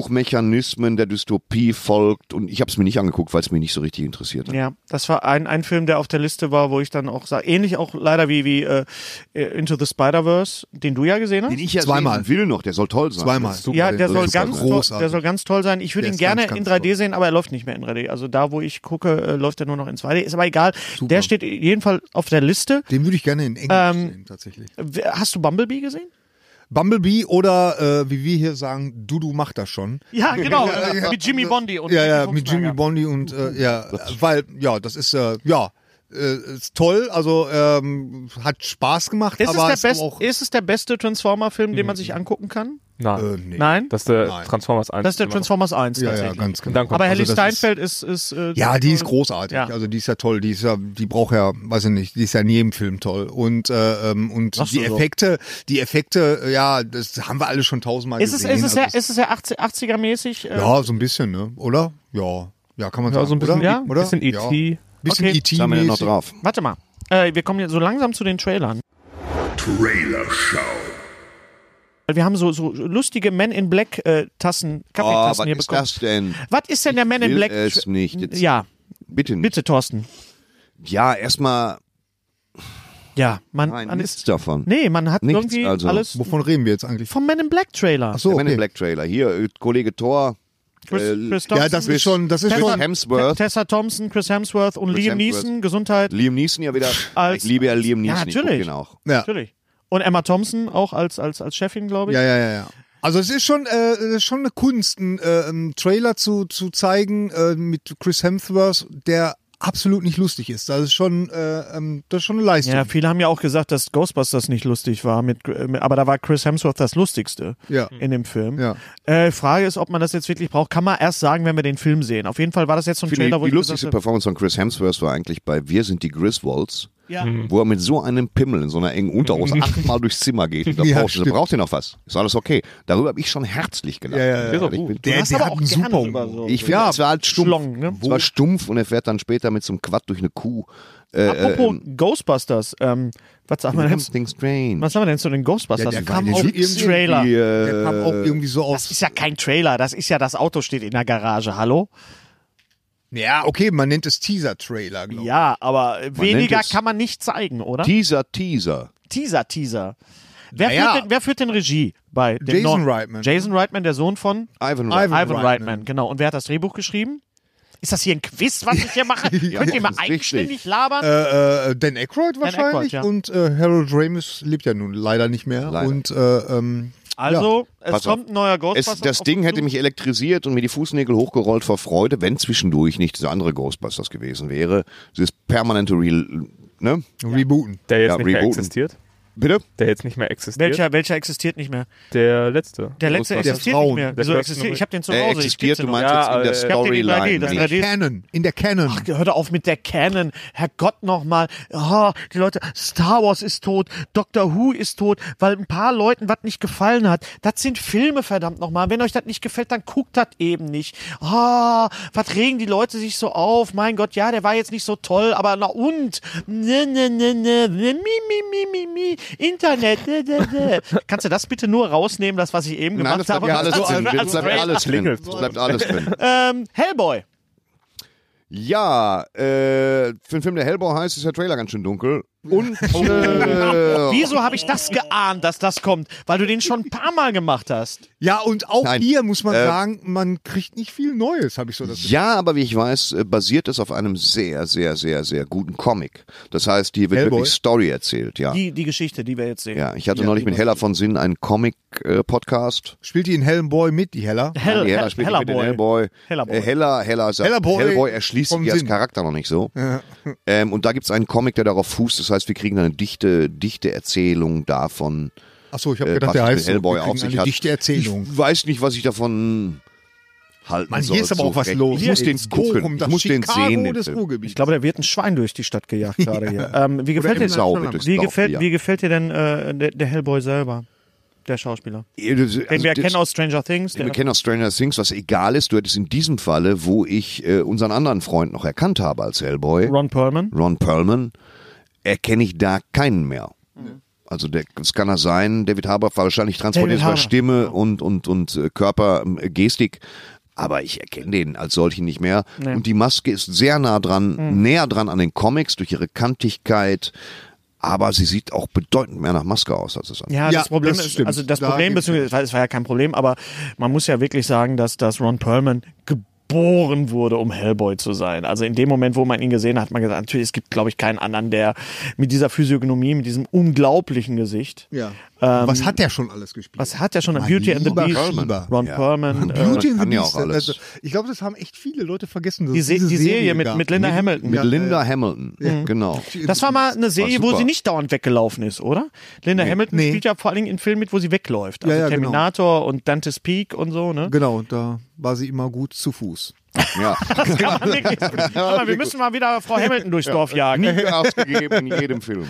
Speaker 6: Jugendbuchmechanismen der Dystopie folgt. Und ich habe es mir nicht angeguckt, weil es mich nicht so richtig interessiert hat.
Speaker 3: Ja, das war ein, ein Film, der auf der Liste war, wo ich dann auch sah, ähnlich auch leider wie, wie äh, Into the Spider-Verse, den du ja gesehen hast.
Speaker 6: Den ich ja
Speaker 1: Zweimal.
Speaker 6: sehen will noch, der soll toll sein.
Speaker 1: zweimal.
Speaker 3: ja, der soll,
Speaker 6: Super,
Speaker 3: ganz toll,
Speaker 1: großartig.
Speaker 3: der soll ganz toll sein. Ich würde
Speaker 1: Der
Speaker 3: ihn
Speaker 1: ist
Speaker 3: gerne
Speaker 1: ganz, ganz
Speaker 3: in 3D
Speaker 1: toll.
Speaker 3: sehen, aber er läuft nicht mehr in 3D. Also da, wo ich gucke, äh, läuft er nur noch in 2D. Ist aber egal. Der steht jedenfalls auf der Liste.
Speaker 1: Den würde ich gerne in Englisch
Speaker 3: Ähm,
Speaker 1: sehen, tatsächlich.
Speaker 3: W- Hast du Bumblebee gesehen?
Speaker 1: Bumblebee oder äh, wie wir hier sagen, Dudu macht das schon.
Speaker 3: Ja, genau. äh, mit Jimmy Bondi und
Speaker 1: Ja, ja,
Speaker 3: Mickey
Speaker 1: mit Jimmy
Speaker 3: Fuchsberger.
Speaker 1: Bondi und äh, ja, weil, ja, das ist äh, ja äh, ist toll, also ähm, hat Spaß gemacht,
Speaker 3: Ist,
Speaker 1: aber
Speaker 3: es der best,
Speaker 1: auch
Speaker 3: ist es der beste Transformer-Film, den man
Speaker 8: Mhm.
Speaker 3: sich angucken kann?
Speaker 1: äh,
Speaker 8: Nein.
Speaker 1: nee.
Speaker 3: Nein?
Speaker 8: Das ist der
Speaker 1: Nein.
Speaker 8: Transformers 1.
Speaker 3: Das ist der Transformers 1
Speaker 1: ja, ja,
Speaker 3: tatsächlich.
Speaker 1: ganz genau.
Speaker 8: Danke.
Speaker 3: Aber Helly
Speaker 1: Also das ist-
Speaker 3: Steinfeld ist. ist, äh,
Speaker 1: Ja, die ist großartig.
Speaker 3: Ja.
Speaker 1: Also die ist ja toll. Die ist ja, die braucht ja, weiß ich nicht, die ist ja in jedem Film toll. Und äh, ähm, und
Speaker 3: Sagst
Speaker 1: die
Speaker 3: du so.
Speaker 1: Effekte, die Effekte, äh, ja, das haben wir alle schon tausendmal
Speaker 3: Ist es,
Speaker 1: gesehen.
Speaker 3: ist es, ja,
Speaker 1: Also
Speaker 3: ist es ja 80, 80er-mäßig? Äh,
Speaker 1: ja, so ein bisschen, ne? Oder? Ja, ja, kann man
Speaker 8: Ja,
Speaker 1: sagen.
Speaker 8: so ein bisschen,
Speaker 1: oder?
Speaker 8: ja,
Speaker 1: oder?
Speaker 8: bisschen E
Speaker 1: Ja.
Speaker 8: E.T.
Speaker 1: Bisschen
Speaker 3: E
Speaker 1: E
Speaker 3: Okay.
Speaker 1: E.T.
Speaker 6: Da haben wir den noch
Speaker 1: mäßig.
Speaker 6: drauf.
Speaker 3: Warte mal. Äh, wir kommen jetzt so langsam zu den Trailern.
Speaker 7: Trailer Show.
Speaker 3: Weil Wir haben so, so lustige Men in Black äh, Tassen,
Speaker 6: Oh, was
Speaker 3: Kaffeetassen hier
Speaker 6: ist
Speaker 3: bekommen.
Speaker 6: das denn?
Speaker 3: Was ist denn der Man in
Speaker 6: will
Speaker 3: Black?
Speaker 6: es nicht. Jetzt-
Speaker 3: Ja,
Speaker 6: Bitte nicht.
Speaker 3: bitte, Thorsten.
Speaker 6: Ja, erstmal
Speaker 3: Ja, man,
Speaker 6: nein,
Speaker 3: man
Speaker 6: nichts
Speaker 3: ist.
Speaker 6: davon.
Speaker 3: Nee, man hat
Speaker 6: Nichts,
Speaker 3: irgendwie
Speaker 6: also.
Speaker 3: alles
Speaker 1: Wovon reden wir jetzt eigentlich?
Speaker 3: vom Man in Black Trailer.
Speaker 1: Ach so,
Speaker 6: Der Man in
Speaker 1: okay.
Speaker 6: Black Trailer. Hier, äh, Kollege Thor,
Speaker 3: Chris,
Speaker 6: äh,
Speaker 3: Chris
Speaker 1: Ja, das
Speaker 3: Thompson,
Speaker 1: ist schon, das ist
Speaker 3: Chris
Speaker 1: schon.
Speaker 6: Hemsworth,
Speaker 3: Tessa Thompson, Chris Hemsworth und
Speaker 6: Chris
Speaker 3: Liam
Speaker 6: Hemsworth.
Speaker 3: Neeson. Gesundheit.
Speaker 6: Liam Neeson ja wieder.
Speaker 3: Als-
Speaker 6: ich liebe ja Liam
Speaker 3: Ja,
Speaker 6: Neeson.
Speaker 3: natürlich.
Speaker 6: Ich guck den auch.
Speaker 1: Ja.
Speaker 3: Natürlich. Und Emma Thompson auch als, als, als Chefin, glaube ich.
Speaker 1: Ja, ja, ja, ja. Also es ist schon, äh, es ist schon eine Kunst, einen äh, einen Trailer zu, zu zeigen äh, mit Chris Hemsworth, der absolut nicht lustig ist. Das ist schon, äh, ähm, das ist schon eine Leistung.
Speaker 3: Ja, viele haben ja auch gesagt, dass Ghostbusters nicht lustig war, mit, äh, mit- aber da war Chris Hemsworth das Lustigste
Speaker 1: Ja.
Speaker 3: in dem Film.
Speaker 1: Ja.
Speaker 3: Äh, Frage ist, ob man das jetzt wirklich braucht. Kann man erst sagen, wenn wir den Film sehen. Auf jeden Fall war das jetzt so ein
Speaker 6: Ich finde,
Speaker 3: Trailer,
Speaker 6: die,
Speaker 3: wo
Speaker 6: die
Speaker 3: ich gesagt
Speaker 6: lustigste
Speaker 3: habe,
Speaker 6: Performance von Chris Hemsworth war eigentlich bei Wir sind die Griswolds,
Speaker 3: ja.
Speaker 6: wo er mit so einem Pimmel in so einer engen Unterhose
Speaker 3: Mhm.
Speaker 6: achtmal durchs Zimmer geht. Und da
Speaker 1: Ja,
Speaker 6: braucht, da
Speaker 1: stimmt.
Speaker 6: braucht er noch was. Ist alles okay. Darüber habe ich schon herzlich gelacht.
Speaker 1: Ja, ja, ja.
Speaker 6: wenn ich
Speaker 8: Ist doch
Speaker 6: ehrlich
Speaker 8: gut.
Speaker 6: bin.
Speaker 1: der,
Speaker 3: hast aber auch gerne
Speaker 1: Humor.
Speaker 3: sogar so-
Speaker 6: Ich finde,
Speaker 1: Ja,
Speaker 6: es war halt stumpf.
Speaker 3: Schlong, ne?
Speaker 6: Es war stumpf und er fährt dann später mit so einem Quad durch eine Kuh. Äh,
Speaker 3: Apropos Ghostbusters, ähm, was sagen wir denn,
Speaker 6: Something strange.
Speaker 3: was sagen wir denn zu den Ghostbusters?
Speaker 1: Ja, der
Speaker 3: kam
Speaker 1: war
Speaker 3: auch
Speaker 1: irgendwie-
Speaker 3: im Trailer.
Speaker 6: Äh,
Speaker 1: Der kam auch irgendwie so
Speaker 3: Das
Speaker 1: aus.
Speaker 3: ist ja kein Trailer, das ist ja, das Auto steht in der Garage, hallo?
Speaker 1: Ja, okay, man nennt es Teaser-Trailer, glaube ich.
Speaker 3: Ja, aber weniger
Speaker 6: nennt es-
Speaker 3: kann man nicht zeigen, oder?
Speaker 6: Teaser, Teaser.
Speaker 3: Teaser, Teaser. Wer,
Speaker 1: Naja.
Speaker 3: führt, denn, wer führt denn Regie bei dem
Speaker 1: Jason
Speaker 3: neuen-
Speaker 1: Reitman.
Speaker 3: Jason Reitman, der Sohn von
Speaker 6: Ivan
Speaker 1: Ivan
Speaker 6: Reitman.
Speaker 3: Ivan
Speaker 1: Reitman.
Speaker 3: Reitman. genau. Und wer hat das Drehbuch geschrieben? Ist das hier ein Quiz, was ich hier mache? Könnt ihr mal
Speaker 6: das ist
Speaker 3: eigenständig
Speaker 6: richtig.
Speaker 3: labern?
Speaker 1: Äh, äh, Dan Aykroyd wahrscheinlich
Speaker 3: Aykroyd, ja.
Speaker 1: und äh, Harold Ramis lebt ja nun leider nicht mehr.
Speaker 6: Leider.
Speaker 1: Und äh, ähm,
Speaker 3: also, es
Speaker 6: Pass auf.
Speaker 3: kommt ein neuer Ghostbusters.
Speaker 6: Es, das
Speaker 3: auf
Speaker 6: Ding
Speaker 3: uns
Speaker 6: hätte
Speaker 3: zu.
Speaker 6: mich elektrisiert und mir die Fußnägel hochgerollt vor Freude, wenn zwischendurch nicht dieser andere Ghostbusters gewesen wäre. Dieses permanente Real. Ne?
Speaker 1: rebooten.
Speaker 8: Der jetzt
Speaker 6: Ja,
Speaker 8: nicht mehr
Speaker 6: rebooten.
Speaker 8: existiert.
Speaker 6: Bitte?
Speaker 8: Der jetzt nicht mehr existiert.
Speaker 3: Welcher, welcher existiert nicht mehr?
Speaker 8: Der letzte.
Speaker 3: Der letzte
Speaker 1: Der
Speaker 3: existiert
Speaker 1: Frauen.
Speaker 3: nicht mehr.
Speaker 8: Der
Speaker 3: Wieso
Speaker 8: Kirsten
Speaker 3: existiert?
Speaker 8: Dunst.
Speaker 3: Ich habe den zu Hause.
Speaker 6: Er
Speaker 3: ich
Speaker 6: existiert,
Speaker 3: spiel's
Speaker 6: du
Speaker 3: noch.
Speaker 6: meinst
Speaker 8: Ja,
Speaker 6: jetzt in
Speaker 8: äh,
Speaker 6: der
Speaker 3: ich hab den in 3D, das
Speaker 6: Storyline. nicht.
Speaker 3: 3D.
Speaker 1: Canon, in der Canon.
Speaker 3: Hört auf mit der Canon. Herrgott nochmal. Oh, die Leute, Star Wars ist tot, Doctor Who ist tot, weil ein paar Leuten was nicht gefallen hat. Das sind Filme, verdammt nochmal. Wenn euch das nicht gefällt, dann guckt das eben nicht. Ah, was regen die Leute sich so auf? Mein Gott, ja, der war jetzt nicht so toll, aber na und? Ne, ne, ne, ne, ne, mi, mi, mi, mi, mi. Internet. dä, dä, dä. Kannst du das bitte nur rausnehmen, das, was ich eben gemacht
Speaker 6: Nein, das bleibt
Speaker 3: habe?
Speaker 6: ja alles
Speaker 3: Also,
Speaker 6: drin.
Speaker 3: also,
Speaker 6: Das bleibt alles drin. Das bleibt alles drin.
Speaker 3: ähm, Hellboy.
Speaker 6: Ja, äh, für einen Film, der Hellboy heißt, ist der Trailer ganz schön dunkel. Und
Speaker 3: Oh.
Speaker 6: äh,
Speaker 3: Wieso habe ich das geahnt, dass das kommt? Weil du den schon ein paar Mal gemacht hast.
Speaker 1: Ja, und auch
Speaker 6: Nein,
Speaker 1: hier muss man
Speaker 6: äh,
Speaker 1: sagen, man kriegt nicht viel Neues, habe ich so das Gefühl.
Speaker 6: Ja, aber wie ich weiß, äh, basiert es auf einem sehr, sehr, sehr, sehr guten Comic. Das heißt, hier wird
Speaker 1: Hellboy?
Speaker 6: wirklich Story erzählt, ja.
Speaker 3: Die, die Geschichte, die wir jetzt sehen.
Speaker 6: Ja, ich hatte neulich mit Hella von Sinn einen Comic-Podcast.
Speaker 1: Spielt die in Hellboy mit, die Heller?
Speaker 3: Hell,
Speaker 6: die Hella
Speaker 3: Hell-
Speaker 6: spielt mit den Hellboy.
Speaker 3: Hellerboy.
Speaker 6: Äh, Hella, Hella, sagt,
Speaker 1: Hellerboy
Speaker 6: Hellboy erschließt
Speaker 1: vom
Speaker 6: sich als
Speaker 1: Sinn.
Speaker 6: Charakter noch nicht so. Ähm, und da gibt's einen Comic, der darauf fußt. Das heißt, wir kriegen eine dichte, dichte Erzählung davon.
Speaker 1: Achso, ich habe
Speaker 6: Äh,
Speaker 1: gedacht,
Speaker 6: was
Speaker 1: der
Speaker 6: es mit
Speaker 1: heißt so.
Speaker 6: Hellboy
Speaker 1: Wir kriegen
Speaker 6: auf sich
Speaker 1: eine
Speaker 6: hat.
Speaker 1: dichte Erzählung.
Speaker 6: Ich weiß nicht, was ich davon halten
Speaker 1: Mann,
Speaker 6: soll.
Speaker 1: hier ist aber
Speaker 6: so
Speaker 1: auch was
Speaker 6: recht.
Speaker 1: los.
Speaker 6: Ich muss
Speaker 1: Hier
Speaker 6: den
Speaker 1: ist Bochum,
Speaker 6: gucken.
Speaker 1: das
Speaker 6: Ich muss den
Speaker 1: Chicago
Speaker 6: sehen, den
Speaker 1: des
Speaker 6: Film.
Speaker 1: Ruhrgebiets.
Speaker 3: Ich glaube, da wird ein Schwein durch die Stadt gejagt gerade hier. Ähm, wie gefällt dir,
Speaker 1: im
Speaker 6: Sau wird durchs
Speaker 3: wie
Speaker 6: Dorf,
Speaker 3: gefällt,
Speaker 6: ja.
Speaker 3: wie gefällt dir denn äh, der, der Hellboy selber? Der Schauspieler.
Speaker 6: Den
Speaker 3: Den wir kennen aus Stranger Things.
Speaker 6: Also Den
Speaker 3: Der,
Speaker 6: wir kennen aus Stranger Things, was egal ist, du hättest in diesem Falle, wo ich äh, unseren anderen Freund noch erkannt habe als Hellboy,
Speaker 3: Ron Perlman.
Speaker 6: Ron Perlman, erkenne ich da keinen mehr.
Speaker 3: Mhm.
Speaker 6: Also der, es kann ja sein, David Harbour war wahrscheinlich transportiert
Speaker 3: David
Speaker 6: über
Speaker 3: Harbour.
Speaker 6: Stimme und, und, und äh, Körpergestik, aber ich erkenne den als solchen nicht mehr. Und die Maske ist sehr nah dran,
Speaker 3: Mhm.
Speaker 6: näher dran an den Comics durch ihre Kantigkeit, aber sie sieht auch bedeutend mehr nach Maske aus als das andere.
Speaker 3: Ja,
Speaker 1: Ja,
Speaker 3: das Problem
Speaker 1: das
Speaker 3: ist,
Speaker 1: stimmt.
Speaker 3: also das
Speaker 1: Da
Speaker 3: Problem,
Speaker 1: gebe ich
Speaker 3: beziehungsweise es war ja kein Problem, aber man muss ja wirklich sagen, dass, dass Ron Perlman geboren wurde, um Hellboy zu sein. Also in dem Moment, wo man ihn gesehen hat, hat man gesagt, natürlich, es gibt, glaube ich, keinen anderen, der mit dieser Physiognomie, mit diesem unglaublichen Gesicht,
Speaker 1: Ja.
Speaker 6: ähm,
Speaker 1: was hat der schon alles gespielt?
Speaker 3: was hat er schon an
Speaker 1: Mein
Speaker 3: Beauty and the
Speaker 1: lieber
Speaker 3: Beast,
Speaker 1: Perlman.
Speaker 3: Ron
Speaker 6: Ja.
Speaker 3: Perlman, äh,
Speaker 1: Beauty and the
Speaker 6: kann ja
Speaker 1: Beast.
Speaker 6: auch alles.
Speaker 1: Also, ich glaube, das haben echt viele Leute vergessen. Dass
Speaker 3: die,
Speaker 1: es
Speaker 3: Se
Speaker 1: diese
Speaker 3: die Serie mit,
Speaker 1: gab.
Speaker 3: mit Linda Hamilton.
Speaker 6: Mit Linda Hamilton, genau.
Speaker 3: Das war mal eine Serie, wo
Speaker 6: super.
Speaker 3: sie nicht dauernd weggelaufen ist, oder? Linda Hamilton
Speaker 1: Nee.
Speaker 3: spielt ja vor allen Dingen in Filmen mit, wo sie wegläuft. Also
Speaker 1: Ja, ja, genau.
Speaker 3: Terminator und Dante's Peak und so, ne?
Speaker 1: Genau, da war sie immer gut zu Fuß.
Speaker 6: Ja.
Speaker 3: Kann man wirklich. Sag mal, wir müssen mal wieder Frau Hamilton durchs Dorf jagen.
Speaker 6: Nie ausgegeben in jedem Film.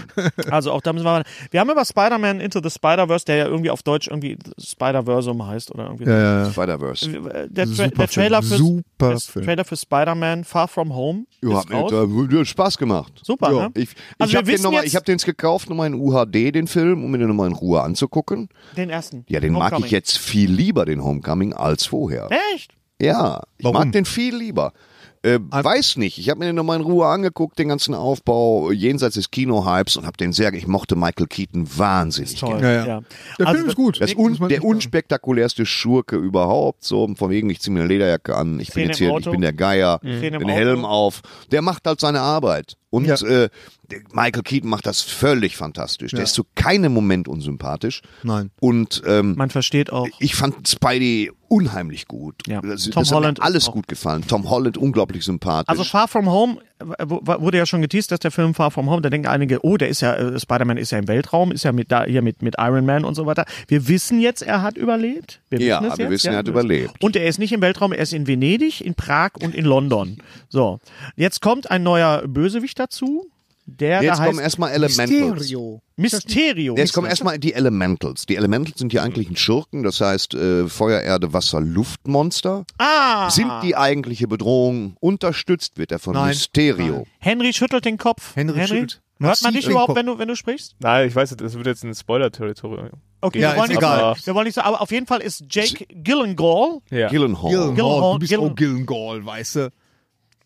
Speaker 3: Also auch da müssen wir. Wir haben über Spider-Man Into the Spider-Verse, der ja irgendwie auf Deutsch irgendwie Spider-Versum heißt oder irgendwie. so.
Speaker 6: Spider-Verse.
Speaker 3: Der, Tra
Speaker 1: Super
Speaker 3: der Trailer
Speaker 1: Film,
Speaker 3: für
Speaker 1: super
Speaker 3: der
Speaker 1: Film.
Speaker 3: Trailer für Spider-Man Far From Home
Speaker 6: Hat
Speaker 3: ist
Speaker 6: mir
Speaker 3: raus.
Speaker 6: da hat Spaß gemacht.
Speaker 3: Super,
Speaker 6: Ja.
Speaker 3: ne?
Speaker 6: Ich, ich
Speaker 3: Also wir
Speaker 6: habe den
Speaker 3: wissen
Speaker 6: nochmal,
Speaker 3: jetzt-
Speaker 6: ich hab den's gekauft, nochmal in UHD, den Film, um mir den nochmal in Ruhe anzugucken.
Speaker 3: Den ersten.
Speaker 6: Ja, den mag
Speaker 3: Homecoming.
Speaker 6: ich jetzt viel lieber, den Homecoming, als vorher.
Speaker 3: Echt?
Speaker 6: Ja, ich
Speaker 1: Warum?
Speaker 6: mag den viel lieber. Äh, weiß nicht, ich habe mir den nochmal in Ruhe angeguckt, den ganzen Aufbau äh, jenseits des Kino-Hypes und habe den sehr, ich mochte Michael Keaton wahnsinnig.
Speaker 3: Toll. Also
Speaker 1: Ja, ja. Also Der Film ist gut.
Speaker 6: Das
Speaker 1: Nee, muss
Speaker 6: un
Speaker 1: man
Speaker 6: der
Speaker 1: nicht sagen.
Speaker 6: unspektakulärste Schurke überhaupt, so von wegen, ich zieh mir eine Lederjacke an, ich
Speaker 3: Szene
Speaker 6: bin jetzt
Speaker 3: im
Speaker 6: hier, ich
Speaker 3: Auto.
Speaker 6: bin der Geier,
Speaker 3: Szene im
Speaker 6: den
Speaker 3: Auto.
Speaker 6: Helm auf. Der macht halt seine Arbeit. Und
Speaker 1: Ja.
Speaker 6: äh, der Michael Keaton macht das völlig fantastisch. Der ist zu keinem Moment unsympathisch.
Speaker 1: Nein.
Speaker 6: Und ähm,
Speaker 3: Man versteht auch.
Speaker 6: ich fand Spidey unheimlich gut.
Speaker 3: Ja.
Speaker 6: Das,
Speaker 3: Tom
Speaker 6: das hat mir
Speaker 3: Holland
Speaker 6: alles
Speaker 3: auch.
Speaker 6: gut gefallen. Tom Holland unglaublich sympathisch.
Speaker 3: Also Far From Home äh, wo- wo- wurde ja schon geteased, dass der Film Far From Home, da denken einige, oh, der ist ja, äh, Spider-Man ist ja im Weltraum, ist ja mit, da, hier mit, mit Iron Man und so weiter. Wir wissen jetzt, er hat überlebt. Wir
Speaker 6: Ja,
Speaker 3: es
Speaker 6: wir wissen, er hat überlebt.
Speaker 3: Und er ist nicht im Weltraum, er ist in Venedig, in Prag und in London. So, jetzt kommt ein neuer Bösewicht dazu, der da
Speaker 6: Jetzt
Speaker 3: heißt
Speaker 6: kommen erstmal Elementals.
Speaker 3: Mysterio.
Speaker 6: Jetzt kommen erstmal die Elementals. Die Elementals sind die eigentlichen Schurken, das heißt äh, Feuer, Erde, Wasser, Luftmonster.
Speaker 3: ah,
Speaker 6: Sind die eigentliche Bedrohung? Unterstützt wird er von
Speaker 1: Nein.
Speaker 6: Mysterio.
Speaker 3: Henry schüttelt den Kopf.
Speaker 1: Henry schüttelt
Speaker 3: Hört man
Speaker 1: massiv
Speaker 3: dich
Speaker 1: den
Speaker 3: überhaupt,
Speaker 1: Kopf.
Speaker 3: wenn du, wenn du sprichst?
Speaker 8: Nein, ich weiß, das wird jetzt ein Spoiler-Territorium.
Speaker 3: Okay,
Speaker 1: Ja,
Speaker 3: wir, wollen
Speaker 1: ist
Speaker 3: nicht,
Speaker 1: egal.
Speaker 3: wir wollen nicht so, aber auf jeden Fall ist Jake Gyllenhaal
Speaker 8: Ja.
Speaker 6: Gillenhall.
Speaker 3: Gyllenhaal,
Speaker 1: Gyllenhaal, du bist
Speaker 3: Gyllen-
Speaker 1: auch Gyllenhaal, weißt du?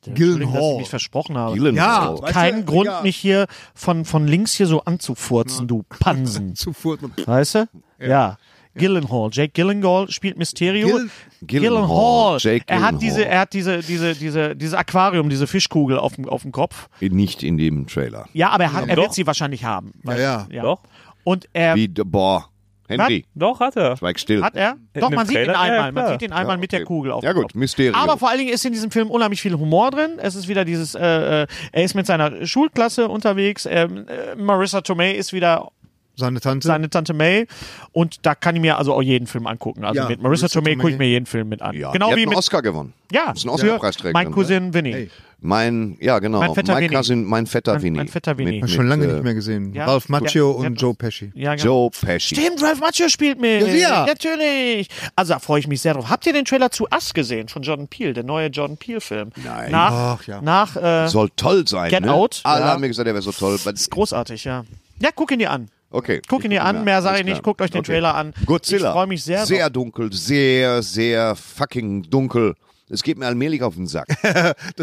Speaker 3: Entschuldigung, dass ich
Speaker 1: Gyllenhaal.
Speaker 3: mich versprochen habe.
Speaker 6: Gyllenhaal.
Speaker 1: Ja. Weißt
Speaker 3: Kein
Speaker 1: du,
Speaker 3: Grund,
Speaker 1: ja.
Speaker 3: mich hier von, von links hier so anzufurzen, du Pansen.
Speaker 1: Zu Furt.
Speaker 3: weißt du? Ja. Gyllenhaal. Jake Gyllenhaal spielt Mysterio.
Speaker 1: Gil-
Speaker 6: Gyllenhaal. Jake
Speaker 3: Er hat
Speaker 6: Gyllenhaal.
Speaker 3: diese, er hat diese, diese, diese, dieses Aquarium, diese Fischkugel auf dem, auf dem Kopf.
Speaker 6: Nicht in dem Trailer.
Speaker 3: Ja, aber er, hat, er wird
Speaker 8: Doch.
Speaker 3: sie wahrscheinlich haben.
Speaker 1: Ja, ja.
Speaker 8: Doch.
Speaker 3: Und er,
Speaker 6: Wie, boah. Henry,
Speaker 8: Doch, hat er.
Speaker 6: schweig still.
Speaker 3: hat er?
Speaker 8: In
Speaker 3: Doch,
Speaker 8: dem
Speaker 3: man sieht ihn
Speaker 8: Trailer? Ja,
Speaker 3: einmal.
Speaker 8: ja,
Speaker 3: man
Speaker 8: klar.
Speaker 3: sieht ihn einmal mit der
Speaker 6: okay.
Speaker 3: Kugel auf
Speaker 6: Ja
Speaker 3: dem
Speaker 6: gut,
Speaker 3: Kopf.
Speaker 6: Mysterio.
Speaker 3: Aber vor allen Dingen ist in diesem Film unheimlich viel Humor drin. Es ist wieder dieses, äh, äh, er ist mit seiner Schulklasse unterwegs. Ähm, äh, Marissa Tomei ist wieder
Speaker 1: Seine Tante.
Speaker 3: seine Tante May und da kann ich mir also auch jeden Film angucken. Also
Speaker 1: Ja,
Speaker 3: mit Marissa
Speaker 1: Marissa
Speaker 3: Tomei gucke ich
Speaker 1: Tomei.
Speaker 3: mir jeden Film mit an.
Speaker 6: ja,
Speaker 3: genau
Speaker 6: die hat
Speaker 3: wie
Speaker 6: einen
Speaker 3: mit
Speaker 6: Oscar gewonnen.
Speaker 3: ja,
Speaker 6: Ist ein
Speaker 3: für
Speaker 6: Oscar-Preisträgerin,
Speaker 3: mein
Speaker 6: ne?
Speaker 3: Cousin Vinny.
Speaker 1: Hey.
Speaker 6: Mein, ja genau.
Speaker 3: Mein Vetter
Speaker 6: mein
Speaker 3: Vinny.
Speaker 6: Cousin, mein Vetter
Speaker 3: Mein-
Speaker 6: Vinny.
Speaker 3: mein Vetter Vinny.
Speaker 6: Mit,
Speaker 1: Schon
Speaker 6: mit,
Speaker 1: lange
Speaker 6: äh,
Speaker 1: nicht mehr gesehen.
Speaker 3: ja.
Speaker 1: Ralph Macchio
Speaker 3: Ja,
Speaker 1: und
Speaker 3: ja.
Speaker 1: Joe Pesci.
Speaker 3: Ja, genau.
Speaker 6: Joe Pesci.
Speaker 3: Stimmt, Ralph Macchio spielt mit.
Speaker 1: Ja, sicher.
Speaker 3: Natürlich. Also da freue ich mich sehr drauf. Habt ihr den Trailer zu Us gesehen von Jordan Peele, der neue Jordan Peele Film? Nein. Nach,
Speaker 1: Ach, ja.
Speaker 3: nach äh,
Speaker 6: Soll toll sein.
Speaker 3: Get
Speaker 6: ne?
Speaker 3: Out,
Speaker 6: Alle
Speaker 3: ja.
Speaker 6: haben mir gesagt, er wäre so toll.
Speaker 3: großartig, ja. Ja, guck ihn dir an.
Speaker 6: Okay.
Speaker 3: Guckt ihn dir an, mehr sage ich nicht. Guckt euch den Trailer an.
Speaker 6: Godzilla.
Speaker 3: Ich freue mich sehr.
Speaker 6: Sehr
Speaker 3: drauf.
Speaker 6: dunkel, sehr, sehr fucking dunkel. Es geht mir allmählich auf den Sack.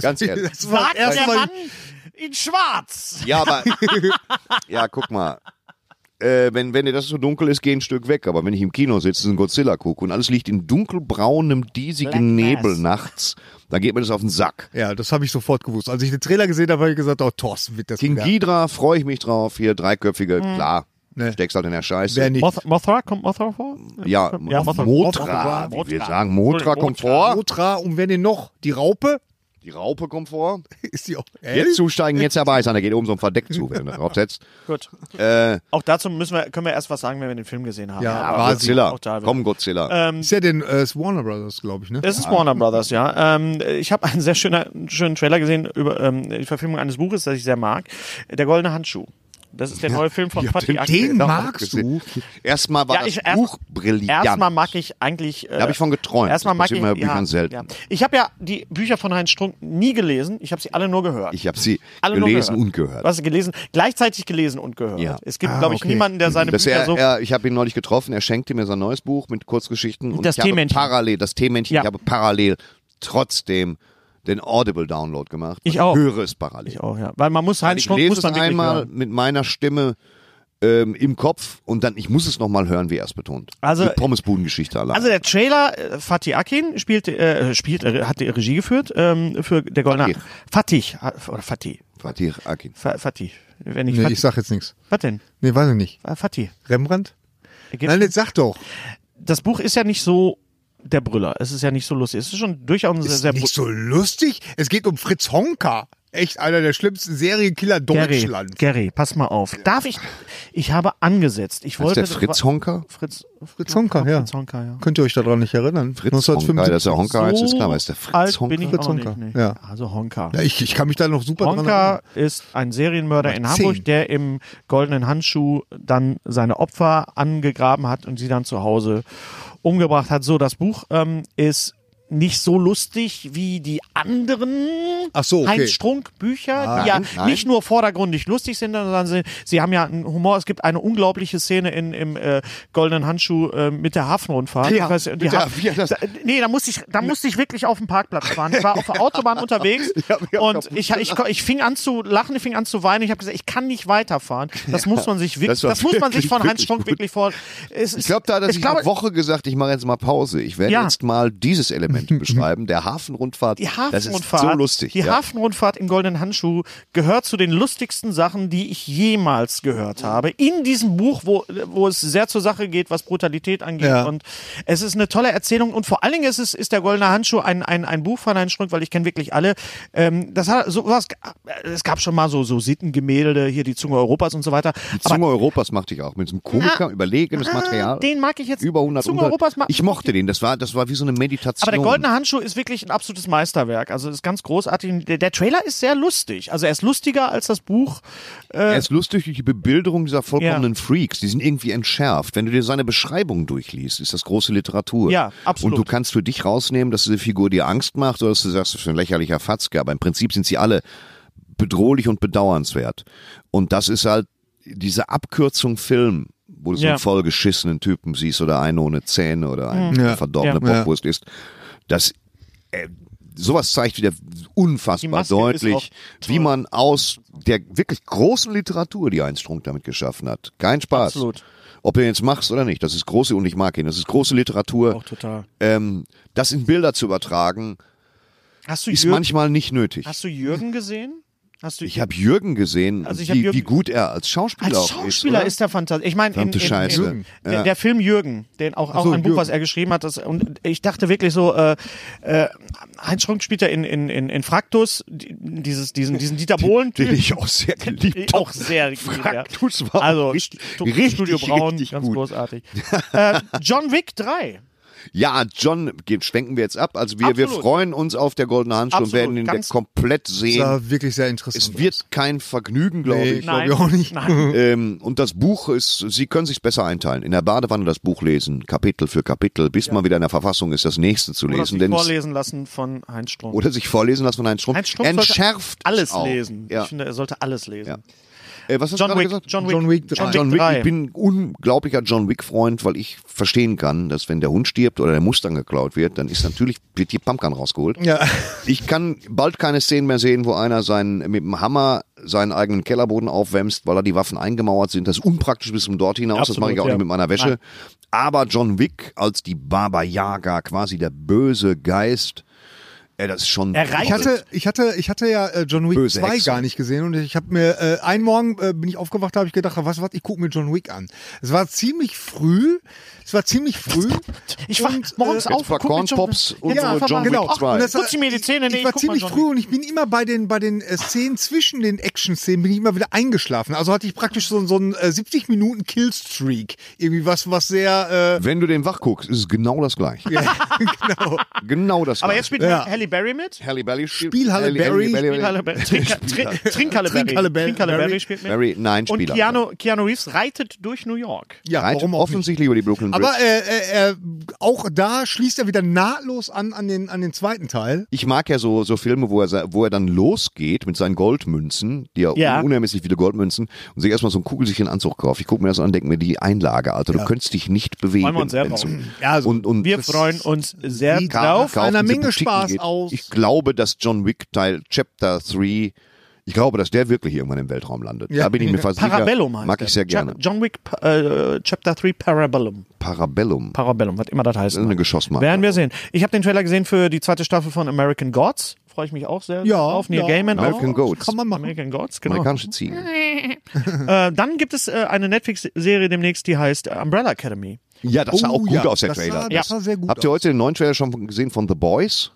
Speaker 6: Ganz ehrlich.
Speaker 1: Das war
Speaker 3: Sagt
Speaker 1: das erste
Speaker 3: der
Speaker 1: Mal,
Speaker 3: Mann in Schwarz.
Speaker 6: Ja, aber. ja, guck mal. Äh, wenn, wenn dir das so dunkel ist, geh ein Stück weg. Aber wenn ich im Kino sitze und Godzilla gucke und alles liegt in dunkelbraunem,
Speaker 3: Black
Speaker 6: diesigen
Speaker 3: Mass.
Speaker 6: Nebel nachts, dann geht mir das auf den Sack.
Speaker 1: ja, das habe ich sofort gewusst. Als ich den Trailer gesehen habe, habe ich gesagt, oh, Thorsten wird das
Speaker 6: King
Speaker 1: wieder.
Speaker 6: Ghidra freue ich mich drauf. Hier, dreiköpfige,
Speaker 3: Hm.
Speaker 6: klar.
Speaker 1: Ne.
Speaker 6: Steckst halt in der Scheiße.
Speaker 1: Wer nicht.
Speaker 3: Moth Mothra, kommt Mothra vor?
Speaker 6: Ja,
Speaker 3: Ja,
Speaker 6: Motra,
Speaker 3: Mothra.
Speaker 6: Motra,
Speaker 3: Mothra.
Speaker 6: wie wir sagen, Motra kommt vor.
Speaker 1: Ah. Motra und wer denn noch? Die Raupe?
Speaker 6: Die Raupe kommt vor.
Speaker 1: Ist die auch.
Speaker 6: Jetzt
Speaker 1: Ehrlich?
Speaker 6: zusteigen, jetzt dabei sein, da geht oben so ein Verdeck zu, wenn du drauf setzt.
Speaker 3: Gut.
Speaker 6: Äh,
Speaker 3: Auch dazu müssen wir, können wir erst was sagen, wenn wir den Film gesehen haben.
Speaker 1: Ja,
Speaker 6: aber
Speaker 1: Quasi.
Speaker 6: Godzilla,
Speaker 3: Ah, Auch da wieder.
Speaker 6: komm Godzilla.
Speaker 3: Ähm,
Speaker 1: Ist ja den äh, ist Warner Brothers, glaube ich, ne?
Speaker 3: es ist Warner Brothers, ja. Ähm, ich habe einen sehr schöner, schönen Trailer gesehen über ähm, die Verfilmung eines Buches, das ich sehr mag. Der goldene Handschuh. Das ist der neue Film von Fatih Akin.
Speaker 1: Den
Speaker 6: Genau,
Speaker 1: magst du?
Speaker 6: gesehen. Erstmal war
Speaker 3: Ja, ich-
Speaker 6: das
Speaker 3: erst-
Speaker 6: Buch brillant.
Speaker 3: Erstmal mag ich eigentlich. Äh,
Speaker 6: Da hab ich von geträumt.
Speaker 3: Erstmal
Speaker 6: Das
Speaker 3: mag ich.
Speaker 6: passiert mir bei Büchern selten.
Speaker 3: Ja. Ich habe ja die Bücher von Heinz Strunk nie gelesen. Ich habe sie alle nur gehört.
Speaker 6: Ich habe sie
Speaker 3: alle
Speaker 6: gelesen
Speaker 3: nur
Speaker 6: und gehört.
Speaker 3: Was gelesen? Gleichzeitig gelesen und gehört.
Speaker 6: Ja. Ah,
Speaker 3: Es gibt, glaube ich,
Speaker 1: okay.
Speaker 3: niemanden, der seine
Speaker 6: Das
Speaker 3: Bücher
Speaker 6: er,
Speaker 3: so.
Speaker 6: er, ich habe ihn neulich getroffen, er schenkte mir sein neues Buch mit Kurzgeschichten und
Speaker 3: Das
Speaker 6: ich habe
Speaker 3: Teemännchen.
Speaker 6: parallel, das Teemännchen,
Speaker 3: Ja.
Speaker 6: ich habe parallel trotzdem den Audible-Download gemacht.
Speaker 3: Ich auch.
Speaker 6: Höre es parallel.
Speaker 3: Ich auch, Oh, ja. Weil man muss Heinz
Speaker 6: ich
Speaker 3: Strunk
Speaker 6: lese
Speaker 3: muss
Speaker 6: es
Speaker 3: man wirklich
Speaker 6: einmal
Speaker 3: hören.
Speaker 6: mit meiner Stimme ähm, im Kopf und dann, ich muss es nochmal hören, wie er es betont.
Speaker 3: Also-
Speaker 6: Die Pommesbudengeschichte allein.
Speaker 3: Also der Trailer, äh, Fatih Akin spielt, äh, spielt, äh, hat die Regie geführt ähm, für der Goldene Fatih äh, oder Fatih,
Speaker 6: Fatih Akin.
Speaker 3: Fa- Fatih. Wenn ich,
Speaker 1: Nee,
Speaker 3: Fatih.
Speaker 1: ich sag jetzt nichts.
Speaker 3: was denn?
Speaker 1: Nee, weiß ich nicht.
Speaker 3: Äh, Fatih.
Speaker 1: Rembrandt?
Speaker 3: Ägypten.
Speaker 1: Nein, jetzt sag doch.
Speaker 3: Äh, das Buch ist ja nicht so der Brüller. Es ist ja nicht so lustig. Es ist schon durchaus ein sehr,
Speaker 1: Ist
Speaker 3: sehr
Speaker 1: nicht so lustig. Es geht um Fritz Honka. Echt einer der schlimmsten Serienkiller
Speaker 3: Gary,
Speaker 1: Deutschlands.
Speaker 3: Gary, pass mal auf. Darf ich? Ich habe angesetzt. Ich
Speaker 6: Ist
Speaker 3: wollte.
Speaker 6: der Fritz Honker?
Speaker 3: Fritz,
Speaker 1: Fritz Honka, ja.
Speaker 3: Fritz Honka, ja.
Speaker 1: Könnt ihr euch daran nicht erinnern?
Speaker 6: Fritz Honka, dass er Honka heißt, ist klar, aber ist der Fritz
Speaker 3: alt
Speaker 6: Honka?
Speaker 3: bin ich
Speaker 1: Fritz
Speaker 3: auch nicht.
Speaker 1: Honka,
Speaker 3: Nee.
Speaker 1: ja.
Speaker 3: Also Honka.
Speaker 1: Ja, ich, ich kann mich da noch super dran
Speaker 3: Honka
Speaker 1: erinnern.
Speaker 3: ist ein Serienmörder in Hamburg,
Speaker 1: zehn.
Speaker 3: der im goldenen Handschuh dann seine Opfer angegraben hat und sie dann zu Hause umgebracht hat. So, das Buch ähm, ist nicht so lustig wie die anderen
Speaker 1: Ach so, okay.
Speaker 3: Heinz Strunk Bücher, die ja
Speaker 6: Ah, Nein, nein.
Speaker 3: nicht nur vordergründig lustig sind, sondern sie, sie haben ja einen Humor. Es gibt eine unglaubliche Szene in, im äh, goldenen Handschuh äh, mit der Hafenrundfahrt.
Speaker 6: Ja,
Speaker 3: Ich weiß, die
Speaker 6: mit der-
Speaker 3: Haf-
Speaker 6: wie er das-
Speaker 3: da, nee, da musste ich, da musste ich wirklich auf dem Parkplatz fahren. Ich war auf der Autobahn unterwegs
Speaker 6: Ja, wir haben
Speaker 3: und ich, ich, ich fing an zu lachen, ich fing an zu weinen. Ich habe gesagt, ich kann nicht weiterfahren. Das muss man sich wirklich,
Speaker 6: das
Speaker 3: das,
Speaker 6: war
Speaker 3: muss man sich
Speaker 6: wirklich,
Speaker 3: von Heinz
Speaker 6: wirklich
Speaker 3: Strunk
Speaker 6: gut.
Speaker 3: wirklich vor. Es,
Speaker 6: Ich glaube, da hat er sich
Speaker 3: glaube,
Speaker 6: eine Woche gesagt, ich mache jetzt mal Pause. Ich werde
Speaker 3: Ja.
Speaker 6: jetzt mal dieses Element beschreiben, der Hafenrundfahrt.
Speaker 3: die
Speaker 6: Das
Speaker 3: Hafenrundfahrt,
Speaker 6: ist so lustig.
Speaker 3: die
Speaker 6: ja.
Speaker 3: Hafenrundfahrt im goldenen Handschuh gehört zu den lustigsten Sachen, die ich jemals gehört habe. In diesem Buch, wo, wo es sehr zur Sache geht, was Brutalität angeht.
Speaker 1: Ja.
Speaker 3: Und es ist eine tolle Erzählung. Und vor allen Dingen ist es ist der goldene Handschuh ein, ein, ein Buch von Heinz Strunk, weil ich kenne wirklich alle. Ähm, das hat sowas. Es gab schon mal so so Sittengemälde hier die Zunge Europas und so weiter.
Speaker 6: Die Zunge Europas machte ich auch. Mit so einem Komiker, überlegenes Material.
Speaker 3: Ah, Den mag ich jetzt.
Speaker 6: über 100
Speaker 3: Zunge
Speaker 6: unter-
Speaker 3: Europas mag
Speaker 6: Ich mochte den. Das war, das war wie so eine Meditation.
Speaker 3: Aber der goldene Handschuh ist wirklich ein absolutes Meisterwerk. Also ist ganz großartig. Der, der Trailer ist sehr lustig. Also er ist lustiger als das Buch. Äh,
Speaker 6: Er ist lustig durch die Bebilderung dieser vollkommenen Freaks. Die sind irgendwie entschärft. Wenn du dir seine Beschreibung durchliest, ist das große Literatur.
Speaker 3: Ja, absolut.
Speaker 6: Und du kannst für dich rausnehmen, dass diese Figur dir Angst macht oder dass du sagst, das ist ein lächerlicher Fatzke. Aber im Prinzip sind sie alle bedrohlich und bedauernswert. Und das ist halt diese Abkürzung Film, wo du so
Speaker 3: Ja.
Speaker 6: einen vollgeschissenen Typen siehst oder einen ohne Zähne oder
Speaker 3: Mhm.
Speaker 6: einen
Speaker 1: Ja.
Speaker 6: verdorbene
Speaker 1: Ja.
Speaker 6: Bockwurst ist. Das, äh, sowas zeigt wieder
Speaker 3: Die
Speaker 6: unfassbar
Speaker 3: Maske ist auch
Speaker 6: deutlich,
Speaker 3: toll.
Speaker 6: wie man aus der wirklich großen Literatur, die Heinz Strunk damit geschaffen hat, kein Spaß.
Speaker 3: Absolut.
Speaker 6: Ob du ihn jetzt machst oder nicht, das ist große, und ich mag ihn, das ist große Literatur.
Speaker 3: Auch total.
Speaker 6: Ähm, das in Bilder zu übertragen,
Speaker 3: Hast du,
Speaker 6: ist
Speaker 3: Jürgen,
Speaker 6: manchmal nicht nötig.
Speaker 3: hast du Jürgen gesehen? Hast du
Speaker 6: Ich habe Jürgen gesehen,
Speaker 3: Also ich hab
Speaker 6: wie,
Speaker 3: Jürgen-
Speaker 6: wie gut er als Schauspieler,
Speaker 3: als
Speaker 6: auch
Speaker 3: Schauspieler
Speaker 6: oder?
Speaker 3: ist, der fantastisch. Ich meine, in, in,
Speaker 6: Verdammte Scheiße.
Speaker 3: in, der,
Speaker 6: Ja.
Speaker 3: der Film Jürgen, den auch, auch
Speaker 1: so,
Speaker 3: ein Buch,
Speaker 1: Jürgen.
Speaker 3: was er geschrieben hat, das, und ich dachte wirklich so, äh, äh, Heinz Strunk spielt ja in, in, in, in Fraktus, die- dieses, diesen, diesen Dieter Bohlen.
Speaker 6: den ich auch sehr geliebt
Speaker 3: auch
Speaker 6: habe.
Speaker 3: sehr geliebt, ja.
Speaker 6: Fraktus war
Speaker 3: Also,
Speaker 6: richtig,
Speaker 3: Stu-
Speaker 6: richtig,
Speaker 3: Studio Braun,
Speaker 6: richtig
Speaker 3: ganz
Speaker 6: gut.
Speaker 3: großartig. äh, John Wick 3.
Speaker 6: Ja, John, ge- schwenken wir jetzt ab. Also wir, wir
Speaker 3: Absolut.
Speaker 6: freuen uns auf der Goldene Handschuh und
Speaker 3: Absolut,
Speaker 6: werden ihn
Speaker 3: ganz-
Speaker 6: komplett
Speaker 1: Das
Speaker 6: sehen.
Speaker 1: war wirklich sehr interessant.
Speaker 6: es wird kein Vergnügen, glaube
Speaker 1: Nee,
Speaker 6: ich.
Speaker 1: glaub ich auch nicht.
Speaker 3: Nein.
Speaker 6: Ähm, und das Buch ist, Sie können sich besser einteilen. In der Badewanne das Buch lesen, Kapitel für Kapitel, bis man wieder in der Verfassung ist, das nächste zu
Speaker 3: Oder
Speaker 6: lesen.
Speaker 3: sich
Speaker 6: Denn es-
Speaker 3: vorlesen lassen von Heinz Strunk.
Speaker 6: oder sich vorlesen lassen von Heinz Strunk.
Speaker 3: Heinz Strunk sollte
Speaker 6: Entschärft
Speaker 3: alles
Speaker 6: auch.
Speaker 3: lesen.
Speaker 6: Ja.
Speaker 3: Ich finde, er sollte alles lesen.
Speaker 6: Äh, was hast du
Speaker 3: John
Speaker 6: gerade
Speaker 3: Wick,
Speaker 6: gesagt?
Speaker 3: John Wick,
Speaker 1: John Wick
Speaker 3: John Wick,
Speaker 6: John Wick,
Speaker 3: 3.
Speaker 6: ich bin unglaublicher John Wick-Freund, weil ich verstehen kann, dass wenn der Hund stirbt oder der Mustang geklaut wird, dann ist natürlich, wird die Pumpkin rausgeholt.
Speaker 1: Ja.
Speaker 6: Ich kann bald keine Szenen mehr sehen, wo einer seinen, mit dem Hammer seinen eigenen Kellerboden aufwämst, weil da die Waffen eingemauert sind. Das ist unpraktisch bis zum Dort hinaus. das
Speaker 3: Absolut,
Speaker 6: mache ich auch
Speaker 3: ja.
Speaker 6: nicht mit meiner Wäsche.
Speaker 3: Nein.
Speaker 6: Aber John Wick als die Baba Yaga, quasi der böse Geist, äh, das ist schon.
Speaker 3: Er reicht
Speaker 1: Ich hatte, ich hatte, ich hatte ja äh, John Wick
Speaker 6: Böse
Speaker 1: 2
Speaker 6: Hexe.
Speaker 1: gar nicht gesehen und ich habe mir äh, einen Morgen äh, bin ich aufgewacht, habe ich gedacht, ach, was was, ich gucke mir John Wick an. Es war ziemlich früh, es war ziemlich früh.
Speaker 3: Ich war
Speaker 1: und,
Speaker 3: morgens
Speaker 1: äh,
Speaker 6: Jetzt
Speaker 3: auf,
Speaker 6: war
Speaker 3: guck mir
Speaker 6: Corn
Speaker 3: John-
Speaker 6: Pops und
Speaker 3: Ja,
Speaker 6: äh,
Speaker 3: einfach
Speaker 6: John
Speaker 3: mal-
Speaker 6: Wick
Speaker 1: Genau.
Speaker 6: 2.
Speaker 1: Und das,
Speaker 3: Putz
Speaker 1: äh,
Speaker 3: mir die Zähne, nee,
Speaker 1: ich
Speaker 3: ich
Speaker 1: war
Speaker 3: guck mal
Speaker 1: ziemlich
Speaker 3: John
Speaker 1: früh und ich bin immer bei den bei den äh, Szenen zwischen den Action-Szenen bin ich immer wieder eingeschlafen. Also hatte ich praktisch so, so einen äh, 70 Minuten Killstreak, irgendwie was was sehr äh,
Speaker 6: Wenn du den wach guckst, ist es genau das gleiche.
Speaker 1: genau.
Speaker 6: Genau das
Speaker 3: Aber
Speaker 6: gleiche.
Speaker 3: jetzt spielt
Speaker 1: Ja.
Speaker 3: Halle Berry mit.
Speaker 6: Halle Berry spielt.
Speaker 1: Spiel Halle Berry,
Speaker 3: Spielt Halle Berry. Trink, Trink, Trink Halle Berry.
Speaker 1: Trink Halle Berry.
Speaker 3: Trink Halle Berry
Speaker 1: Berry.
Speaker 3: spielt mit.
Speaker 6: Berry, nein,
Speaker 3: Und
Speaker 6: Spieler.
Speaker 3: Keanu, Keanu Reeves reitet durch New York.
Speaker 1: ja
Speaker 6: Reitet
Speaker 1: warum auch nicht.
Speaker 6: offensichtlich über die Brooklyn Bridge.
Speaker 1: Aber äh, äh, äh, auch da schließt er wieder nahtlos an an den an den zweiten Teil.
Speaker 6: ich mag ja so, so Filme, wo er, se- wo er dann losgeht mit seinen Goldmünzen, die ja,
Speaker 3: Ja.
Speaker 6: unermesslich viele Goldmünzen, und sich erstmal so einen kugelsicheren Anzug kauft. Ich gucke mir das an und denke mir, die Einlage, Alter, du könntest dich nicht bewegen.
Speaker 3: Freuen wir uns sehr
Speaker 6: wenn's-
Speaker 3: drauf.
Speaker 1: Ja, also
Speaker 6: und, und
Speaker 3: Wir
Speaker 6: das-
Speaker 3: freuen uns sehr
Speaker 1: Die
Speaker 3: drauf.
Speaker 6: kaufen
Speaker 1: einer
Speaker 6: diese
Speaker 1: Menge
Speaker 6: Boutiquen
Speaker 1: Spaß aus.
Speaker 6: Ich glaube, dass John Wick Teil Chapter 3, ich glaube, dass der wirklich irgendwann im Weltraum landet.
Speaker 1: Ja.
Speaker 6: Da bin ich mir fast
Speaker 3: Parabellum
Speaker 6: sicher.
Speaker 3: heißt
Speaker 6: Mag
Speaker 3: der.
Speaker 6: ich sehr gerne.
Speaker 3: John, John Wick äh, Chapter 3 Parabellum.
Speaker 6: Parabellum.
Speaker 3: Parabellum, was immer das heißt.
Speaker 6: Das ist eine Geschossmarke.
Speaker 3: Werden wir sehen. Ich habe den Trailer gesehen für die zweite Staffel von American Gods. Freue ich mich auch sehr
Speaker 1: Ja,
Speaker 3: auf. Neil
Speaker 1: ja.
Speaker 3: Gaiman
Speaker 6: American
Speaker 3: auch.
Speaker 6: Goats.
Speaker 1: kann man machen.
Speaker 3: American Gods, genau.
Speaker 6: Amerikanische Ziegen.
Speaker 3: Äh, dann gibt es äh, eine Netflix-Serie demnächst, die heißt Umbrella Academy.
Speaker 6: Ja, das sah
Speaker 1: Oh,
Speaker 6: auch gut
Speaker 1: ja.
Speaker 6: aus, der
Speaker 1: Das sah-
Speaker 6: Trailer.
Speaker 1: das sah sehr gut
Speaker 6: Habt ihr
Speaker 1: aus.
Speaker 6: heute den neuen Trailer schon von- gesehen von The Boys?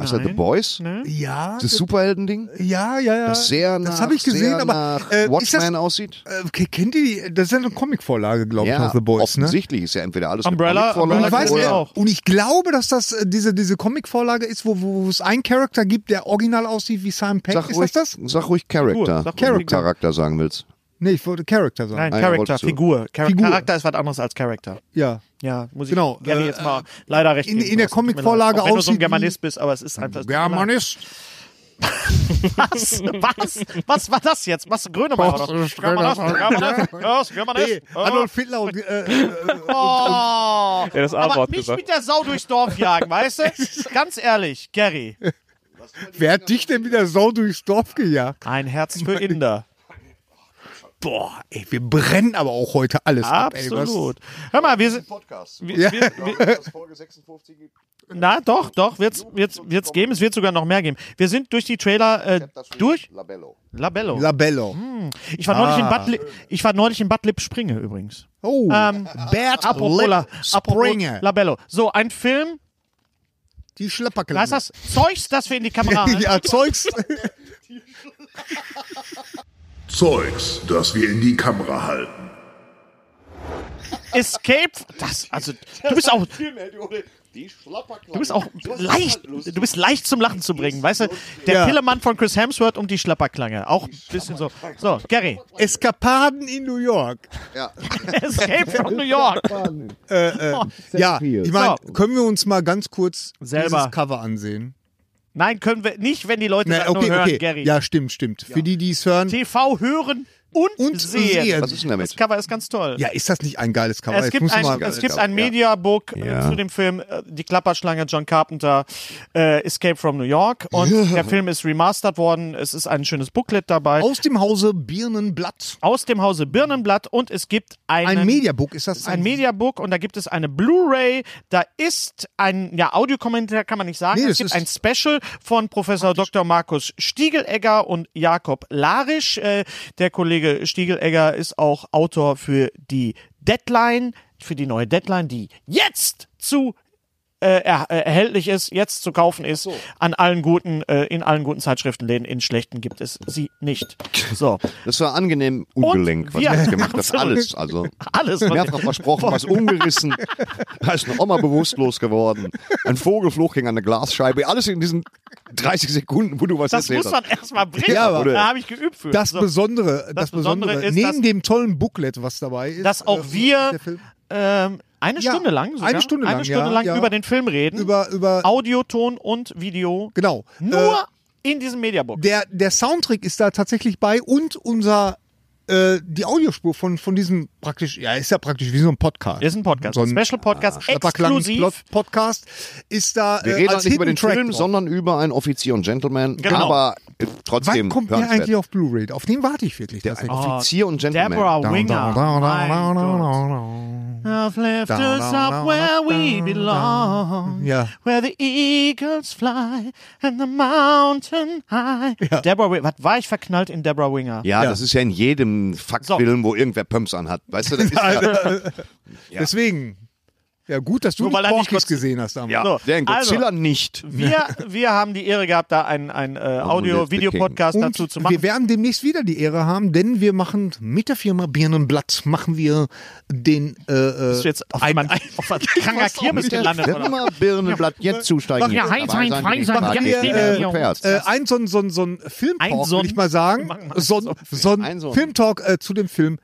Speaker 6: Hast du The
Speaker 3: Nein.
Speaker 6: Boys?
Speaker 3: Ne?
Speaker 1: Ja,
Speaker 6: Das Superhelden-Ding?
Speaker 1: ja, ja, ja.
Speaker 6: Das sehr nach,
Speaker 1: das habe ich gesehen,
Speaker 6: sehr
Speaker 1: aber
Speaker 6: nach
Speaker 1: äh, ist das,
Speaker 6: Watchmen aussieht?
Speaker 1: äh, ke- kennt ihr die? Das ist ja eine Comicvorlage, glaube ich,
Speaker 6: ja,
Speaker 1: aus The Boys, ne?
Speaker 6: offensichtlich ist ja entweder alles eine
Speaker 3: Umbrella-
Speaker 1: Und
Speaker 6: Comicvorlage
Speaker 1: ich,
Speaker 3: Umbrella
Speaker 1: weiß,
Speaker 3: Academy
Speaker 1: äh,
Speaker 6: oder
Speaker 3: auch.
Speaker 1: und ich glaube, dass das äh, diese, diese Comicvorlage ist, wo, wo wo es einen Charakter gibt, der original aussieht wie Simon Peck.
Speaker 6: Sag
Speaker 1: ist
Speaker 6: ruhig,
Speaker 1: das das?
Speaker 6: Sag ruhig Charakter,
Speaker 3: Gut, sag ruhig
Speaker 6: wenn du
Speaker 3: Charakter.
Speaker 6: Charakter sagen willst.
Speaker 1: Nee, ich wollte Charakter sagen.
Speaker 3: Nein,
Speaker 6: Nein,
Speaker 3: Charakter,
Speaker 6: wolltest du.
Speaker 3: Figur. Char
Speaker 1: Figur.
Speaker 3: Charakter ist was anderes als Charakter.
Speaker 1: Ja.
Speaker 3: Ja, muss ich
Speaker 1: Genau,
Speaker 3: Gary
Speaker 1: äh,
Speaker 3: jetzt mal leider recht
Speaker 1: in-
Speaker 3: geben
Speaker 1: in der
Speaker 3: lassen. Tut mir leid.
Speaker 1: Comicvorlage
Speaker 3: Auch wenn du so ein
Speaker 1: aussieht
Speaker 3: Germanist
Speaker 1: wie-
Speaker 3: bist, aber es ist einfach...
Speaker 1: Germanis.
Speaker 3: Was? Was? Was war das jetzt? Was? Grönemeyer? oder was? Germanist? Germanist? Was?
Speaker 1: Nee,
Speaker 3: Germanist? Äh,
Speaker 1: Adolf Hitler und, äh, äh,
Speaker 3: Oh.
Speaker 8: Ja, das
Speaker 3: Aber
Speaker 8: A-Wort
Speaker 3: nicht
Speaker 8: gesagt.
Speaker 3: mit der Sau durchs Dorf jagen, weißt du? Ganz ehrlich, Gary.
Speaker 1: Wer hat dich denn wieder so durchs Dorf gejagt?
Speaker 3: Ein Herz für Inder.
Speaker 1: Boah, ey, wir brennen aber auch heute alles
Speaker 3: Absolut. Hör mal, wir sind.
Speaker 6: Podcast.
Speaker 3: Wir, wir, wir,
Speaker 6: Folge 56 gibt
Speaker 3: na doch, doch, wird's, wird's, wird's geben, es wird sogar noch mehr geben. Wir sind durch die Trailer äh, durch.
Speaker 6: Labello.
Speaker 3: Labello.
Speaker 1: Was? Labello.
Speaker 3: Hm. Ich war
Speaker 1: Ah.
Speaker 3: neulich in Bad Lip, ich war neulich in Bad Lip Springe übrigens.
Speaker 1: Oh,
Speaker 3: Ähm,
Speaker 1: Bert
Speaker 3: Apropos, La, apropos
Speaker 1: Springer.
Speaker 3: Labello. So, ein Film,
Speaker 1: die
Speaker 3: da ist
Speaker 1: Schlepperklasse.
Speaker 3: das Ah, Zeugs, das wir in die Kamera halten.
Speaker 1: ja, Zeugs.
Speaker 7: Zeugs, das wir in die Kamera halten.
Speaker 3: Escape. Das, also, du bist auch. Du bist auch leicht, du bist leicht zum Lachen zu bringen, weißt du? Der
Speaker 1: Ja.
Speaker 3: Pillemann von Chris Hemsworth und die Schlapperklange. Auch ein bisschen so. So, Gary.
Speaker 1: Eskapaden in New York.
Speaker 3: Escape from New York.
Speaker 1: Ja, ich meine,
Speaker 3: So.
Speaker 1: können wir uns mal ganz kurz
Speaker 3: Selber.
Speaker 1: dieses Cover ansehen?
Speaker 3: Nein, können wir nicht, wenn die Leute
Speaker 1: Nee,
Speaker 3: das nur hören, Gary.
Speaker 1: Ja, stimmt, stimmt. Für die, die es hören
Speaker 3: TV hören und,
Speaker 1: und
Speaker 3: sehen.
Speaker 1: sehen.
Speaker 6: Was ist denn
Speaker 3: Das
Speaker 6: damit?
Speaker 3: Cover ist ganz toll.
Speaker 1: Ja, ist das nicht ein geiles Cover?
Speaker 3: Es
Speaker 1: Jetzt
Speaker 3: gibt,
Speaker 1: muss
Speaker 3: ein,
Speaker 1: man genau- mal-
Speaker 3: es gibt ein Mediabook äh,
Speaker 6: Ja.
Speaker 3: zu dem Film äh, Die Klapperschlange John Carpenter äh, Escape from New York und der Film ist remastered worden. Es ist ein schönes Booklet dabei
Speaker 1: aus dem Hause Birnenblatt.
Speaker 3: aus dem Hause Birnenblatt und es gibt einen
Speaker 1: Ein Mediabook ist das?
Speaker 3: ist ein Mediabook und da gibt es eine Blu-ray, da ist ein ja Audiokommentar kann man nicht sagen,
Speaker 1: Nee,
Speaker 3: es
Speaker 1: das
Speaker 3: gibt
Speaker 1: ist-
Speaker 3: ein Special von Professor Dr. Markus Stiegelegger und Jakob Larisch. Äh, der Kollege Stiegelegger ist auch Autor für die Deadline, für die neue Deadline, die jetzt zu äh, er, äh, erhältlich ist, jetzt zu kaufen ist, an allen guten, äh, in allen guten Zeitschriftenläden, in schlechten gibt es sie nicht. So.
Speaker 6: Das war angenehm ungelenk, was
Speaker 3: wir-
Speaker 6: du jetzt gemacht hast.
Speaker 3: Absolut.
Speaker 6: Alles, also.
Speaker 3: Alles, was
Speaker 6: Mehrfach versprochen, was umgerissen. Da ist eine Oma bewusstlos geworden. Ein Vogel flog gegen eine Glasscheibe. Alles in diesen 30 Sekunden, wo du was
Speaker 3: Das
Speaker 6: erzählt
Speaker 3: muss man
Speaker 6: hast.
Speaker 3: erstmal bringen.
Speaker 6: Ja, aber-
Speaker 3: da habe ich geübt für.
Speaker 1: Das
Speaker 3: So.
Speaker 1: Besondere, das, Besondere,
Speaker 3: Besondere ist, dass-
Speaker 1: neben dem tollen Booklet, was dabei ist,
Speaker 3: dass auch
Speaker 1: äh,
Speaker 3: wir
Speaker 1: der Film
Speaker 3: ähm, eine
Speaker 1: Ja,
Speaker 3: Stunde lang sogar,
Speaker 1: eine Stunde lang,
Speaker 3: eine Stunde
Speaker 1: ja,
Speaker 3: lang
Speaker 1: ja.
Speaker 3: über den Film reden.
Speaker 1: über über
Speaker 3: Audio, Ton und Video.
Speaker 1: genau
Speaker 3: Nur in diesem Mediabook.
Speaker 1: Der, der Soundtrack ist da tatsächlich bei und unser äh, äh, die Audiospur von, von diesem praktisch, ja, ist ja praktisch wie so ein Podcast.
Speaker 3: Ist ein Podcast,
Speaker 1: So ein
Speaker 3: Special Podcast,
Speaker 1: Schlepperklang-
Speaker 3: exklusiv.
Speaker 1: Podcast ist da
Speaker 6: Wir
Speaker 1: äh,
Speaker 6: reden
Speaker 1: als
Speaker 6: halt nicht über
Speaker 1: Hidden
Speaker 6: den
Speaker 1: Track
Speaker 6: Film,
Speaker 1: drauf.
Speaker 6: sondern über einen Offizier und Gentleman.
Speaker 3: Genau.
Speaker 6: Aber äh,
Speaker 1: Wann
Speaker 6: trotzdem.
Speaker 1: kommt der
Speaker 6: hörenswert.
Speaker 1: eigentlich auf Blu-ray? Auf den warte ich wirklich.
Speaker 6: Der
Speaker 1: tatsächlich.
Speaker 6: Offizier und Gentleman.
Speaker 3: Deborah Winger. Mein Gott.
Speaker 1: Winger.
Speaker 3: I've left us up where we belong.
Speaker 1: Ja.
Speaker 3: Where the eagles fly and the mountain high. Deborah Winger. Was war ich verknallt in Deborah Winger?
Speaker 6: Ja, das ist ja in jedem Faktfilm, wo irgendwer Pumps anhat. Weißt du, das ist ja,
Speaker 1: Deswegen. Ja, gut, dass du
Speaker 3: Nur weil
Speaker 1: nicht
Speaker 3: er nicht
Speaker 1: Porkys
Speaker 3: Gotz-
Speaker 1: gesehen hast damals.
Speaker 6: ja
Speaker 3: So,
Speaker 6: der in Godzilla
Speaker 3: also-
Speaker 6: nicht.
Speaker 3: Wir, wir haben die Ehre gehabt, da einen, einen äh,
Speaker 6: jetzt
Speaker 3: Audio-Video-Podcast
Speaker 1: Und
Speaker 3: um dazu zu
Speaker 1: wir
Speaker 3: machen.
Speaker 1: werden demnächst wieder die Ehre haben, denn wir machen mit der Firma Birnenblatt machen wir den äh,
Speaker 3: Bist
Speaker 1: äh,
Speaker 3: du jetzt auf einem auf einem kranker Kirmes gelandet? Oder?
Speaker 6: Firma Birnenblatt jetzt zusteigen.
Speaker 1: Ja,
Speaker 6: Dabei
Speaker 1: Heinz,
Speaker 6: sein,
Speaker 3: Heinz, Heinz,
Speaker 6: nicht
Speaker 3: Heinz,
Speaker 6: wahr?
Speaker 3: ja,
Speaker 6: Nicht
Speaker 1: ich
Speaker 6: wahr?
Speaker 1: stehe
Speaker 6: Rückwärts.
Speaker 1: äh, ein so ein, so ein, so ein
Speaker 3: Ein
Speaker 1: Filmtalk,
Speaker 3: so ein-
Speaker 1: würde ich mal sagen.
Speaker 3: Machen wir
Speaker 1: So ein, so ein,
Speaker 6: Ein so ein.
Speaker 1: Filmtalk äh, zu dem Film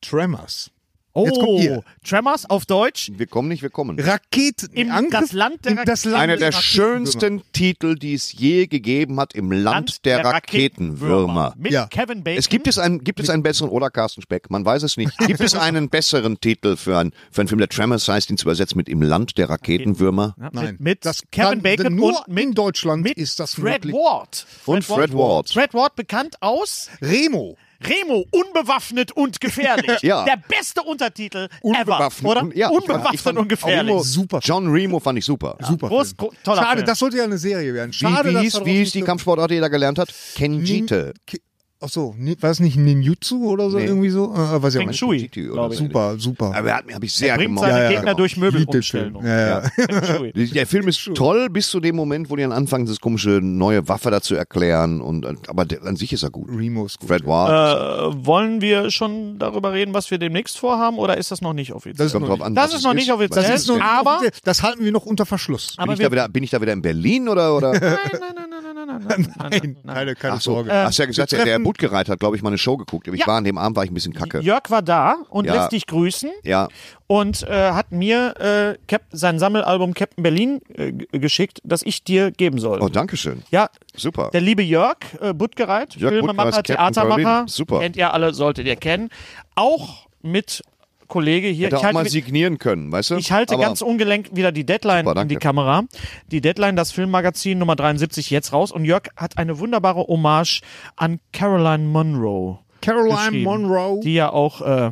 Speaker 1: Tremors. Jetzt kommt
Speaker 3: Oh,
Speaker 1: ihr.
Speaker 3: Tremors auf Deutsch.
Speaker 6: Wir kommen nicht, wir kommen.
Speaker 1: Raketen.
Speaker 3: Im-
Speaker 1: Angriff-
Speaker 3: das Land der
Speaker 1: in das Land
Speaker 6: Einer der
Speaker 1: Raketen-
Speaker 6: schönsten Titel, die es je gegeben hat im Land der Raketenwürmer.
Speaker 3: Mit
Speaker 1: Ja.
Speaker 3: Kevin Bacon.
Speaker 6: Es gibt es einen, gibt es einen besseren oder Carsten Speck? Man weiß es nicht. Gibt es einen besseren Titel für einen, für einen Film? Der Tremors heißt ihn zu übersetzen mit Im Land der Raketenwürmer
Speaker 3: Ja,
Speaker 1: Nein,
Speaker 3: mit, mit
Speaker 1: das
Speaker 3: Kevin
Speaker 1: kann-
Speaker 3: Bacon
Speaker 1: denn nur
Speaker 3: und mit,
Speaker 1: in Deutschland
Speaker 3: mit
Speaker 1: ist das
Speaker 3: Fred
Speaker 1: möglich.
Speaker 3: Ward.
Speaker 6: und Fred Ward.
Speaker 3: Fred Ward bekannt aus
Speaker 1: Remo.
Speaker 3: Remo, unbewaffnet und gefährlich.
Speaker 6: Ja.
Speaker 3: Der beste Untertitel
Speaker 6: Unbewaffnet
Speaker 3: ever,
Speaker 6: und-
Speaker 3: oder?
Speaker 6: ja, ich fand-
Speaker 3: unbewaffnet
Speaker 6: ich fand
Speaker 3: und gefährlich.
Speaker 1: Remo, super.
Speaker 6: John Remo fand ich super.
Speaker 1: Super.
Speaker 3: Groß-
Speaker 1: Film.
Speaker 3: gro- toller
Speaker 1: Schade,
Speaker 3: Film.
Speaker 1: das sollte ja eine Serie werden.
Speaker 6: Wie,
Speaker 1: Schade,
Speaker 6: wie,
Speaker 1: dass
Speaker 6: hieß,
Speaker 1: daraus
Speaker 6: wie hieß die
Speaker 1: nicht-
Speaker 6: Kampfsportart, die jeder gelernt hat? Kenjite.
Speaker 1: Ki- Ach so, ni- war es nicht Ninjutsu oder so
Speaker 6: Nee.
Speaker 1: irgendwie so? Äh, weiß ich auch
Speaker 3: Feng
Speaker 1: nicht.
Speaker 3: Shui,
Speaker 6: Titi oder
Speaker 3: glaube
Speaker 6: so.
Speaker 3: ich.
Speaker 1: Super, super.
Speaker 6: Aber er hat mich, hab ich sehr
Speaker 3: Bringt
Speaker 6: gemacht.
Speaker 3: seine
Speaker 1: Ja, ja,
Speaker 3: Gegner
Speaker 1: genau.
Speaker 3: durch Möbelumstellung.
Speaker 1: Ja, ja.
Speaker 3: Feng Shui.
Speaker 6: Der Film ist toll bis zu dem Moment, wo die dann anfangen, das komische neue Waffe dazu erklären. Und, aber der, an sich ist er gut.
Speaker 1: Remo ist gut.
Speaker 6: Fred Ward.
Speaker 3: Äh, wollen wir schon darüber reden, was wir demnächst vorhaben, oder ist das noch nicht offiziell?
Speaker 1: Das
Speaker 6: kommt drauf an.
Speaker 3: Das
Speaker 6: was
Speaker 3: ist
Speaker 6: es
Speaker 3: noch nicht offiziell,
Speaker 6: was es
Speaker 3: das ist noch-
Speaker 6: Bin,
Speaker 3: aber-
Speaker 1: das halten wir noch unter Verschluss.
Speaker 3: aber
Speaker 6: ich da wieder, bin ich da wieder in Berlin oder? oder?
Speaker 3: nein, nein, nein, nein, nein, nein, nein, nein, nein.
Speaker 1: Keine, keine
Speaker 6: Ach so,
Speaker 1: Sorge.
Speaker 6: hast ja gesagt, der, der
Speaker 1: treffen-
Speaker 6: Bootgereit hat, glaube ich, mal eine Show geguckt. Ich
Speaker 3: Ja.
Speaker 6: war an dem Abend, war ich ein bisschen kacke. Ja.
Speaker 3: Jörg war da und
Speaker 6: Ja.
Speaker 3: lässt dich grüßen
Speaker 6: ja.
Speaker 3: und äh, hat mir äh, Cap sein Sammelalbum Captain Berlin äh, g- geschickt, das ich dir geben soll.
Speaker 6: Oh, Dankeschön.
Speaker 3: ja,
Speaker 6: Super.
Speaker 3: der liebe Jörg äh, Buttgereit,
Speaker 6: Jörg
Speaker 3: Filmemacher,
Speaker 6: Buttgereit, Captain
Speaker 3: Theatermacher,
Speaker 6: Berlin. Super.
Speaker 3: kennt ihr alle, solltet ihr kennen. Auch mit Kollege hier.
Speaker 6: Hätte
Speaker 3: Ich
Speaker 6: auch
Speaker 3: halte
Speaker 6: mal
Speaker 3: mit-
Speaker 6: signieren können, weißt du?
Speaker 3: Ich halte
Speaker 6: aber
Speaker 3: ganz ungelenkt wieder die Deadline
Speaker 6: Super,
Speaker 3: an die
Speaker 6: danke.
Speaker 3: Kamera. Die Deadline, das Filmmagazin Nummer 73 jetzt raus. Und Jörg hat eine wunderbare Hommage an Caroline Monroe.
Speaker 1: Caroline
Speaker 3: geschrieben,
Speaker 1: Monroe
Speaker 3: Die ja auch äh,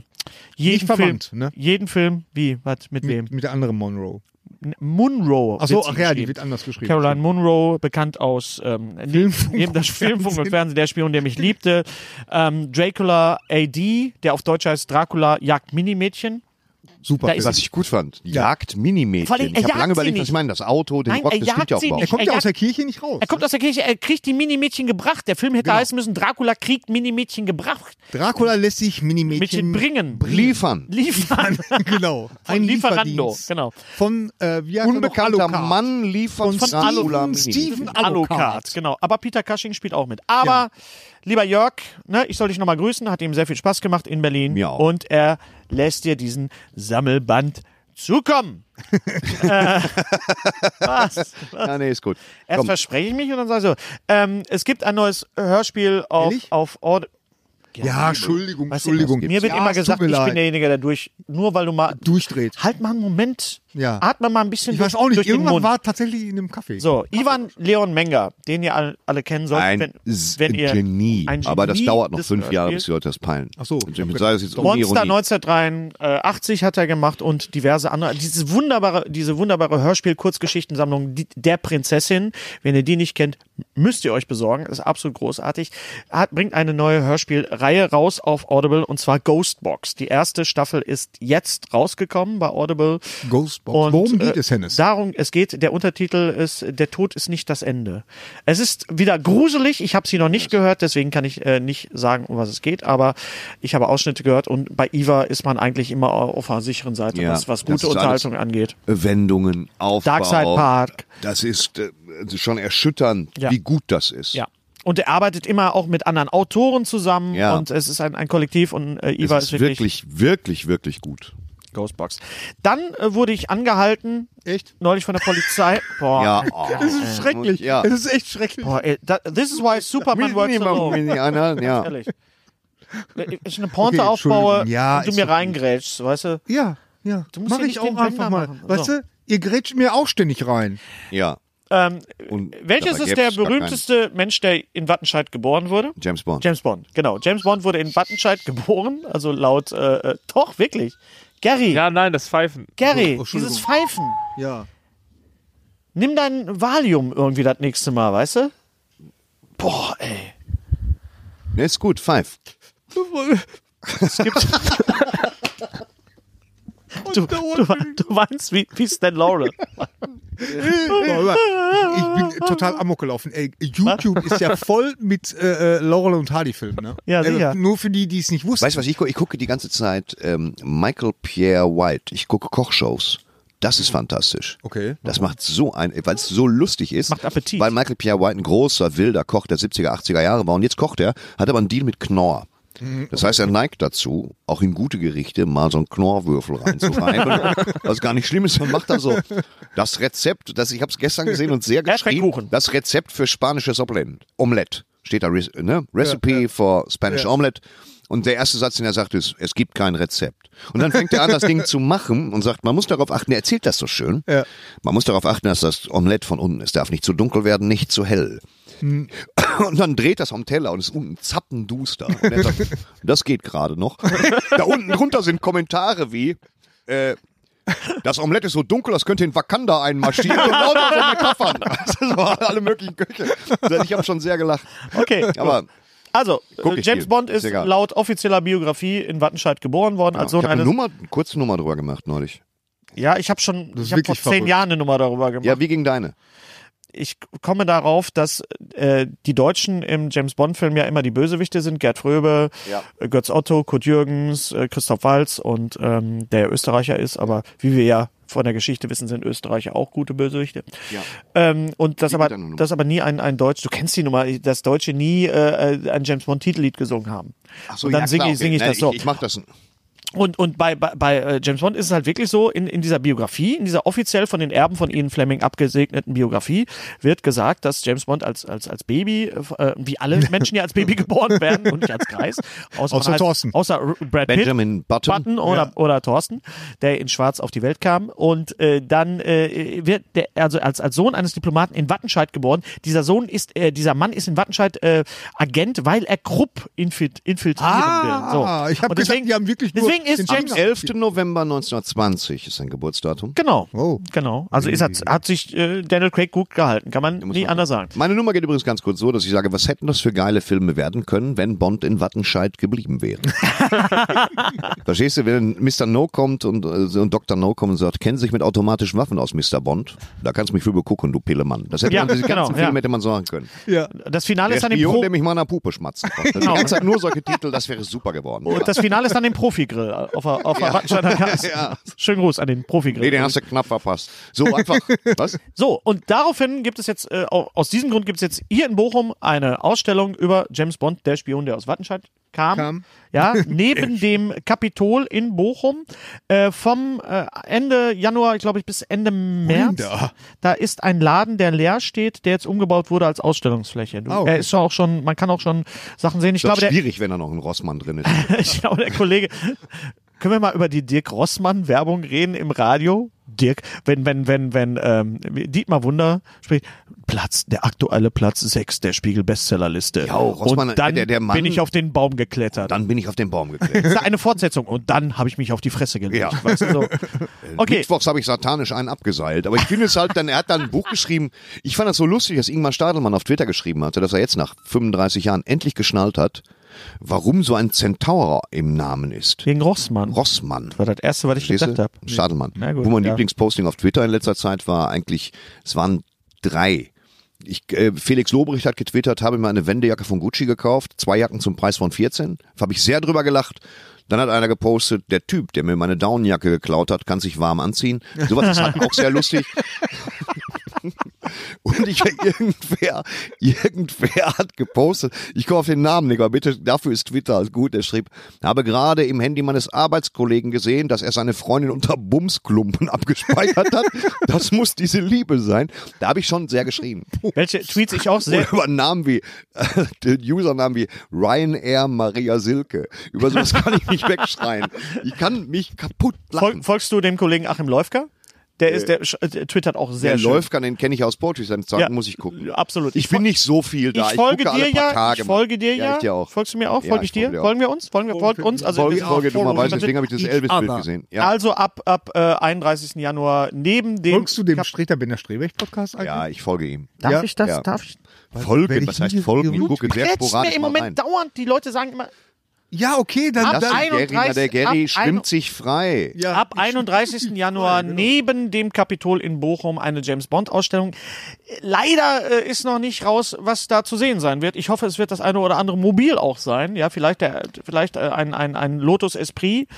Speaker 3: jeden, Film,
Speaker 1: verwandt, ne?
Speaker 3: jeden Film, wie, was, mit wem?
Speaker 1: mit, mit der anderen Monroe.
Speaker 3: N- Monroe.
Speaker 1: Ach so,
Speaker 3: wird sie
Speaker 1: ach ja, die
Speaker 3: geschrieben.
Speaker 1: wird anders geschrieben.
Speaker 3: Caroline Monroe, bekannt aus ähm,
Speaker 1: Filmfunk
Speaker 3: neben
Speaker 1: und
Speaker 3: das Filmfunk und
Speaker 1: Fernsehen.
Speaker 3: Fernsehen, der Spion, der mich liebte. Ähm, Dracula AD, der auf Deutsch heißt Dracula jagt Minimädchen.
Speaker 1: Super.
Speaker 3: Da ist
Speaker 1: Film.
Speaker 6: Was ich gut fand, jagt Minimädchen.
Speaker 3: Vor allem, er
Speaker 6: ich habe
Speaker 3: jagt sie
Speaker 6: lange überlegt, was
Speaker 3: nicht.
Speaker 6: ich meine. Das Auto, den
Speaker 3: Nein,
Speaker 6: Rock,
Speaker 3: er
Speaker 6: das stimmt
Speaker 3: jagt
Speaker 6: ja auch
Speaker 3: sie
Speaker 6: überhaupt.
Speaker 1: er kommt
Speaker 3: er
Speaker 1: ja
Speaker 3: jagt-
Speaker 1: aus der Kirche nicht raus.
Speaker 3: Er kommt aus der Kirche, er kriegt die Minimädchen gebracht. Der Film hätte
Speaker 1: Genau.
Speaker 3: heißen müssen, Dracula kriegt Minimädchen gebracht.
Speaker 1: Dracula lässt sich
Speaker 3: Mädchen
Speaker 1: Minimädchen
Speaker 3: bringen.
Speaker 6: Liefern.
Speaker 3: Liefern.
Speaker 1: genau.
Speaker 3: Von Lieferando,
Speaker 1: Lieferdienst.
Speaker 3: genau.
Speaker 1: Von äh, wie heißt er noch?
Speaker 6: Unbekannter
Speaker 1: Alucard.
Speaker 6: Mann liefert
Speaker 1: Von
Speaker 6: Dracula
Speaker 1: Steven-
Speaker 6: Mini.
Speaker 1: Steven Alucard.
Speaker 3: Alucard, genau. Aber Peter Cushing spielt auch mit. Aber, lieber Jörg, ne, ich soll dich nochmal grüßen, hat ihm sehr viel Spaß gemacht in Berlin.
Speaker 6: Mir auch.
Speaker 3: Und er lässt dir diesen Sammelband zukommen. äh, was?
Speaker 6: Ja, nee, ist gut.
Speaker 3: Erst
Speaker 6: Komm,
Speaker 3: verspreche ich mich und dann sage ich so, ähm, es gibt ein neues Hörspiel auf,
Speaker 1: Ehrlich?
Speaker 3: auf Ord
Speaker 1: Ja, Entschuldigung,
Speaker 3: Weißt du,
Speaker 1: Entschuldigung.
Speaker 3: Mir wird
Speaker 1: Ja,
Speaker 3: immer
Speaker 1: es tut
Speaker 3: gesagt,
Speaker 1: mir
Speaker 3: ich bin
Speaker 1: leid.
Speaker 3: derjenige, der durch, nur weil du mal
Speaker 1: durchdreht.
Speaker 3: Halt mal einen Moment.
Speaker 1: Ja.
Speaker 3: Atme mal ein bisschen
Speaker 1: Ich
Speaker 3: durch,
Speaker 1: weiß auch
Speaker 3: durch
Speaker 1: nicht,
Speaker 3: den
Speaker 1: irgendwann
Speaker 3: Mund.
Speaker 1: war tatsächlich in einem Kaffee.
Speaker 3: so, Ivan Leon Menger, den ihr alle, alle kennen solltet,
Speaker 6: ein
Speaker 3: wenn,
Speaker 6: S-
Speaker 3: wenn ihr
Speaker 6: Genie.
Speaker 3: ein
Speaker 6: Aber das
Speaker 3: Genie
Speaker 6: dauert noch
Speaker 3: des
Speaker 6: fünf Jahre,
Speaker 3: Hörspiels-
Speaker 6: bis die Leute das peilen.
Speaker 1: Ach so,
Speaker 6: Und
Speaker 1: ich hab
Speaker 6: ich sage es jetzt ohne
Speaker 3: Monster
Speaker 6: Ironie.
Speaker 3: 1983 hat er gemacht und diverse andere. Diese wunderbare, diese wunderbare Hörspiel-Kurzgeschichtensammlung die- Der Prinzessin. Wenn ihr die nicht kennt, müsst ihr euch besorgen. Ist absolut großartig. Hat, bringt eine neue Hörspielreihe raus auf Audible und zwar Ghostbox. Die erste Staffel ist jetzt rausgekommen bei Audible.
Speaker 1: Ghostbox.
Speaker 3: Und,
Speaker 1: Worum geht
Speaker 3: äh,
Speaker 1: es, Hennes?
Speaker 3: Darum, es geht, der Untertitel ist, der Tod ist nicht das Ende. Es ist wieder gruselig, ich habe sie noch nicht gehört, deswegen kann ich äh, nicht sagen, um was es geht, aber ich habe Ausschnitte gehört und bei Iva ist man eigentlich immer auf der sicheren Seite,
Speaker 6: Ja,
Speaker 3: was, was
Speaker 6: das
Speaker 3: gute
Speaker 6: ist
Speaker 3: Unterhaltung
Speaker 6: alles-
Speaker 3: angeht.
Speaker 6: Wendungen, Aufbau.
Speaker 3: Darkside Park.
Speaker 6: Das ist äh, schon erschütternd,
Speaker 3: Ja.
Speaker 6: wie gut das ist.
Speaker 3: Ja. Und er arbeitet immer auch mit anderen Autoren zusammen
Speaker 6: Ja.
Speaker 3: und es ist ein, ein Kollektiv und äh,
Speaker 6: Es
Speaker 3: Iva ist,
Speaker 6: ist wirklich, wirklich, wirklich gut.
Speaker 3: Ghostbox. Dann äh, wurde ich angehalten,
Speaker 1: Echt?
Speaker 3: neulich von der Polizei. Boah,
Speaker 6: Ja, oh.
Speaker 1: Es ist schrecklich.
Speaker 6: Ja.
Speaker 1: Es ist echt schrecklich.
Speaker 3: boah ey, that, this is why Superman works alone.
Speaker 6: Ja, ne? ja.
Speaker 3: Ehrlich. wenn ich eine Ponte
Speaker 1: Okay,
Speaker 3: aufbaue
Speaker 1: Entschuldigung. Ja,
Speaker 3: und du
Speaker 1: ist
Speaker 3: mir
Speaker 1: okay.
Speaker 3: reingrätschst, weißt du?
Speaker 1: Ja, ja.
Speaker 3: Du musst
Speaker 1: Mach
Speaker 3: ja
Speaker 1: ich
Speaker 3: nicht
Speaker 1: auch
Speaker 3: den Bender
Speaker 1: einfach mal.
Speaker 3: machen.
Speaker 1: Weißt
Speaker 3: So.
Speaker 1: du, ihr grätscht mir auch ständig rein.
Speaker 6: Ja.
Speaker 3: Ähm,
Speaker 6: Und
Speaker 3: welches
Speaker 6: dabei
Speaker 3: ist der
Speaker 6: gäb's gar keinen.
Speaker 3: berühmteste Mensch, der in Wattenscheid geboren wurde?
Speaker 6: James Bond.
Speaker 3: James Bond, genau. James Bond wurde in Wattenscheid geboren, also laut, äh, äh, doch, wirklich. Gary,
Speaker 8: Ja, nein, das Pfeifen.
Speaker 3: Gary,
Speaker 1: Oh, Entschuldigung.
Speaker 3: dieses Pfeifen.
Speaker 1: Ja.
Speaker 3: Nimm dein Valium irgendwie das nächste Mal, weißt du? Boah, ey.
Speaker 6: Ne, ist gut, Five.
Speaker 3: Du, du, du weinst wie, wie Stan Laurel.
Speaker 1: Ich bin total amok gelaufen. Ey, YouTube ist ja voll mit äh, äh, Laurel und Hardy-Filmen. Ne?
Speaker 3: Ja, sicher.
Speaker 1: Äh, nur für die, die es nicht wussten.
Speaker 6: Weißt du was, ich gucke, ich gucke die ganze Zeit ähm, Michael Pierre White. Ich gucke Kochshows. Das
Speaker 3: Mhm.
Speaker 6: ist fantastisch.
Speaker 1: Okay.
Speaker 6: Das macht so ein, weil es so lustig ist.
Speaker 3: Macht Appetit.
Speaker 6: Weil Michael Pierre White ein großer, wilder Koch der 70er, 80er Jahre war und jetzt kocht er, hat aber einen Deal mit Knorr. Das heißt, er neigt dazu, auch in gute Gerichte mal so einen Knorrwürfel reinzureiben, was gar nicht schlimm ist. Dann macht er so das Rezept, das ich habe es gestern gesehen und sehr geschrieben,
Speaker 3: Erdbeerkuchen.
Speaker 6: das Rezept für spanisches Omelett. Omelett steht da, Re- ne? Recipe for Spanish Omelette. Und der erste Satz, den er sagt, ist, es gibt kein Rezept. Und dann fängt er an, das Ding zu machen und sagt, man muss darauf achten, er erzählt das so schön, man muss darauf achten, dass das Omelett von unten, es darf nicht zu dunkel werden, nicht zu hell. Und dann dreht das am Teller und ist unten zappenduster. Und er sagt, das geht gerade noch. Da unten drunter sind Kommentare wie, äh, das Omelett ist so dunkel, das könnte in Wakanda einmarschieren. Und lauter so Metaphern. Also, so alle möglichen Köche. Ich habe schon sehr gelacht.
Speaker 3: Okay.
Speaker 6: Aber
Speaker 3: Also,
Speaker 6: Guck
Speaker 3: äh,
Speaker 6: ich
Speaker 3: James
Speaker 6: viel.
Speaker 3: Bond ist
Speaker 6: Ist egal.
Speaker 3: laut offizieller Biografie in Wattenscheid geboren worden als
Speaker 6: ja,
Speaker 3: Sohn
Speaker 6: ich habe eine
Speaker 3: eines.
Speaker 6: Nummer, eine kurze Nummer drüber gemacht neulich.
Speaker 3: ja, ich habe schon,
Speaker 1: Das ist
Speaker 3: ich habe vor
Speaker 1: wirklich
Speaker 3: zehn
Speaker 1: verrückt.
Speaker 3: Jahren eine Nummer darüber gemacht.
Speaker 6: Ja, wie ging deine?
Speaker 3: ich komme darauf, dass äh, die Deutschen im James Bond-Film ja immer die Bösewichte sind. Gerd Fröbe, äh, Götz Otto, Kurt Jürgens, äh, Christoph Walz und ähm, der ja Österreicher ist, aber wie wir ja von der Geschichte wissen, sind Österreicher auch gute Bösewichte. Ähm, und das
Speaker 6: Wie
Speaker 3: aber,
Speaker 6: geht deine Nummer?
Speaker 3: das aber nie ein, ein Deutsch, du kennst die Nummer, dass Deutsche nie äh, ein James Bond-Titellied gesungen haben. und dann singe ich, singe ich das so.
Speaker 6: Ich, ich mach das.
Speaker 3: Und, und bei, bei, bei äh, James Bond ist es halt wirklich so, in, in dieser Biografie, in dieser offiziell von den Erben von Ian Fleming abgesegneten Biografie, wird gesagt, dass James Bond als, als, als Baby, äh, wie alle Menschen, die als Baby geboren werden und nicht als Kreis, außer,
Speaker 1: Außer
Speaker 3: man heißt-
Speaker 1: Thorsten.
Speaker 3: außer R- Brad Pitt,
Speaker 6: Benjamin Button.
Speaker 3: Button oder, oder Thorsten, der in Schwarz auf die Welt kam. Und äh, dann äh, wird der, also als, als Sohn eines Diplomaten in Wattenscheid geboren. Dieser Sohn ist, äh, dieser Mann ist in Wattenscheid äh, Agent, weil er Krupp infilt, infiltrieren will. So.
Speaker 1: Ah, ich habe
Speaker 3: Und
Speaker 1: gedacht,
Speaker 3: deswegen-
Speaker 1: die haben wirklich nur
Speaker 3: deswegen ist
Speaker 1: den
Speaker 3: James-
Speaker 6: Am 11. November 1920 ist sein Geburtsdatum.
Speaker 3: Genau.
Speaker 1: Oh.
Speaker 3: Genau. Also ist, hat, hat sich äh, Daniel Craig gut gehalten. Kann man nie anders sagen.
Speaker 6: Meine Nummer geht übrigens ganz kurz so, dass ich sage, was hätten das für geile Filme werden können, wenn Bond in Wattenscheid geblieben wäre? Verstehst du, wenn Mr. No kommt und, äh, und Dr. No kommt und sagt, kennen Sie sich mit automatischen Waffen aus, Mr. Bond? Da kannst du mich für begucken, du Pillemann. Das hätte
Speaker 3: Ja,
Speaker 6: man, diese
Speaker 3: genau,
Speaker 6: ganzen
Speaker 3: ja.
Speaker 6: Filme hätte man sagen können.
Speaker 1: Ja.
Speaker 3: Das Finale
Speaker 6: Der
Speaker 3: ist dann im
Speaker 6: Spion,
Speaker 3: Pro Genau.
Speaker 6: der mich mal an der Puppe schmatzen konnte. Die ganze Zeit nur solche Titel, das wäre super geworden. Ja.
Speaker 3: und das Finale ist dann im Profigrill auf der, auf der Wattenscheider Gasse.
Speaker 6: Ja.
Speaker 3: Schönen Gruß an den
Speaker 6: Nee,
Speaker 3: Profigrill.
Speaker 6: den hast du knapp verpasst. So einfach. Was?
Speaker 3: so, und daraufhin gibt es jetzt, äh, au- aus diesem Grund gibt es jetzt hier in Bochum eine Ausstellung über James Bond, der Spion, der aus Wattenscheid kam.
Speaker 1: Kam.
Speaker 3: Ja, neben dem Kapitol in Bochum äh, vom äh, Ende Januar, ich glaube ich, bis Ende März.
Speaker 1: Wunder.
Speaker 3: Da ist ein Laden, der leer steht, der jetzt umgebaut wurde als Ausstellungsfläche. Du,
Speaker 1: Ah, okay.
Speaker 3: Er ist schon auch schon, man kann auch schon Sachen sehen. Ich
Speaker 6: Das
Speaker 3: glaube, der,
Speaker 6: ist schwierig, wenn da noch ein Rossmann drin ist.
Speaker 3: ich glaube, der Kollege. Können wir mal über die Dirk Rossmann Werbung reden im Radio? Dirk, wenn wenn wenn wenn ähm, Dietmar Wunder spricht, Platz der aktuelle Platz 6 der Spiegel Bestsellerliste.
Speaker 6: Ja, Rossmann, äh,
Speaker 3: und dann
Speaker 6: der- der Mann-
Speaker 3: bin ich auf den Baum geklettert.
Speaker 6: Dann bin ich auf den Baum geklettert.
Speaker 3: Das ist eine Fortsetzung und dann habe ich mich auf die Fresse gelegt.
Speaker 6: Ja.
Speaker 3: Weißt du, so. Okay,
Speaker 6: Mittwochs habe ich satanisch einen abgeseilt. Aber ich finde es halt, dann, er hat dann ein Buch geschrieben. Ich fand das so lustig, dass Ingmar Stadelmann auf Twitter geschrieben hatte, dass er jetzt nach 35 Jahren endlich geschnallt hat, warum so ein Zentaurer im Namen ist.
Speaker 3: wegen Rossmann.
Speaker 6: Rossmann.
Speaker 3: Das war das erste, was ich
Speaker 6: Verstehst
Speaker 3: gedacht habe.
Speaker 6: du? Stadelmann.
Speaker 3: Na gut,
Speaker 6: Wo mein
Speaker 3: ja.
Speaker 6: Lieblingsposting auf Twitter in letzter Zeit war eigentlich, es waren drei. Ich, äh, Felix Lobrecht hat getwittert, habe mir eine Wendejacke von Gucci gekauft, zwei Jacken zum Preis von 14. Habe ich sehr drüber gelacht. Dann hat einer gepostet, der Typ, der mir meine Downjacke geklaut hat, kann sich warm anziehen. Sowas ist halt auch sehr lustig. Und ich, irgendwer, irgendwer hat gepostet, ich komme auf den Namen nicht, aber bitte, dafür ist Twitter als gut, er schrieb, habe gerade im Handy meines Arbeitskollegen gesehen, dass er seine Freundin unter Bumsklumpen abgespeichert hat. Das muss diese Liebe sein. Da habe ich schon sehr geschrieben.
Speaker 3: Welche Tweets ich auch sehr.
Speaker 6: Oder über Namen wie, äh, den Usernamen wie Ryanair Maria Silke. Über sowas kann ich nicht wegschreien. Ich kann mich kaputt lachen.
Speaker 3: Fol folgst du dem Kollegen Achim Läufker? Der ist, der, sch- der twittert auch sehr
Speaker 6: Äh. Der
Speaker 3: schön.
Speaker 6: Läufkan, den kenne ich aus Poetry Slam, ja.
Speaker 3: Ja,
Speaker 6: muss ich gucken.
Speaker 3: Absolut.
Speaker 6: Ich bin nicht so viel da.
Speaker 3: Ich folge
Speaker 6: gucke
Speaker 3: dir
Speaker 6: alle paar
Speaker 3: ja,
Speaker 6: Tage
Speaker 3: ich
Speaker 6: mal.
Speaker 3: folge dir ja.
Speaker 6: ich dir auch.
Speaker 3: Folgst du mir auch?
Speaker 6: Ja,
Speaker 3: Folge
Speaker 6: ich
Speaker 3: ich dir?
Speaker 6: folge dir auch.
Speaker 3: Folgen wir uns? Folgen wir folgt uns? Also
Speaker 6: Folge,
Speaker 3: wir sind
Speaker 6: Folge
Speaker 3: auf-
Speaker 6: dummerweise, deswegen habe ich das Elvis-Bild gesehen. Ja.
Speaker 3: Also ab ab äh, 31. Januar neben dem
Speaker 1: Folgst du dem Streter Bender Strebeck Podcast eigentlich?
Speaker 6: ja, ich folge ihm.
Speaker 3: Darf
Speaker 1: Ja.
Speaker 3: ich das?
Speaker 6: Ja.
Speaker 3: Darf ich?
Speaker 1: werd
Speaker 6: Folge,
Speaker 1: ich
Speaker 6: was heißt
Speaker 1: nie
Speaker 6: folgen? Ich
Speaker 1: gerufen?
Speaker 6: gucke sehr
Speaker 3: Jetzt mir
Speaker 6: sporadisch
Speaker 3: im
Speaker 6: mal
Speaker 3: Moment
Speaker 6: rein.
Speaker 3: dauernd die Leute sagen immer
Speaker 1: Ja, okay, dann,
Speaker 3: Ab
Speaker 1: dann
Speaker 6: Der Gary, na, der
Speaker 3: 31
Speaker 6: Gary
Speaker 3: ab
Speaker 6: schwimmt
Speaker 3: ein-
Speaker 6: sich frei.
Speaker 1: Ja.
Speaker 3: ab 31. Januar
Speaker 1: genau.
Speaker 3: neben dem Kapitol in Bochum eine James Bond Ausstellung. Leider äh, ist noch nicht raus, was da zu sehen sein wird. Ich hoffe, es wird das eine oder andere mobil auch sein. Ja, vielleicht der, vielleicht äh, ein, ein, ein Lotus Esprit.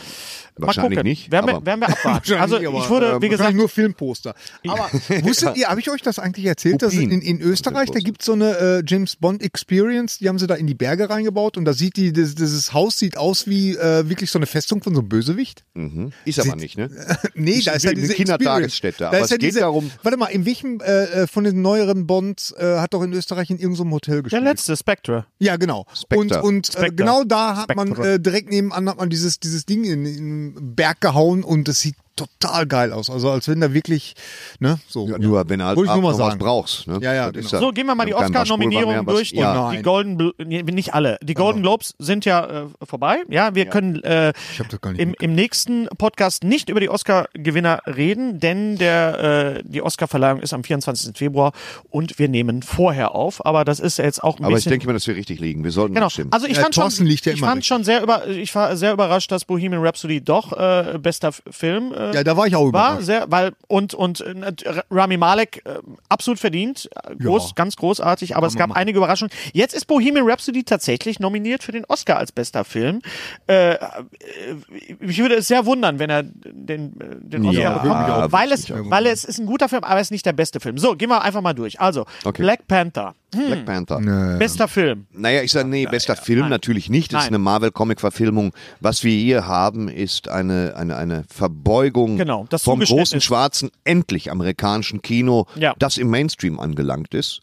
Speaker 3: Mal
Speaker 6: Wahrscheinlich
Speaker 3: gucken.
Speaker 6: nicht,
Speaker 3: Werden wir,
Speaker 6: aber-
Speaker 3: werden wir abwarten. also
Speaker 1: Wahrscheinlich,
Speaker 3: ich
Speaker 1: aber, äh, ähm,
Speaker 3: wurde, wie
Speaker 1: wahrscheinlich
Speaker 3: gesagt,
Speaker 1: nur Filmposter. Aber wusstet ihr, habe ich euch das eigentlich erzählt, dass
Speaker 6: Kopien.
Speaker 1: in, in Österreich, da gibt es so eine äh, James Bond Experience, die haben sie da in die Berge reingebaut und da sieht die, das, dieses Haus sieht aus wie äh, wirklich so eine Festung von so einem Bösewicht.
Speaker 6: Mhm. Ist aber nicht, ne?
Speaker 1: Nee, da
Speaker 6: Ist
Speaker 1: ist ja
Speaker 6: eine
Speaker 1: diese
Speaker 6: Kindertagesstätte,
Speaker 1: Experience.
Speaker 6: aber
Speaker 1: da ist
Speaker 6: es
Speaker 1: ja
Speaker 6: geht
Speaker 1: diese,
Speaker 6: darum-
Speaker 1: Warte mal, in welchem äh, äh, von den neueren Bonds äh, hat doch in Österreich in irgendeinem Hotel
Speaker 3: der
Speaker 1: gespielt?
Speaker 3: letzte Spectre.
Speaker 1: Ja, genau.
Speaker 6: Spectre.
Speaker 1: Und, und äh,
Speaker 3: Spectre.
Speaker 1: genau da hat man
Speaker 3: Spectre.
Speaker 1: äh, direkt nebenan hat man dieses, dieses Ding in, in den Berg gehauen und es sieht total geil aus. Also als wenn da wirklich, ne, so.
Speaker 6: Ja, nur wenn du halt
Speaker 1: Wollte ich
Speaker 6: abends
Speaker 1: nur mal
Speaker 6: noch was
Speaker 1: sagen.
Speaker 6: brauchst. Ne?
Speaker 1: Ja, ja,
Speaker 6: Das ist
Speaker 1: genau.
Speaker 6: ja-
Speaker 3: So, gehen wir mal die
Speaker 6: Dann kann was
Speaker 3: Oscar-Nominierungen
Speaker 6: Spulbar mehr, was-
Speaker 3: durch Oh und
Speaker 6: Ja,
Speaker 1: Nein.
Speaker 3: die Golden, Bl nee, nicht alle. Die Golden Globes sind ja äh, vorbei. Ja, wir können äh,
Speaker 1: hab das gar nicht
Speaker 3: im, im nächsten Podcast nicht über die Oscar-Gewinner reden, denn der, äh, die Oscar-Verleihung ist am 24. Februar und wir nehmen vorher auf. Aber das ist ja jetzt auch ein
Speaker 6: aber ich
Speaker 3: bisschen.
Speaker 6: denke mal, dass wir richtig liegen. Wir sollten
Speaker 3: Genau.
Speaker 6: abstimmen.
Speaker 3: Also ich
Speaker 1: Ja,
Speaker 3: fand schon,
Speaker 1: Thorsten liegt ja
Speaker 3: ich
Speaker 1: immer
Speaker 3: fand
Speaker 1: richtig.
Speaker 3: schon sehr über, ich war sehr überrascht, dass Bohemian Rhapsody doch äh, bester F- Film. Äh,
Speaker 1: Ja, da war ich auch
Speaker 3: war
Speaker 1: überrascht.
Speaker 3: sehr, weil und und äh, nat- Rami Malek äh, absolut verdient, äh, groß, ganz großartig, aber es gab einige Überraschungen. Jetzt ist Bohemian Rhapsody tatsächlich nominiert für den Oscar als bester Film. Äh, äh, ich würde es sehr wundern, wenn er den, äh, den Oscar
Speaker 1: Ja,
Speaker 3: bekommt,
Speaker 1: würde ich auch-
Speaker 3: weil es weil es ist ein guter Film, aber es ist nicht der beste Film. So, gehen wir einfach mal durch. Also
Speaker 6: Okay.
Speaker 3: Black Panther, hm,
Speaker 6: Black Panther.
Speaker 1: Ähm.
Speaker 3: bester Film.
Speaker 6: Naja, ich sage, nee, bester Film natürlich nicht. Das ist
Speaker 3: Nein.
Speaker 6: eine Marvel-Comic-Verfilmung. Was wir hier haben, ist eine, eine, eine Verbeugung
Speaker 3: Genau, das
Speaker 6: vom
Speaker 3: Zugeständnis.
Speaker 6: großen schwarzen, endlich amerikanischen Kino,
Speaker 3: Ja.
Speaker 6: das im Mainstream angelangt ist.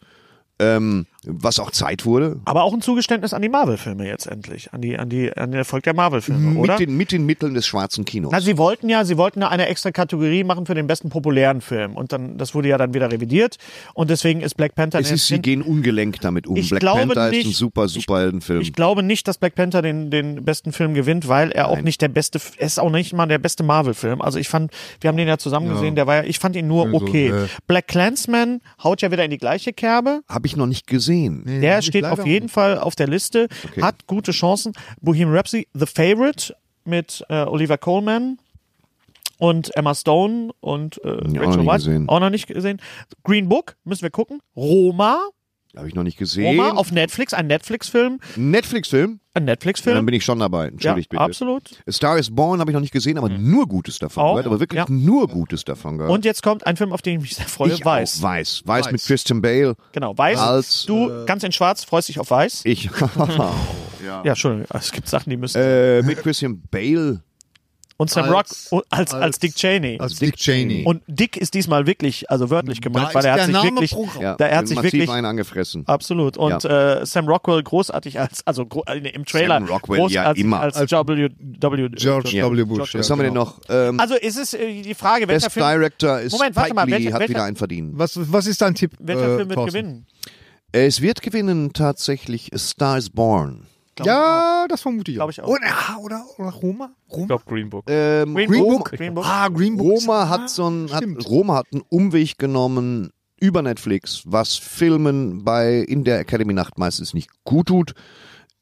Speaker 6: Ähm, was auch Zeit wurde.
Speaker 3: Aber auch ein Zugeständnis an die Marvel-Filme jetzt endlich, an die an die an den Erfolg der Marvel-Filme, oder?
Speaker 6: Mit den, mit den Mitteln des schwarzen Kinos.
Speaker 3: Na, sie wollten ja, sie wollten ja eine extra Kategorie machen für den besten populären Film und dann das wurde ja dann wieder revidiert und deswegen ist Black Panther
Speaker 6: es
Speaker 3: den-
Speaker 6: ist, sie
Speaker 3: den-
Speaker 6: gehen ungelenkt damit um.
Speaker 3: Ich
Speaker 6: Black
Speaker 3: glaube
Speaker 6: Panther ist ein
Speaker 3: nicht.
Speaker 6: super, Superheldenfilm.
Speaker 3: ich glaube nicht, dass Black Panther den, den besten Film gewinnt, weil er auch nicht der beste, F- er ist auch nicht mal der beste Marvel-Film. Also ich fand, wir haben den ja zusammen gesehen, der war ja, ich fand ihn
Speaker 6: Also,
Speaker 3: nur okay.
Speaker 1: äh.
Speaker 3: Black Clansman haut ja wieder in die gleiche Kerbe.
Speaker 6: Habe ich noch nicht gesehen.
Speaker 3: Der steht auf jeden Fall auf der Liste, hat gute Chancen. Bohemian Rhapsody, The Favorite mit äh, Oliver Coleman und Emma Stone und äh,
Speaker 6: noch
Speaker 3: Rachel
Speaker 6: nie
Speaker 3: White.
Speaker 6: gesehen.
Speaker 3: Auch noch nicht gesehen. Green Book, müssen wir gucken. Roma,
Speaker 6: Habe ich noch nicht gesehen.
Speaker 3: Roma auf Netflix, ein Netflix-Film.
Speaker 6: Netflix-Film?
Speaker 3: Ein
Speaker 6: Ja, dann
Speaker 3: Netflix-Film.
Speaker 6: bin ich schon dabei. Entschuldigt bitte.
Speaker 3: absolut.
Speaker 6: A Star is Born habe ich noch nicht gesehen, aber nur Gutes davon
Speaker 3: Hm. Auch,
Speaker 6: gehört. Aber wirklich
Speaker 3: ja.
Speaker 6: nur Gutes davon gehört.
Speaker 3: Und jetzt kommt ein Film, auf den ich mich sehr freue,
Speaker 6: ich
Speaker 3: Weiß.
Speaker 6: Auch weiß. Weiß. mit Christian Bale.
Speaker 3: Genau, Weiß.
Speaker 6: Als, äh,
Speaker 3: du, ganz in schwarz, freust dich auf Weiß.
Speaker 6: Ich.
Speaker 3: Ja, Entschuldigung, es gibt Sachen, die müssen.
Speaker 6: äh, mit Christian Bale.
Speaker 3: und Sam
Speaker 1: als-
Speaker 3: Rock als, als,
Speaker 1: als-
Speaker 3: Dick Cheney.
Speaker 1: Als Dick Cheney.
Speaker 3: Und dick ist diesmal wirklich, also wörtlich gemeint,
Speaker 1: Da
Speaker 3: weil er
Speaker 1: ist
Speaker 3: hat
Speaker 1: der
Speaker 3: sich
Speaker 1: Name
Speaker 3: wirklich,
Speaker 1: Programm.
Speaker 6: Ja, äh,
Speaker 3: da er hat sich
Speaker 6: massiv
Speaker 3: wirklich
Speaker 6: einen angefressen.
Speaker 3: absolut und äh, Sam Rockwell großartig als, also gro äh, im Trailer
Speaker 6: Sam Rockwell ja
Speaker 3: großartig
Speaker 6: immer.
Speaker 3: als W. w
Speaker 1: George
Speaker 6: Ja.
Speaker 1: W. Bush.
Speaker 6: Was haben wir denn noch? Ähm,
Speaker 3: Also ist es äh, die Frage, welcher
Speaker 6: Best
Speaker 3: Film,
Speaker 6: Director ist
Speaker 3: Moment, warte
Speaker 6: Spike
Speaker 3: mal,
Speaker 6: Lee,
Speaker 3: welcher-
Speaker 6: hat
Speaker 3: welcher-
Speaker 6: wieder einen verdient.
Speaker 1: Was, was ist dein Tipp?
Speaker 3: welcher
Speaker 1: äh,
Speaker 3: Film wird
Speaker 1: Thorsten?
Speaker 3: gewinnen?
Speaker 6: Es wird gewinnen tatsächlich A Star is Born.
Speaker 1: Ja, das vermute ich.
Speaker 3: Glaube ich auch.
Speaker 1: Oder, ah, oder, oder Roma?
Speaker 8: Ich
Speaker 1: Roma?
Speaker 8: glaube Green Book.
Speaker 6: Ähm,
Speaker 3: Green
Speaker 1: Green
Speaker 3: Book.
Speaker 1: Book.
Speaker 3: Green Book.
Speaker 1: Ah, Green Book. ist-
Speaker 6: Roma hat so ein, hat,
Speaker 1: stimmt.
Speaker 6: Roma hat einen Umweg genommen über Netflix, was Filmen bei in der Academy Nacht meistens nicht gut tut.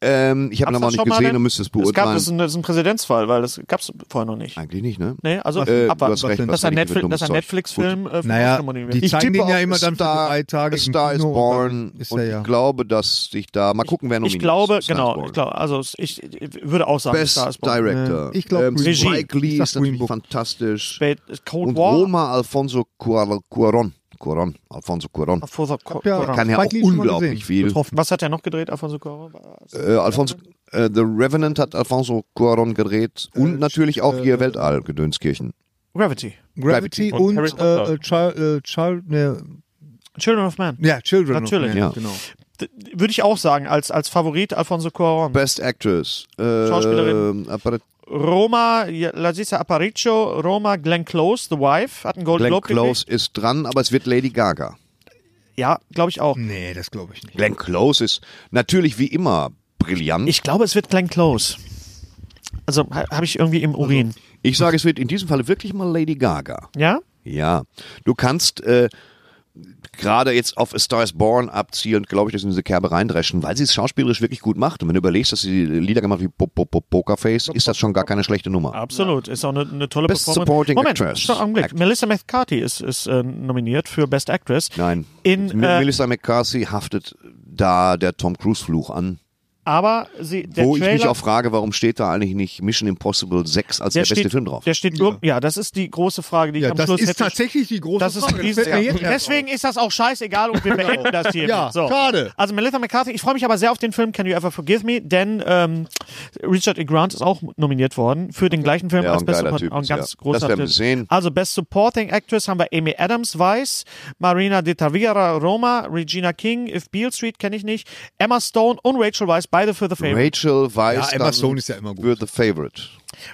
Speaker 6: Ähm, ich habe
Speaker 3: Hab's
Speaker 6: ihn aber auch
Speaker 3: das
Speaker 6: nicht
Speaker 3: schon mal
Speaker 6: gesehen
Speaker 3: denn?
Speaker 6: und müsste es
Speaker 3: Es gab
Speaker 6: beurteilen.
Speaker 3: das ist ein, das ist ein Präzedenzfall, weil das gab es vorher noch nicht.
Speaker 6: Eigentlich nicht, ne?
Speaker 3: Nee, also
Speaker 6: Äh, du
Speaker 3: abwarten.
Speaker 6: hast recht,
Speaker 1: denn?
Speaker 3: das
Speaker 6: was
Speaker 3: ist ein,
Speaker 6: rede ich für
Speaker 3: Netflix,
Speaker 6: dummes
Speaker 3: das ist ein
Speaker 6: Zeug?
Speaker 3: Netflix-Film. Äh, für
Speaker 1: Naja,
Speaker 3: Oscar nominiert
Speaker 1: die
Speaker 3: wird.
Speaker 6: Ich
Speaker 1: zeigen
Speaker 6: tippe
Speaker 1: den ja
Speaker 6: auf
Speaker 1: immer dann für
Speaker 6: Star,
Speaker 1: drei Tage
Speaker 6: A
Speaker 1: im
Speaker 6: Star is
Speaker 1: Kino und
Speaker 6: Born.
Speaker 1: dann ist er
Speaker 6: und
Speaker 1: ja.
Speaker 6: ich glaube, dass ich da mal gucken, wer noch
Speaker 3: ich glaube, genau, ich glaube, also ich, ich würde auch sagen,
Speaker 6: Best
Speaker 3: Star is Born.
Speaker 6: Director.
Speaker 1: Äh, ich glaub,
Speaker 6: ähm,
Speaker 1: Green
Speaker 3: Book.
Speaker 6: Spike Lee
Speaker 1: Ich sag
Speaker 6: ist natürlich
Speaker 1: Green Book.
Speaker 6: fantastisch.
Speaker 3: Spät- Cold
Speaker 6: Und
Speaker 3: War.
Speaker 6: Roma Alfonso Cuar- Cuaron. Cuarón, Alfonso Cuarón.
Speaker 3: Alfonso Cuarón.
Speaker 1: ja-
Speaker 6: Der kann ja auch
Speaker 1: Spike Lee schon mal
Speaker 6: unglaublich
Speaker 1: gesehen.
Speaker 6: viel.
Speaker 1: Betroffen.
Speaker 3: Was hat er noch gedreht, Alfonso Cuarón?
Speaker 6: Äh, Alfonso, äh, The Revenant hat Alfonso Cuarón gedreht und natürlich auch hier Weltall, Gedönskirchen.
Speaker 3: Gravity.
Speaker 1: Gravity
Speaker 6: Gravity
Speaker 8: und
Speaker 1: und,
Speaker 8: Harry Potter.
Speaker 1: äh, äh, Child, äh, Child, ne,
Speaker 3: Children of Man.
Speaker 1: ja, Children. of
Speaker 3: Natürlich.
Speaker 1: Men,
Speaker 6: Ja.
Speaker 1: Genau.
Speaker 3: D- Würde ich auch sagen, als, als Favorit Alfonso Cuarón.
Speaker 6: Best Actress. Äh,
Speaker 3: Schauspielerin.
Speaker 6: Appar-
Speaker 3: Roma, ja, Lazisa Aparicio, Roma, Glenn Close, The Wife, hat einen Golden
Speaker 6: Glenn
Speaker 3: Globe
Speaker 6: Close ist dran, aber es wird Lady Gaga.
Speaker 3: gekriegt. Ja, glaube ich auch.
Speaker 1: Nee, das glaube ich nicht.
Speaker 6: Glenn Close ist natürlich wie immer brillant. Ich,
Speaker 3: Ich glaube, es wird Glenn Close. Also ha, habe ich irgendwie im Urin.
Speaker 6: Also, sage, es wird in diesem Fall wirklich mal Lady Gaga.
Speaker 3: Ja?
Speaker 6: Ja, du kannst äh, gerade jetzt auf A Star is Born abzielend, glaube ich, das in diese Kerbe reindreschen, weil sie es schauspielerisch wirklich gut macht. Und wenn du überlegst, dass sie Lieder gemacht hat wie Po- Po- Po- Pokerface, ist das schon gar keine schlechte Nummer.
Speaker 3: Absolut. Ist auch eine, eine tolle
Speaker 6: Best
Speaker 3: Performance.
Speaker 6: Supporting
Speaker 3: Moment,
Speaker 6: Actress.
Speaker 3: stopp, Augenblick.
Speaker 6: Act-
Speaker 3: Melissa McCarthy ist, ist äh, nominiert für Best Actress.
Speaker 6: Nein.
Speaker 3: In,
Speaker 6: Mi-
Speaker 3: äh,
Speaker 6: Melissa McCarthy haftet da der Tom Cruise-Fluch an.
Speaker 3: aber sie, der
Speaker 6: Wo ich
Speaker 3: Trailer,
Speaker 6: mich auch frage, warum steht da eigentlich nicht Mission Impossible 6 als der, beste
Speaker 3: steht,
Speaker 6: Film drauf?
Speaker 3: Der steht ja. ja, das ist die große Frage, die ich
Speaker 1: Ja,
Speaker 3: am
Speaker 1: das
Speaker 3: Schluss
Speaker 1: ist
Speaker 3: hätte.
Speaker 1: tatsächlich die große
Speaker 3: das ist
Speaker 1: Frage.
Speaker 3: die,
Speaker 1: Das fällt mir jetzt erst
Speaker 3: deswegen ist das auch scheißegal und wir beenden das hier.
Speaker 1: Ja,
Speaker 3: so.
Speaker 1: schade.
Speaker 3: Also Melissa McCarthy, ich freue mich aber sehr auf den Film Can You Ever Forgive Me, denn ähm, Richard E. Grant ist auch nominiert worden für den gleichen Film
Speaker 6: Ja,
Speaker 3: als
Speaker 6: ein
Speaker 3: Best
Speaker 6: geiler
Speaker 3: Support-
Speaker 6: Typ
Speaker 3: auch ein
Speaker 6: ist,
Speaker 3: ganz
Speaker 6: ja.
Speaker 3: großer
Speaker 6: Das werden wir
Speaker 3: Typ.
Speaker 6: sehen.
Speaker 3: Also Best Supporting Actress haben wir Amy Adams, Weiss, Marina de Tavira, Roma, Regina King, If Beale Street kenne ich nicht, Emma Stone und Rachel Weisz, beide für The Favorite.
Speaker 6: Rachel
Speaker 1: Ja,
Speaker 6: weiß
Speaker 1: Emma Stone ist ja immer gut.
Speaker 6: Für The Favorite.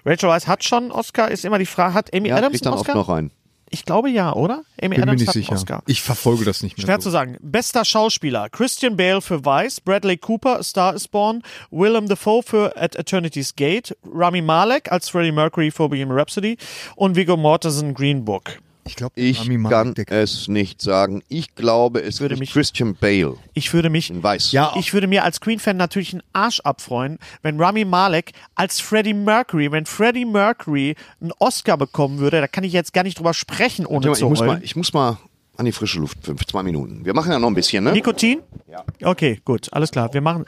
Speaker 3: Rachel Weisz hat schon einen Oscar, ist immer die Frage, hat Amy
Speaker 6: Ja,
Speaker 3: Adams
Speaker 6: kriegt dann
Speaker 3: einen
Speaker 6: oft
Speaker 3: Oscar?
Speaker 6: noch rein.
Speaker 3: Ich glaube ja, oder? Amy
Speaker 1: Bin mir
Speaker 3: Adams
Speaker 1: nicht
Speaker 3: hat einen
Speaker 1: sicher.
Speaker 3: Oscar.
Speaker 1: Ich verfolge das nicht mehr.
Speaker 3: Schwer
Speaker 1: so.
Speaker 3: zu sagen. Bester Schauspieler: Christian Bale für Vice, Bradley Cooper, A Star is Born, Willem Dafoe für At Eternity's Gate, Rami Malek als Freddie Mercury für Bohemian Rhapsody und Viggo Mortensen Green Book.
Speaker 1: Ich glaube,
Speaker 6: Ich
Speaker 1: Rami Malek,
Speaker 6: kann äh,
Speaker 1: der-
Speaker 6: es nicht sagen. Ich glaube, es
Speaker 3: Würde
Speaker 6: ist
Speaker 3: mich-
Speaker 6: Christian Bale
Speaker 3: Ich würde mich,
Speaker 6: in Weiß.
Speaker 1: Ja,
Speaker 3: ich würde mir als Queen-Fan natürlich einen Arsch abfreuen, wenn Rami Malek als Freddie Mercury, wenn Freddie Mercury einen Oscar bekommen würde, da kann ich jetzt gar nicht drüber sprechen, ohne
Speaker 6: Warte mal, ich,
Speaker 3: zu
Speaker 6: muss
Speaker 3: heulen.
Speaker 6: mal, ich muss mal an die frische Luft für zwei Minuten. Wir machen ja noch ein bisschen, ne?
Speaker 3: Nikotin? Ja. Okay, gut, alles klar. Wir machen,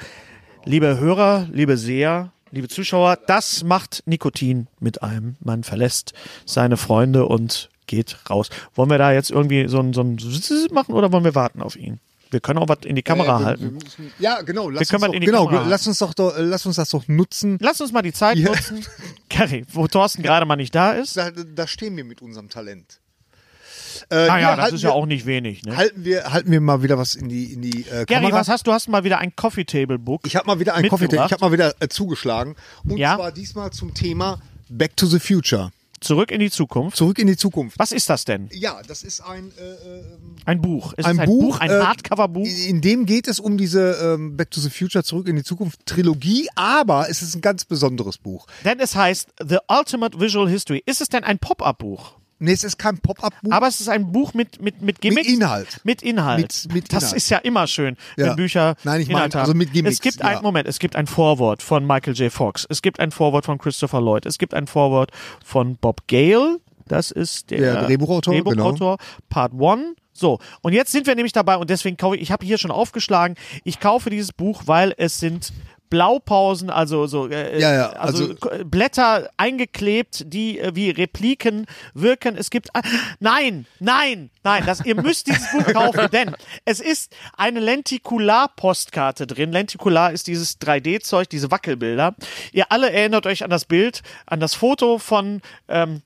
Speaker 3: liebe Hörer, liebe Seher, liebe Zuschauer, das macht Nikotin mit einem. Man verlässt seine Freunde und geht raus. Wollen wir da jetzt irgendwie so ein, so ein Zzzz machen oder wollen wir warten auf ihn? Wir können auch was in die
Speaker 1: Äh,
Speaker 3: Kamera halten.
Speaker 1: Ja, genau. Lass
Speaker 3: Wir können
Speaker 1: uns
Speaker 3: mal
Speaker 1: doch,
Speaker 3: in die
Speaker 1: genau,
Speaker 3: Kamera.
Speaker 1: lass uns doch, doch, äh, lass uns das doch nutzen.
Speaker 3: Lass uns mal die Zeit
Speaker 1: Ja.
Speaker 3: nutzen. Gary, wo Thorsten gerade mal nicht da ist.
Speaker 1: Da, Halt, da stehen wir mit unserem Talent. Äh,
Speaker 3: Naja, das
Speaker 1: halten
Speaker 3: ist Ah ja
Speaker 1: wir-
Speaker 3: auch nicht wenig. Ne?
Speaker 1: Halten wir, halten wir mal wieder was in die, in die äh,
Speaker 3: Gary,
Speaker 1: Kamera.
Speaker 3: was hast du? Hast du mal wieder ein Coffee Table Book?
Speaker 1: ich habe mal wieder einen Coffee
Speaker 3: mitgebracht?
Speaker 1: Table, ich habe mal wieder äh, zugeschlagen. Und
Speaker 3: Ja.
Speaker 1: zwar diesmal zum Thema Back to the Future.
Speaker 3: Zurück in die Zukunft.
Speaker 1: Zurück in die Zukunft.
Speaker 3: Was ist das denn?
Speaker 1: Ja, das ist ein, äh, äh,
Speaker 3: Ein Buch. Ist
Speaker 1: ein,
Speaker 3: es ein
Speaker 1: Buch,
Speaker 3: Buch, ein
Speaker 1: äh,
Speaker 3: Hardcover-Buch.
Speaker 1: In dem geht es um diese ähm, Back to the Future, Zurück in die Zukunft Trilogie, aber es ist ein ganz besonderes Buch.
Speaker 3: Denn es heißt The Ultimate Visual History. Ist es denn ein Pop-Up-Buch?
Speaker 1: Nee, es ist kein Pop-Up-Buch.
Speaker 3: Aber es ist ein Buch mit, mit, mit Gimmicks.
Speaker 1: Mit Inhalt.
Speaker 3: Mit Inhalt.
Speaker 1: Mit- mit
Speaker 3: das
Speaker 1: Inhalt.
Speaker 3: ist ja immer schön,
Speaker 1: Ja.
Speaker 3: wenn Bücher
Speaker 1: Nein, ich meine,
Speaker 3: Inhalt haben.
Speaker 1: also mit Gimmicks,
Speaker 3: Es gibt
Speaker 1: ja.
Speaker 3: ein, Moment, es gibt ein Vorwort von Michael J. Fox. Es gibt ein Vorwort von Christopher Lloyd. Es gibt ein Vorwort von Bob Gale. Das ist der,
Speaker 1: Der Drehbuchautor, genau.
Speaker 3: Drehbuchautor Part 1. So, und jetzt sind wir nämlich dabei und deswegen kaufe ich, ich habe hier schon aufgeschlagen, ich kaufe dieses Buch, weil es sind Blaupausen, also so äh,
Speaker 1: Ja, ja,
Speaker 3: also,
Speaker 1: also-
Speaker 3: K- Blätter eingeklebt, die äh, wie Repliken wirken. Es gibt a- nein, nein, nein, das, ihr müsst dieses Buch kaufen, denn es ist eine Lentikular-Postkarte drin. Lentikular ist dieses 3D-Zeug, diese Wackelbilder. Ihr alle erinnert euch an das Bild, an das Foto von ähm,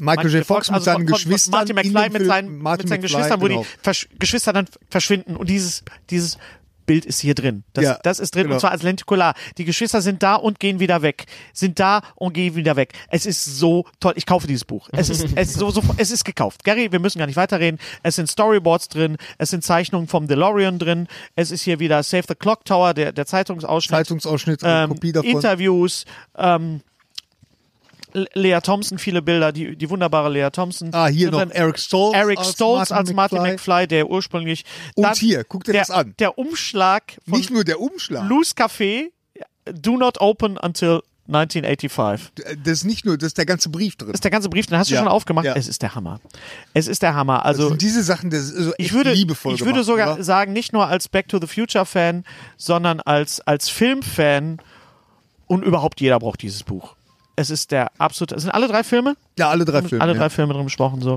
Speaker 1: Michael J. Fox mit
Speaker 3: also
Speaker 1: seinen
Speaker 3: von- von
Speaker 1: Geschwistern. in
Speaker 3: Martin McFly
Speaker 1: dem
Speaker 3: mit
Speaker 1: Film-
Speaker 3: seinen,
Speaker 1: Martin
Speaker 3: mit seinen
Speaker 1: McFly,
Speaker 3: Geschwistern, wo
Speaker 1: genau.
Speaker 3: die Versch Geschwister dann verschwinden und dieses, dieses Bild ist hier drin. Das,
Speaker 1: Ja,
Speaker 3: das ist drin
Speaker 1: genau.
Speaker 3: und zwar als Lentikular. Die Geschwister sind da und gehen wieder weg. Sind da und gehen wieder weg. Es ist so toll. Ich kaufe dieses Buch. Es ist, es ist, so, so, es ist gekauft. Gary, wir müssen gar nicht weiterreden. Es sind Storyboards drin. Es sind Zeichnungen vom DeLorean drin. Es ist hier wieder Save the Clock Tower, der, der Zeitungsausschnitt.
Speaker 1: Zeitungsausschnitt, äh,
Speaker 3: ähm,
Speaker 1: Kopie davon.
Speaker 3: Interviews. Ähm, Le- Lea Thompson, viele Bilder, die, die wunderbare Lea Thompson.
Speaker 1: ah, hier
Speaker 3: Und
Speaker 1: noch
Speaker 3: dann
Speaker 1: Eric Stoltz.
Speaker 3: Eric
Speaker 1: als
Speaker 3: Stoltz
Speaker 1: Martin
Speaker 3: als Martin
Speaker 1: McFly.
Speaker 3: McFly, der ursprünglich.
Speaker 1: Und hier, guck dir
Speaker 3: der,
Speaker 1: das an.
Speaker 3: Der Umschlag von
Speaker 1: Nicht nur der Umschlag.
Speaker 3: Lou's Café, Do Not Open Until 1985.
Speaker 1: Äh, Das ist nicht nur, das ist der ganze Brief drin.
Speaker 3: Das ist der ganze Brief, den hast du
Speaker 1: Ja,
Speaker 3: schon aufgemacht.
Speaker 1: ja.
Speaker 3: Es ist der Hammer. Es ist der Hammer. Also,
Speaker 1: Und diese Sachen, das ist so
Speaker 3: ich
Speaker 1: echt
Speaker 3: würde,
Speaker 1: liebevoll
Speaker 3: ich würde
Speaker 1: gemacht,
Speaker 3: sogar
Speaker 1: oder?
Speaker 3: sagen, nicht nur als Back to the Future Fan, sondern als, als Film Fan und überhaupt jeder braucht dieses Buch. Es ist der absolute. Es sind alle drei Filme.
Speaker 1: Ja, alle drei Filme.
Speaker 3: alle
Speaker 1: ja.
Speaker 3: drei Filme drin besprochen so.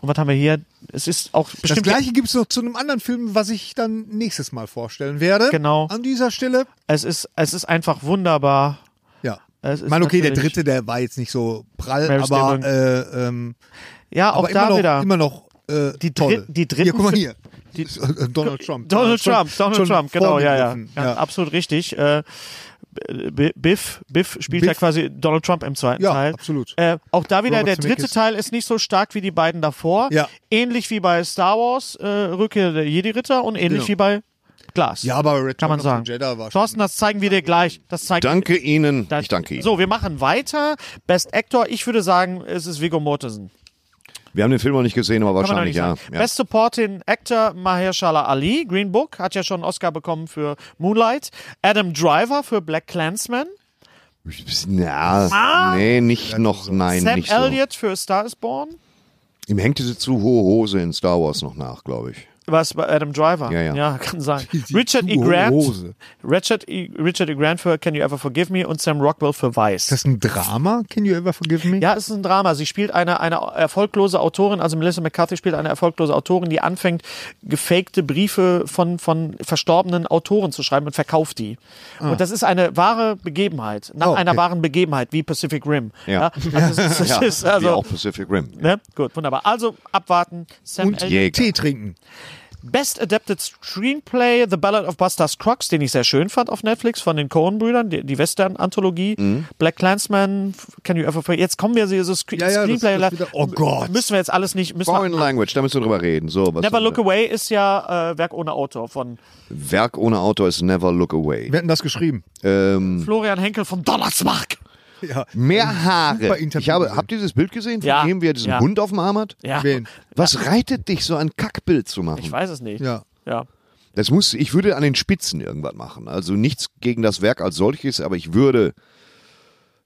Speaker 3: Und was haben wir hier? Es ist auch
Speaker 1: Das
Speaker 3: bestimmt.
Speaker 1: gleiche gibt es noch zu einem anderen Film, was ich dann nächstes Mal vorstellen werde.
Speaker 3: Genau.
Speaker 1: An dieser Stelle.
Speaker 3: Es ist es ist einfach wunderbar.
Speaker 1: Ja.
Speaker 3: Es ist
Speaker 1: Ich meine, okay, der
Speaker 3: natürlich-
Speaker 1: dritte, der war jetzt nicht so prall,
Speaker 3: Meryl
Speaker 1: aber,
Speaker 3: Streep.
Speaker 1: äh, ähm,
Speaker 3: Ja,
Speaker 1: aber
Speaker 3: auch da
Speaker 1: immer noch,
Speaker 3: wieder.
Speaker 1: immer noch äh,
Speaker 3: Die
Speaker 1: toll.
Speaker 3: dritt- die dritten
Speaker 1: Hier, guck mal
Speaker 3: Fil-
Speaker 1: hier. Äh, Donald Trump.
Speaker 3: Donald Trump,
Speaker 1: schon-
Speaker 3: Donald
Speaker 1: schon
Speaker 3: Trump, genau, ja, ja,
Speaker 1: vorgegriffen.
Speaker 3: ja. Absolut richtig. Äh, B- Biff, Biff spielt
Speaker 1: Biff.
Speaker 3: ja quasi Donald Trump im zweiten
Speaker 1: Ja,
Speaker 3: Teil.
Speaker 1: absolut.
Speaker 3: Äh, auch da wieder,
Speaker 1: Robert
Speaker 3: der dritte
Speaker 1: Zemeckis.
Speaker 3: Teil ist nicht so stark wie die beiden davor.
Speaker 1: Ja.
Speaker 3: Ähnlich wie bei Star Wars, äh, Rückkehr der Jedi-Ritter und ähnlich
Speaker 1: Genau.
Speaker 3: wie bei Glass.
Speaker 1: Ja, aber Return
Speaker 3: Kann man
Speaker 1: of the
Speaker 3: sagen.
Speaker 1: Jedi war
Speaker 3: Thorsten, das zeigen wir dir gleich. Das zeigt
Speaker 6: Danke Ihnen.
Speaker 3: Das,
Speaker 6: Ich danke Ihnen.
Speaker 3: So, wir machen weiter. Best Actor, ich würde sagen, es ist Viggo Mortensen.
Speaker 6: Wir haben den Film noch nicht gesehen, aber
Speaker 3: Kann man
Speaker 6: wahrscheinlich
Speaker 3: doch
Speaker 6: ja.
Speaker 3: nicht sagen.
Speaker 6: ja.
Speaker 3: Best Supporting Actor Mahershala Ali, Green Book, hat ja schon einen Oscar bekommen für Moonlight. Adam Driver für Black Clansman.
Speaker 6: Na, nee, nicht noch, nein,
Speaker 3: Ah! Sam
Speaker 6: Äh, nicht so.
Speaker 3: Elliott für Star is Born.
Speaker 6: Ihm hängt diese zu hohe Hose in Star Wars noch nach, glaube ich.
Speaker 3: Was bei Adam Driver?
Speaker 6: Ja, ja.
Speaker 3: kann sein.
Speaker 1: Die
Speaker 3: Richard E.
Speaker 1: zu hohe
Speaker 3: Grant.
Speaker 1: Hose.
Speaker 3: Richard e, Richard e. Grant für Can You Ever Forgive Me und Sam Rockwell für Vice.
Speaker 1: Das ist ein Drama? Can you ever forgive me?
Speaker 3: Ja, es ist ein Drama. Sie spielt eine, eine erfolglose Autorin, also Melissa McCarthy spielt eine erfolglose Autorin, die anfängt, gefakte Briefe von, von verstorbenen Autoren zu schreiben und verkauft die.
Speaker 6: Ah.
Speaker 3: Und das ist eine wahre Begebenheit, nach
Speaker 1: Oh, okay.
Speaker 3: einer wahren Begebenheit, wie Pacific Rim.
Speaker 6: Ja.
Speaker 3: Also, es ist, es ist,
Speaker 6: ja, wie
Speaker 3: also,
Speaker 6: auch Pacific Rim.
Speaker 3: ne? Gut, wunderbar. Also abwarten. Sam
Speaker 1: Und
Speaker 3: Elliott.
Speaker 6: Jäger.
Speaker 1: Tee trinken.
Speaker 3: Best Adapted Screenplay, The Ballad of Buster Scruggs, den ich sehr schön fand auf Netflix von den Coen-Brüdern, die, die Western-Anthologie.
Speaker 6: Mhm.
Speaker 3: Black Clansman, Can You Ever Forget? Jetzt kommen wir so so Screen
Speaker 1: Ja, ja, das-
Speaker 3: Screenplay.
Speaker 1: das wieder- oh Gott.
Speaker 3: Müssen wir jetzt alles nicht. Müssen
Speaker 6: Foreign
Speaker 3: wir,
Speaker 6: Language, da müssen wir drüber reden. So, was
Speaker 3: Never
Speaker 6: haben wir?
Speaker 3: Look Away ist ja äh, Werk ohne Autor von
Speaker 6: Werk ohne Autor ist Never Look Away.
Speaker 1: Wer hat denn das geschrieben?
Speaker 6: Hm.
Speaker 3: Florian Henkel von Donnersmarck.
Speaker 1: Ja.
Speaker 6: Mehr Haare.
Speaker 1: Super Interview
Speaker 6: Ich habe,
Speaker 1: gesehen.
Speaker 6: habt ihr dieses Bild gesehen, von
Speaker 3: Ja.
Speaker 6: dem wir diesen
Speaker 3: Ja.
Speaker 6: Hund auf dem Arm hat?
Speaker 3: Ja,
Speaker 1: Wen?
Speaker 6: Was reitet dich, so ein Kackbild zu
Speaker 3: ich
Speaker 6: machen?
Speaker 3: weiß es nicht.
Speaker 1: Ja.
Speaker 3: ja. Äh,
Speaker 6: Das muss, ich würde an den Spitzen irgendwas machen. Also nichts gegen das Werk als solches, aber ich würde.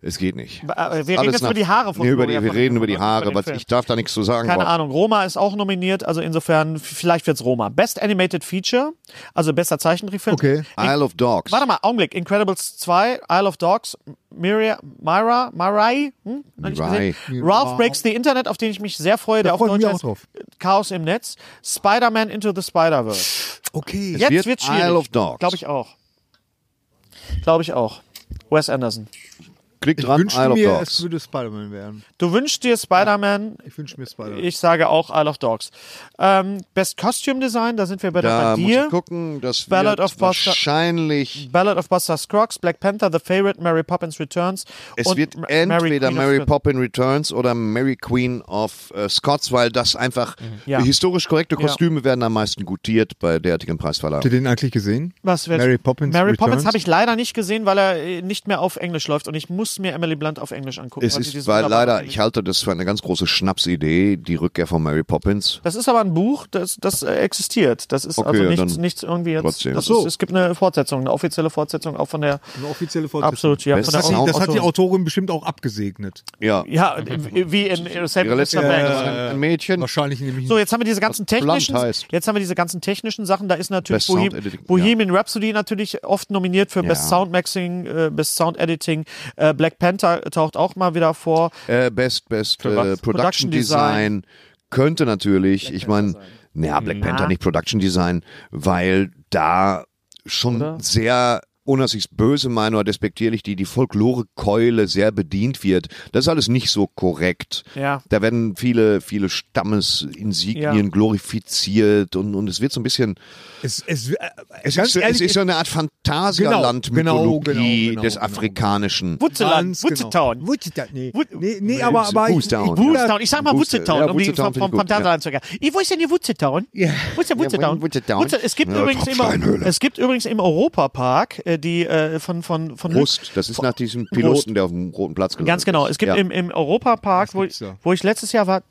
Speaker 6: Es geht nicht.
Speaker 3: Aber, äh, Wir reden
Speaker 6: Alles
Speaker 3: jetzt
Speaker 6: nach-
Speaker 3: über die Haare von
Speaker 6: nee, über die,
Speaker 3: Florian
Speaker 6: Wir reden über die
Speaker 3: Henkel,
Speaker 6: Haare,
Speaker 3: den
Speaker 6: was,
Speaker 3: Film.
Speaker 6: ich darf da nichts zu sagen.
Speaker 3: Keine
Speaker 6: aber-
Speaker 3: Ahnung. Roma ist auch nominiert, also insofern, f- vielleicht wird's Roma. Best Animated Feature, also bester Zeichentrickfilm.
Speaker 1: Okay.
Speaker 6: Isle of Dogs.
Speaker 3: Warte mal, Augenblick. Incredibles 2, Isle of Dogs, Myria, Myra, Marai, hm? Noch nicht
Speaker 6: Mirai.
Speaker 3: gesehen. Ralph Breaks the Internet, auf den ich mich sehr freue, der auf
Speaker 1: freuen
Speaker 3: Deutsch
Speaker 1: wir
Speaker 3: heißt
Speaker 1: auch drauf.
Speaker 3: Chaos im Netz, Spider-Man Into the Spider-Verse.
Speaker 1: Okay.
Speaker 3: Jetzt
Speaker 6: wird
Speaker 3: wird's schwierig.
Speaker 6: Isle of Dogs.
Speaker 3: Glaube ich auch. Glaube ich auch. Wes Anderson.
Speaker 6: Klick
Speaker 1: Ich
Speaker 6: dran,
Speaker 1: wünschte
Speaker 6: Isle of
Speaker 1: mir, es
Speaker 6: Dogs.
Speaker 1: würde Spider-Man werden.
Speaker 3: Du wünschst dir Spider-Man,
Speaker 1: Ich wünsche mir Spider-Man.
Speaker 3: ich sage auch Isle of Dogs. Ähm, Best Costume Design, da sind wir bei,
Speaker 6: Da
Speaker 3: der, bei
Speaker 6: muss
Speaker 3: dir.
Speaker 6: ich gucken, das
Speaker 3: Ballad
Speaker 6: wird
Speaker 3: of Buster-
Speaker 6: wahrscheinlich.
Speaker 3: Ballad of Buster Scruggs, Black Panther, The Favorite, Mary Poppins Returns.
Speaker 6: Es
Speaker 3: und
Speaker 6: wird
Speaker 3: Ma- Mary
Speaker 6: entweder
Speaker 3: Queen of
Speaker 6: Mary,
Speaker 3: Scots.
Speaker 6: Poppins Returns oder Mary Queen of äh, Scots, weil das einfach
Speaker 3: Mhm. Ja.
Speaker 6: historisch korrekte Kostüme werden am meisten gutiert bei derartigen
Speaker 1: Habt ihr
Speaker 6: Preisverleihungen.
Speaker 1: den eigentlich gesehen?
Speaker 3: Was wird?
Speaker 1: Mary Poppins
Speaker 3: Mary Poppins
Speaker 1: Returns?
Speaker 3: habe ich leider nicht gesehen, weil er äh, nicht mehr auf Englisch läuft und ich muss mir Emily Blunt auf Englisch angucken.
Speaker 6: Es
Speaker 3: weil sie
Speaker 6: ist,
Speaker 3: dieses
Speaker 6: weil
Speaker 3: wunderbare
Speaker 6: leider,
Speaker 3: Englisch-
Speaker 6: ich halte das für eine ganz große Schnapsidee, die Rückkehr von Mary Poppins.
Speaker 3: das ist aber ein Buch, das, das äh, existiert. Das ist
Speaker 6: Okay,
Speaker 3: also
Speaker 6: ja,
Speaker 3: nichts,
Speaker 6: dann
Speaker 3: nichts irgendwie jetzt.
Speaker 6: trotzdem.
Speaker 3: Das
Speaker 6: Ach so.
Speaker 3: ist, es gibt eine Fortsetzung, eine offizielle Fortsetzung auch von der
Speaker 1: Eine offizielle Fortsetzung.
Speaker 3: absolut ja, Also-
Speaker 6: Best
Speaker 3: von der
Speaker 6: Sound-
Speaker 1: Das hat die
Speaker 3: Autorin.
Speaker 1: Autorin bestimmt auch abgesegnet.
Speaker 6: Ja.
Speaker 3: ja, äh, wie in äh, Saving
Speaker 6: Ihre letzte
Speaker 3: Mr. Banks.
Speaker 6: war ein- ein Mädchen.
Speaker 1: Wahrscheinlich nämlich
Speaker 3: So, jetzt haben wir diese ganzen technischen,
Speaker 6: Blunt heißt.
Speaker 3: jetzt haben wir diese ganzen technischen Sachen. Da ist natürlich
Speaker 6: Best Sound
Speaker 3: Bohem-
Speaker 6: Editing,
Speaker 3: Bohemian Rhapsody natürlich oft nominiert für Best
Speaker 6: Ja.
Speaker 3: Sound Mixing, äh, Best Sound Editing. Äh, Black Panther taucht auch mal wieder vor.
Speaker 6: Äh, best Best äh, Production
Speaker 3: Production Design.
Speaker 6: Design könnte natürlich, ich meine, naja, Black Panther nicht Production Design, weil da schon sehr ohne dass ich es böse meine oder despektierlich, die, die Folklore-Keule sehr bedient wird. Das ist alles nicht so korrekt.
Speaker 3: Ja.
Speaker 6: Da werden viele, viele Stammesinsignien
Speaker 3: Ja.
Speaker 6: glorifiziert und, und es wird so ein bisschen,
Speaker 1: Es, es, äh,
Speaker 6: es,
Speaker 1: ganz
Speaker 6: ist, so- es
Speaker 1: ehrlich,
Speaker 6: ist so eine Art
Speaker 1: Genau, genau,
Speaker 6: Phantasialand-Mythologie
Speaker 1: genau,
Speaker 6: des
Speaker 1: genau.
Speaker 6: Afrikanischen.
Speaker 3: Wutzeland,
Speaker 1: Ganz
Speaker 3: Wutzetown.
Speaker 1: Genau. Wutzetown, nee.
Speaker 3: Wut-
Speaker 1: nee, nee, aber, aber ich, ich,
Speaker 6: Woodstown.
Speaker 3: Woodstown, ich sag mal
Speaker 6: Woodstown.
Speaker 3: Woodstown,
Speaker 6: Ja,
Speaker 3: um die
Speaker 6: Woodstown
Speaker 3: vom, vom
Speaker 6: finde ich gut,
Speaker 3: Phantasialand zu gehen. Ih, Wo ist denn die Woodstown?
Speaker 1: Ja.
Speaker 3: Wo ist denn Woodstown?
Speaker 6: Ja, Woodstown.
Speaker 3: Woodstown- Es gibt
Speaker 6: Ja,
Speaker 3: übrigens immer,
Speaker 6: Tropfsteinhöhle.
Speaker 3: es gibt übrigens im Europapark äh, die äh, von von von
Speaker 6: Rust, das ist nach diesem Piloten, der auf dem roten Platz gelandet
Speaker 3: Ganz genau.
Speaker 6: ist.
Speaker 3: Es gibt
Speaker 6: ja.
Speaker 3: im, im Europapark, wo,
Speaker 1: gibt's da?
Speaker 3: wo ich letztes Jahr war,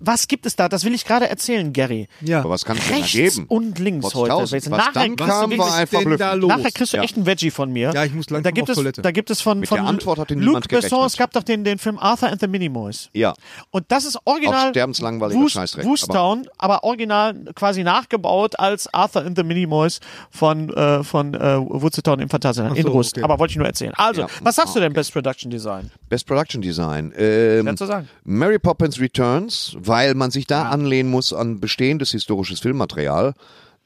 Speaker 3: was gibt es da? Das will ich gerade erzählen, Gary.
Speaker 1: Ja.
Speaker 6: Aber was kann es denn da
Speaker 3: Rechts
Speaker 6: geben?
Speaker 3: und links
Speaker 6: was
Speaker 3: heute.
Speaker 6: Tausend,
Speaker 3: Weißt du,
Speaker 6: was
Speaker 3: nachher
Speaker 6: dann
Speaker 3: kriegst du
Speaker 6: kam, war
Speaker 3: wirklich-
Speaker 6: einfach
Speaker 1: denn da
Speaker 6: verblüffend.
Speaker 1: los?
Speaker 3: Nachher kriegst du
Speaker 6: Ja.
Speaker 3: echt einen Veggie von mir.
Speaker 1: Ja, ich muss langsam
Speaker 3: da gibt
Speaker 1: auf
Speaker 3: es,
Speaker 1: Toilette.
Speaker 3: Da gibt es von,
Speaker 6: Mit
Speaker 3: von
Speaker 6: der Antwort hat den
Speaker 3: Luc
Speaker 6: niemand
Speaker 3: Besson,
Speaker 6: gerechnet.
Speaker 3: es gab doch den, den Film Arthur and the Minimoys.
Speaker 6: Ja.
Speaker 3: Und das ist original
Speaker 6: Auch sterbenslangweiliger
Speaker 3: Woos-
Speaker 6: Scheißdreck,
Speaker 3: Woostown, aber, original quasi nachgebaut als Arthur and the Minimoys von, äh, von äh, Woodstown im Phantasialand in
Speaker 1: so,
Speaker 3: Rust.
Speaker 1: okay.
Speaker 3: Aber wollte ich nur erzählen. Also,
Speaker 6: Ja. Ah,
Speaker 3: was sagst du denn, Best Production Design?
Speaker 6: Best Production Design. Ähm,
Speaker 3: Kannst du sagen?
Speaker 6: Mary Poppins Returns, weil man sich da anlehnen muss an bestehendes historisches Filmmaterial.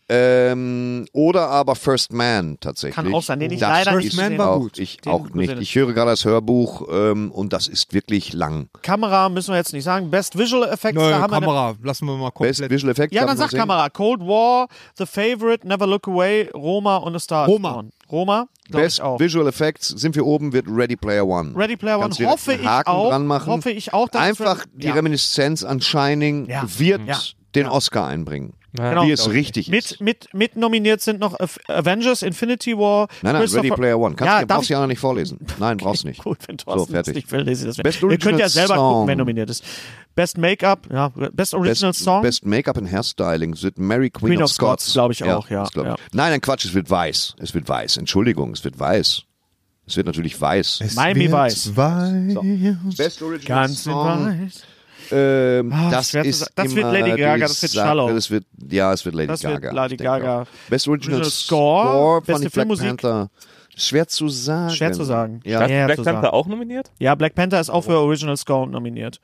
Speaker 6: Ähm, oder aber First Man tatsächlich.
Speaker 3: Kann auch sein, den ich
Speaker 6: Das
Speaker 3: leider
Speaker 1: First
Speaker 6: ist
Speaker 1: Man war
Speaker 6: auch,
Speaker 1: gut.
Speaker 6: Ich
Speaker 3: Den
Speaker 6: auch nicht.
Speaker 3: gesehen.
Speaker 6: Ich höre gerade das Hörbuch ähm, und das ist wirklich lang.
Speaker 3: Kamera müssen wir jetzt nicht sagen. Best Visual Effects,
Speaker 1: Neue
Speaker 3: da haben wir.
Speaker 1: Kamera, lassen wir mal
Speaker 6: Best
Speaker 1: komplett.
Speaker 6: Visual Effects.
Speaker 3: Ja,
Speaker 6: haben
Speaker 3: dann
Speaker 6: wir
Speaker 3: sag
Speaker 6: gesehen.
Speaker 3: Kamera. Cold War, The Favorite, Never Look Away, Roma und A Star. is
Speaker 1: Roma.
Speaker 3: Born. Roma, glaube
Speaker 6: Best
Speaker 3: ich auch.
Speaker 6: Visual Effects sind wir oben, wird Ready Player One.
Speaker 3: Ready Player
Speaker 6: Kannst
Speaker 3: One,
Speaker 6: direkt
Speaker 3: hoffe
Speaker 6: einen
Speaker 3: ich
Speaker 6: Haken
Speaker 3: auch,
Speaker 6: Dran machen.
Speaker 3: hoffe ich auch, dass
Speaker 6: Einfach
Speaker 3: wir-
Speaker 6: die
Speaker 3: ja.
Speaker 6: Reminiszenz an Shining
Speaker 3: Ja.
Speaker 6: wird
Speaker 3: Ja.
Speaker 6: den Oscar einbringen.
Speaker 3: Genau.
Speaker 6: Wie es richtig
Speaker 3: Mit,
Speaker 6: ist.
Speaker 3: mit, mit nominiert sind noch Av- Avengers, Infinity War,
Speaker 6: Nein, nein, Ready
Speaker 3: Christopher-
Speaker 6: Player One. Kannst
Speaker 3: ja,
Speaker 6: du,
Speaker 3: darf
Speaker 6: brauchst du
Speaker 3: ich-
Speaker 6: ja noch nicht vorlesen. Nein, brauchst nicht.
Speaker 3: Gut, wenn Thorsten
Speaker 6: so,
Speaker 3: das
Speaker 6: fertig.
Speaker 3: nicht will, lese ich das
Speaker 6: Best
Speaker 3: weg. Ihr könnt
Speaker 6: Original
Speaker 3: ja selber
Speaker 6: Song.
Speaker 3: gucken, wer nominiert ist. Best Make-up, ja, Best
Speaker 6: Best,
Speaker 3: Original Song.
Speaker 6: Best Make-up and Hairstyling sind Mary Queen,
Speaker 3: Queen
Speaker 6: of
Speaker 3: of Scots,
Speaker 6: Scots.
Speaker 3: glaub ich auch, ja,
Speaker 6: das glaub ich.
Speaker 3: ja.
Speaker 6: Nein, nein, Quatsch, es wird weiß. Es wird weiß. Entschuldigung, es wird weiß. Es wird natürlich weiß.
Speaker 3: Miami Vice.
Speaker 1: Weiß.
Speaker 6: Best Original
Speaker 3: Ganz in weiß.
Speaker 6: Ähm,
Speaker 3: Ah,
Speaker 6: das
Speaker 3: schwer zu
Speaker 6: ist
Speaker 3: sagen. Das wird
Speaker 6: immer
Speaker 3: Lady Gaga,
Speaker 6: die
Speaker 3: das wird
Speaker 6: Sache.
Speaker 3: Shallow.
Speaker 6: Das wird, ja, es wird Lady
Speaker 3: Das
Speaker 6: Gaga.
Speaker 3: wird Lady
Speaker 6: ich denke
Speaker 3: Gaga.
Speaker 6: auch. Best Original,
Speaker 3: Original
Speaker 6: Score,
Speaker 3: Score,
Speaker 6: von
Speaker 3: beste
Speaker 6: den Black
Speaker 3: Filmmusik.
Speaker 6: Panther. Schwer zu sagen.
Speaker 3: Schwer zu sagen.
Speaker 6: Ja,
Speaker 3: Ja.
Speaker 8: Black
Speaker 3: zu
Speaker 8: Panther
Speaker 3: sagen.
Speaker 8: auch nominiert?
Speaker 3: Ja, Black Panther ist auch für Original Score nominiert.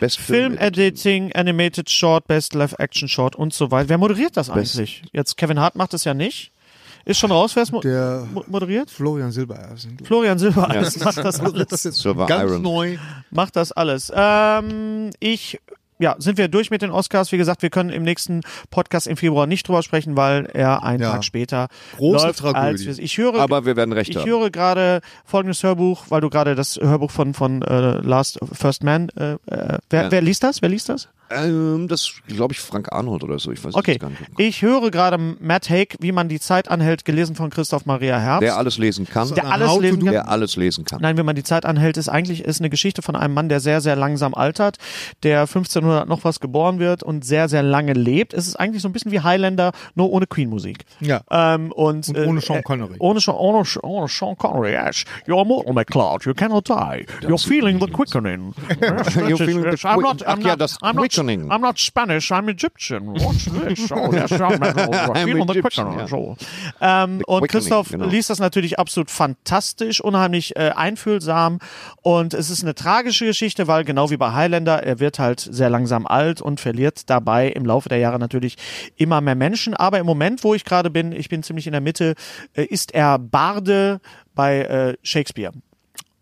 Speaker 6: Best
Speaker 3: Film
Speaker 6: Film,
Speaker 3: Editing, Animated Short, Best Live Action Short und so weiter. Wer moderiert das eigentlich? Jetzt Kevin Hart macht es ja nicht. Ist schon raus, wer es mo
Speaker 1: Der-
Speaker 3: mo moderiert?
Speaker 1: Florian Silbereisen.
Speaker 3: Florian Silbereisen macht das
Speaker 1: Das
Speaker 3: alles.
Speaker 1: ist jetzt
Speaker 6: Silver
Speaker 1: ganz
Speaker 6: Iron.
Speaker 1: neu.
Speaker 3: Macht das alles. Ähm, ich, ja, sind wir durch mit den Oscars. Wie gesagt, wir können im nächsten Podcast im Februar nicht drüber sprechen, weil er einen
Speaker 1: Ja.
Speaker 3: Tag später
Speaker 1: Große
Speaker 3: läuft,
Speaker 1: Tragödie.
Speaker 3: als wir- ich höre,
Speaker 6: aber wir werden recht
Speaker 3: ich
Speaker 6: haben.
Speaker 3: höre gerade folgendes Hörbuch, weil du gerade das Hörbuch von von äh, Last First Man. Äh, äh, wer, wer liest das? Wer liest das?
Speaker 6: Ähm, das glaube ich Frank Arnold oder so. Ich weiß
Speaker 3: Okay,
Speaker 6: es gar nicht.
Speaker 3: ich höre gerade Matt Haig, wie man die Zeit anhält, gelesen von Christoph Maria Herbst.
Speaker 6: Der alles lesen kann.
Speaker 3: Der alles
Speaker 1: How to
Speaker 3: lesen
Speaker 1: do-
Speaker 3: kann.
Speaker 6: Der alles lesen kann.
Speaker 3: Nein, wenn man die Zeit anhält, ist eigentlich ist eine Geschichte von einem Mann, der sehr, sehr langsam altert, der 1500 noch was geboren wird und sehr, sehr lange lebt. Es ist eigentlich so ein bisschen wie Highlander, nur ohne Queen-Musik.
Speaker 1: Ja.
Speaker 3: Ähm, und,
Speaker 1: Und
Speaker 3: äh,
Speaker 1: ohne Sean
Speaker 3: äh,
Speaker 1: Connery.
Speaker 3: Ohne Sean, ohne, Sch- ohne Sean Connery. Yes. You're mortal, McCloud. You cannot die. You're feeling the quickening. Yes,
Speaker 6: You're
Speaker 3: yes,
Speaker 6: feeling the
Speaker 3: yes. I'm
Speaker 6: quick-
Speaker 3: not,
Speaker 6: Ach
Speaker 3: I'm
Speaker 6: ja,
Speaker 3: not,
Speaker 6: das
Speaker 3: I'm not,
Speaker 6: quickening.
Speaker 3: I'm not Spanish, I'm Egyptian. Watch this. Oh, yes, I'm, I'm
Speaker 6: I'm
Speaker 3: feeling the
Speaker 6: Egyptian,
Speaker 3: quickening.
Speaker 6: ja.
Speaker 3: So. Ähm, und
Speaker 6: quickening,
Speaker 3: Christoph
Speaker 6: genau.
Speaker 3: liest das natürlich absolut fantastisch, unheimlich äh, einfühlsam und es ist eine tragische Geschichte, weil genau wie bei Highlander, er wird halt sehr langsam alt und verliert dabei im Laufe der Jahre natürlich immer mehr Menschen, aber im Moment, wo ich gerade bin, ich bin ziemlich in der Mitte, äh, ist er Barde bei äh, Shakespeare.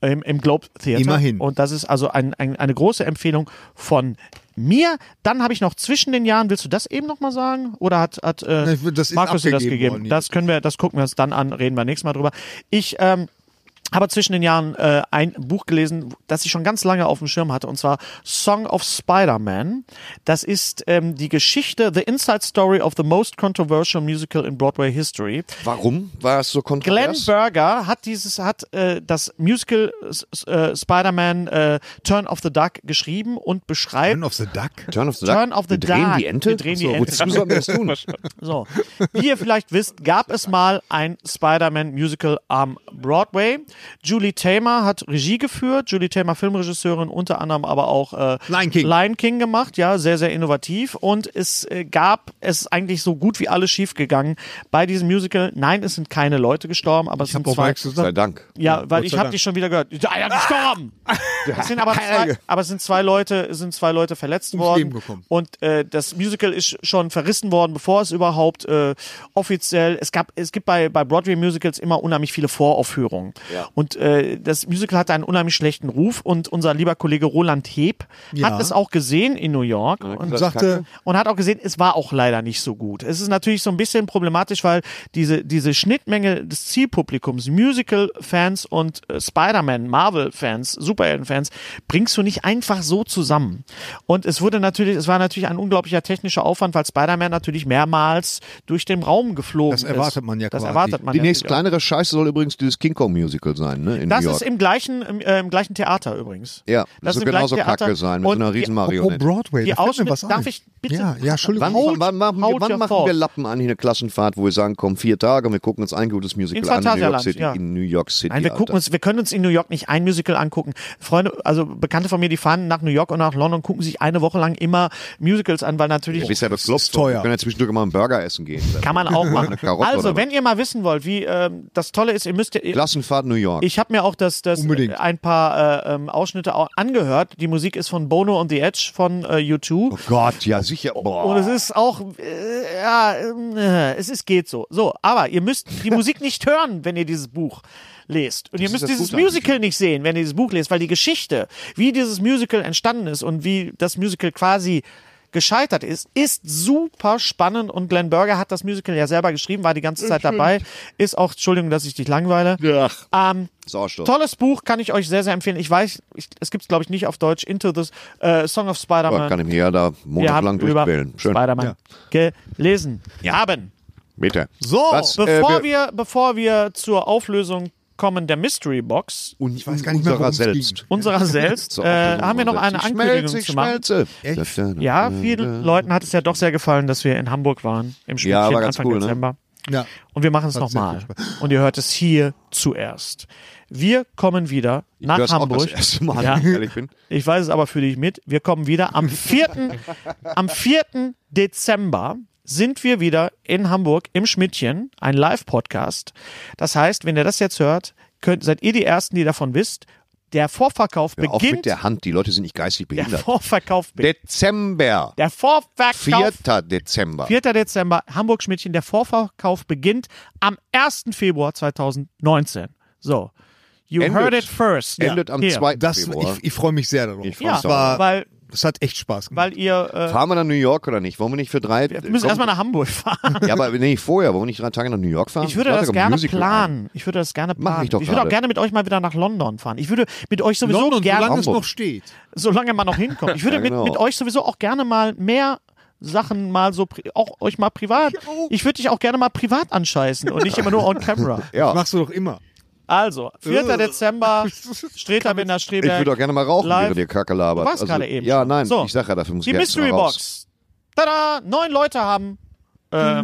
Speaker 3: Im, Im Globe Theater.
Speaker 1: Immerhin.
Speaker 3: Und das ist also ein, ein, eine große Empfehlung von mir. Dann habe ich noch zwischen den Jahren, willst du das eben nochmal sagen? Oder hat, hat äh,
Speaker 1: Nein, ich will- das ist
Speaker 3: Markus dir das
Speaker 1: abgegeben
Speaker 3: gegeben?
Speaker 1: worden jetzt.
Speaker 3: das können wir, das gucken wir uns dann an, reden wir nächstes Mal drüber. Ich ähm, habe zwischen den Jahren äh, ein Buch gelesen, das ich schon ganz lange auf dem Schirm hatte, und zwar Song of Spider-Man. Das ist ähm, die Geschichte, The Inside Story of the Most Controversial Musical in Broadway History.
Speaker 6: Warum war es so
Speaker 3: Glenn
Speaker 6: kontrovers?
Speaker 3: Berger hat dieses hat äh, das Musical s- s- äh, Spider-Man äh, Turn of the Duck geschrieben und beschreibt
Speaker 1: Turn of the Duck.
Speaker 6: Turn of the Duck.
Speaker 3: Turn of the
Speaker 6: wir drehen
Speaker 3: Dark.
Speaker 6: die Ente.
Speaker 3: Wir drehen die
Speaker 6: so,
Speaker 3: Ente.
Speaker 6: Wozu sollen wir das tun?
Speaker 3: So, wie ihr vielleicht wisst, gab es mal ein Spider-Man-Musical am Broadway. Julie Taymor hat Regie geführt, Julie Taymor Filmregisseurin, unter anderem aber auch äh,
Speaker 1: Lion King.
Speaker 3: Lion King gemacht, ja, sehr, sehr innovativ. Und es äh, gab, es ist eigentlich so gut wie alles schiefgegangen bei diesem Musical. Nein, es sind keine Leute gestorben, aber es sind
Speaker 1: Auch
Speaker 3: zwei...
Speaker 1: mal gesagt,
Speaker 6: Sei Dank.
Speaker 3: Ja, weil
Speaker 1: Gott
Speaker 3: ich
Speaker 1: sei
Speaker 3: habe
Speaker 1: Dank. Ah!
Speaker 3: dich schon wieder gehört. Ja, ja, gestorben. Es sind aber zwei, aber es sind zwei Leute, es sind zwei Leute verletzt
Speaker 1: Ums
Speaker 3: worden.
Speaker 1: Leben gekommen.
Speaker 3: Und äh, das Musical ist schon verrissen worden, bevor es überhaupt äh, offiziell. Es gab, es gibt bei bei Broadway Musicals immer unheimlich viele Voraufführungen. Und äh, das Musical hatte einen unheimlich schlechten Ruf. Und unser lieber Kollege Roland Heb
Speaker 1: Ja.
Speaker 3: hat es auch gesehen in New York. Und
Speaker 1: und sagte,
Speaker 3: und hat auch gesehen, es war auch leider nicht so gut. Es ist natürlich so ein bisschen problematisch, weil diese, diese Schnittmenge des Zielpublikums, Musical-Fans und äh, Spider-Man, Marvel-Fans, Superhelden-Fans, bringst du nicht einfach so zusammen. Und es wurde natürlich, es war natürlich ein unglaublicher technischer Aufwand, weil Spider-Man natürlich mehrmals durch den Raum geflogen
Speaker 1: Das
Speaker 3: ist.
Speaker 1: erwartet man ja
Speaker 3: Das
Speaker 1: quasi.
Speaker 3: erwartet man
Speaker 6: Die
Speaker 3: ja
Speaker 6: nächst
Speaker 3: natürlich auch.
Speaker 6: kleinere Scheiße soll übrigens dieses King Kong Musical sein, ne? In
Speaker 3: Das
Speaker 6: New York.
Speaker 3: ist im gleichen, im, äh, im gleichen Theater übrigens.
Speaker 6: ja,
Speaker 3: das
Speaker 6: das
Speaker 3: ist
Speaker 6: wird
Speaker 3: im
Speaker 6: genauso
Speaker 3: gleichen Theater.
Speaker 6: kacke sein mit
Speaker 3: Und
Speaker 6: einer
Speaker 3: die-
Speaker 6: riesen
Speaker 1: Oh,
Speaker 6: Marionette.
Speaker 1: Broadway,
Speaker 3: Die
Speaker 1: da fällt mir
Speaker 3: Ausschnitte-
Speaker 1: was ein.
Speaker 3: darf ich bitte-
Speaker 1: Ja, ja, Entschuldigung.
Speaker 6: Wann,
Speaker 3: Hold-
Speaker 6: wann, machen, wir,
Speaker 3: hold
Speaker 6: wann
Speaker 3: your
Speaker 6: machen wir
Speaker 3: thought.
Speaker 6: Lappen an hier eine Klassenfahrt, wo wir sagen, komm, vier Tage und wir gucken uns ein gutes
Speaker 3: Ins
Speaker 6: Musical an in New York
Speaker 3: Phantasialand,
Speaker 6: City.
Speaker 3: ja.
Speaker 6: In New York City
Speaker 3: Nein, wir gucken
Speaker 6: Alter.
Speaker 3: uns, wir können uns in New York nicht ein Musical angucken. Freunde, also Bekannte von mir, die fahren nach New York und nach London, gucken sich eine Woche lang immer Musicals an, weil natürlich
Speaker 6: Du bist ja das Lobster.
Speaker 1: teuer.
Speaker 6: Wir können ja zwischendurch mal einen Burger essen gehen.
Speaker 3: kann man auch machen.
Speaker 6: Eine Karotte
Speaker 3: also,
Speaker 6: oder
Speaker 3: wenn ihr mal wissen wollt, wie ähm, das Tolle ist, ihr müsst ihr,
Speaker 6: Klassenfahrt New York.
Speaker 3: ich habe mir auch das, das
Speaker 1: Unbedingt.
Speaker 3: äh, ein paar äh, ähm, Ausschnitte au- angehört. Die Musik ist von Bono on the Edge von äh, U2.
Speaker 6: oh Gott, ja sicher.
Speaker 3: Und es
Speaker 6: Boah.
Speaker 3: ist auch, äh, ja, äh, es ist geht so. So, aber ihr müsst die Musik nicht hören, wenn ihr dieses Buch lest. Und ihr
Speaker 6: ist
Speaker 3: müsst
Speaker 6: das
Speaker 3: dieses
Speaker 6: Gute an
Speaker 3: Musical nicht sehen, wenn ihr dieses Buch lest, weil die Geschichte, wie dieses Musical entstanden ist und wie das Musical quasi gescheitert ist, ist super spannend und Glenn Berger hat das Musical ja selber geschrieben, war die ganze Zeit dabei, ist auch, Entschuldigung, dass ich dich langweile.
Speaker 6: Ach,
Speaker 3: Ähm,
Speaker 6: Sauerstoff.
Speaker 3: tolles Buch, kann ich euch sehr, sehr empfehlen. Ich weiß, ich, es gibt es glaube ich nicht auf Deutsch, Into the äh, Song of
Speaker 6: Boah,
Speaker 3: Spider-Man.
Speaker 6: kann ich mir ja da monatelang
Speaker 3: Wir haben
Speaker 6: durchquälen.
Speaker 3: über
Speaker 6: Schön.
Speaker 3: Spider-Man gelesen haben.
Speaker 6: Bitte.
Speaker 1: So,
Speaker 6: Was, äh,
Speaker 3: Bevor,
Speaker 6: wir-
Speaker 3: wir, bevor wir zur Auflösung kommen der Mystery Box,
Speaker 6: Und ich
Speaker 1: weiß gar nicht mehr,
Speaker 6: unserer
Speaker 1: worum's ging.
Speaker 6: selbst.
Speaker 3: unserer selbst,
Speaker 6: So,
Speaker 3: äh, haben wir noch eine Ankündigung
Speaker 6: schmelze, ich
Speaker 3: zu machen.
Speaker 6: Schmelze. ne?
Speaker 3: Ja, vielen Leuten hat es ja doch sehr gefallen, dass wir in Hamburg waren, im
Speaker 6: Äh. Ja,
Speaker 3: Schmiedchen
Speaker 6: war ganz
Speaker 3: Anfang
Speaker 6: cool, ne?
Speaker 3: Dezember.
Speaker 1: Ja.
Speaker 3: Und wir machen es
Speaker 1: Hat sehr
Speaker 3: nochmal.
Speaker 1: viel
Speaker 3: Und ihr hört es hier zuerst. Wir kommen wieder nach
Speaker 6: hör's auch
Speaker 3: Hamburg.
Speaker 6: das erste Mal,
Speaker 3: Ja.
Speaker 6: wenn ich ehrlich bin.
Speaker 3: Ich weiß es aber für dich mit. Wir kommen wieder am 4. am 4. Dezember sind wir wieder in Hamburg im Schmidtchen, ein Live-Podcast. Das heißt, wenn ihr das jetzt hört, könnt, seid ihr die Ersten, die davon wisst. Der Vorverkauf
Speaker 6: Hör auf mit
Speaker 3: beginnt.
Speaker 6: der Hand, die Leute sind nicht geistig
Speaker 3: Der
Speaker 6: behindert.
Speaker 3: Vorverkauf beginnt.
Speaker 6: Dezember.
Speaker 3: Der Vorverkauf
Speaker 6: 4. Dezember.
Speaker 3: 4. Dezember, Hamburg Schmidtchen. Der Vorverkauf beginnt am 1. Februar 2019. So. You
Speaker 6: Endet.
Speaker 3: heard it first.
Speaker 6: Endet am
Speaker 3: Hier.
Speaker 6: 2.
Speaker 1: Das,
Speaker 6: Februar.
Speaker 1: ich ich freue mich sehr darauf.
Speaker 6: Ich freu-
Speaker 3: Ja,
Speaker 6: Das war-
Speaker 3: weil,
Speaker 1: das hat echt Spaß gemacht.
Speaker 3: weil ihr. Äh,
Speaker 6: Fahren wir nach New York oder nicht? Wollen wir nicht für drei...
Speaker 3: wir Äh, müssen erstmal nach Hamburg fahren.
Speaker 6: Ja, aber nee, vorher. Wollen wir nicht drei Tage nach New York fahren?
Speaker 3: Ich würde
Speaker 6: Drei
Speaker 3: das
Speaker 6: Tage
Speaker 3: gerne
Speaker 6: Musical
Speaker 3: planen. Ich würde das gerne planen.
Speaker 6: ich doch
Speaker 3: würde auch
Speaker 6: gerade.
Speaker 3: gerne mit euch mal wieder nach London fahren. Ich würde mit euch sowieso
Speaker 1: London,
Speaker 3: gerne,
Speaker 1: solange es
Speaker 6: Hamburg.
Speaker 1: noch steht.
Speaker 3: solange man noch hinkommt. Ich würde
Speaker 6: Ja, genau.
Speaker 3: mit, mit euch sowieso auch gerne mal mehr Sachen mal so, pri- auch euch mal privat. Ich würde dich auch gerne mal privat anscheißen und nicht immer nur on camera.
Speaker 6: ein. Ja,
Speaker 1: Machst du doch immer.
Speaker 3: Also, 4.
Speaker 1: Äh.
Speaker 3: Dezember, Streter bin der
Speaker 6: ich würde
Speaker 3: Streber.
Speaker 6: auch gerne mal rauchen,
Speaker 3: Live.
Speaker 6: während ihr Kacke
Speaker 3: Du
Speaker 6: labert.
Speaker 3: warst
Speaker 6: Also,
Speaker 3: gerade eben.
Speaker 6: Ja,
Speaker 3: schon.
Speaker 6: nein,
Speaker 3: so,
Speaker 6: ich sag ja, dafür muss
Speaker 3: Die
Speaker 6: ich jetzt mal
Speaker 3: Mystery
Speaker 6: raus.
Speaker 3: Box. Tada! Neun Leute haben äh,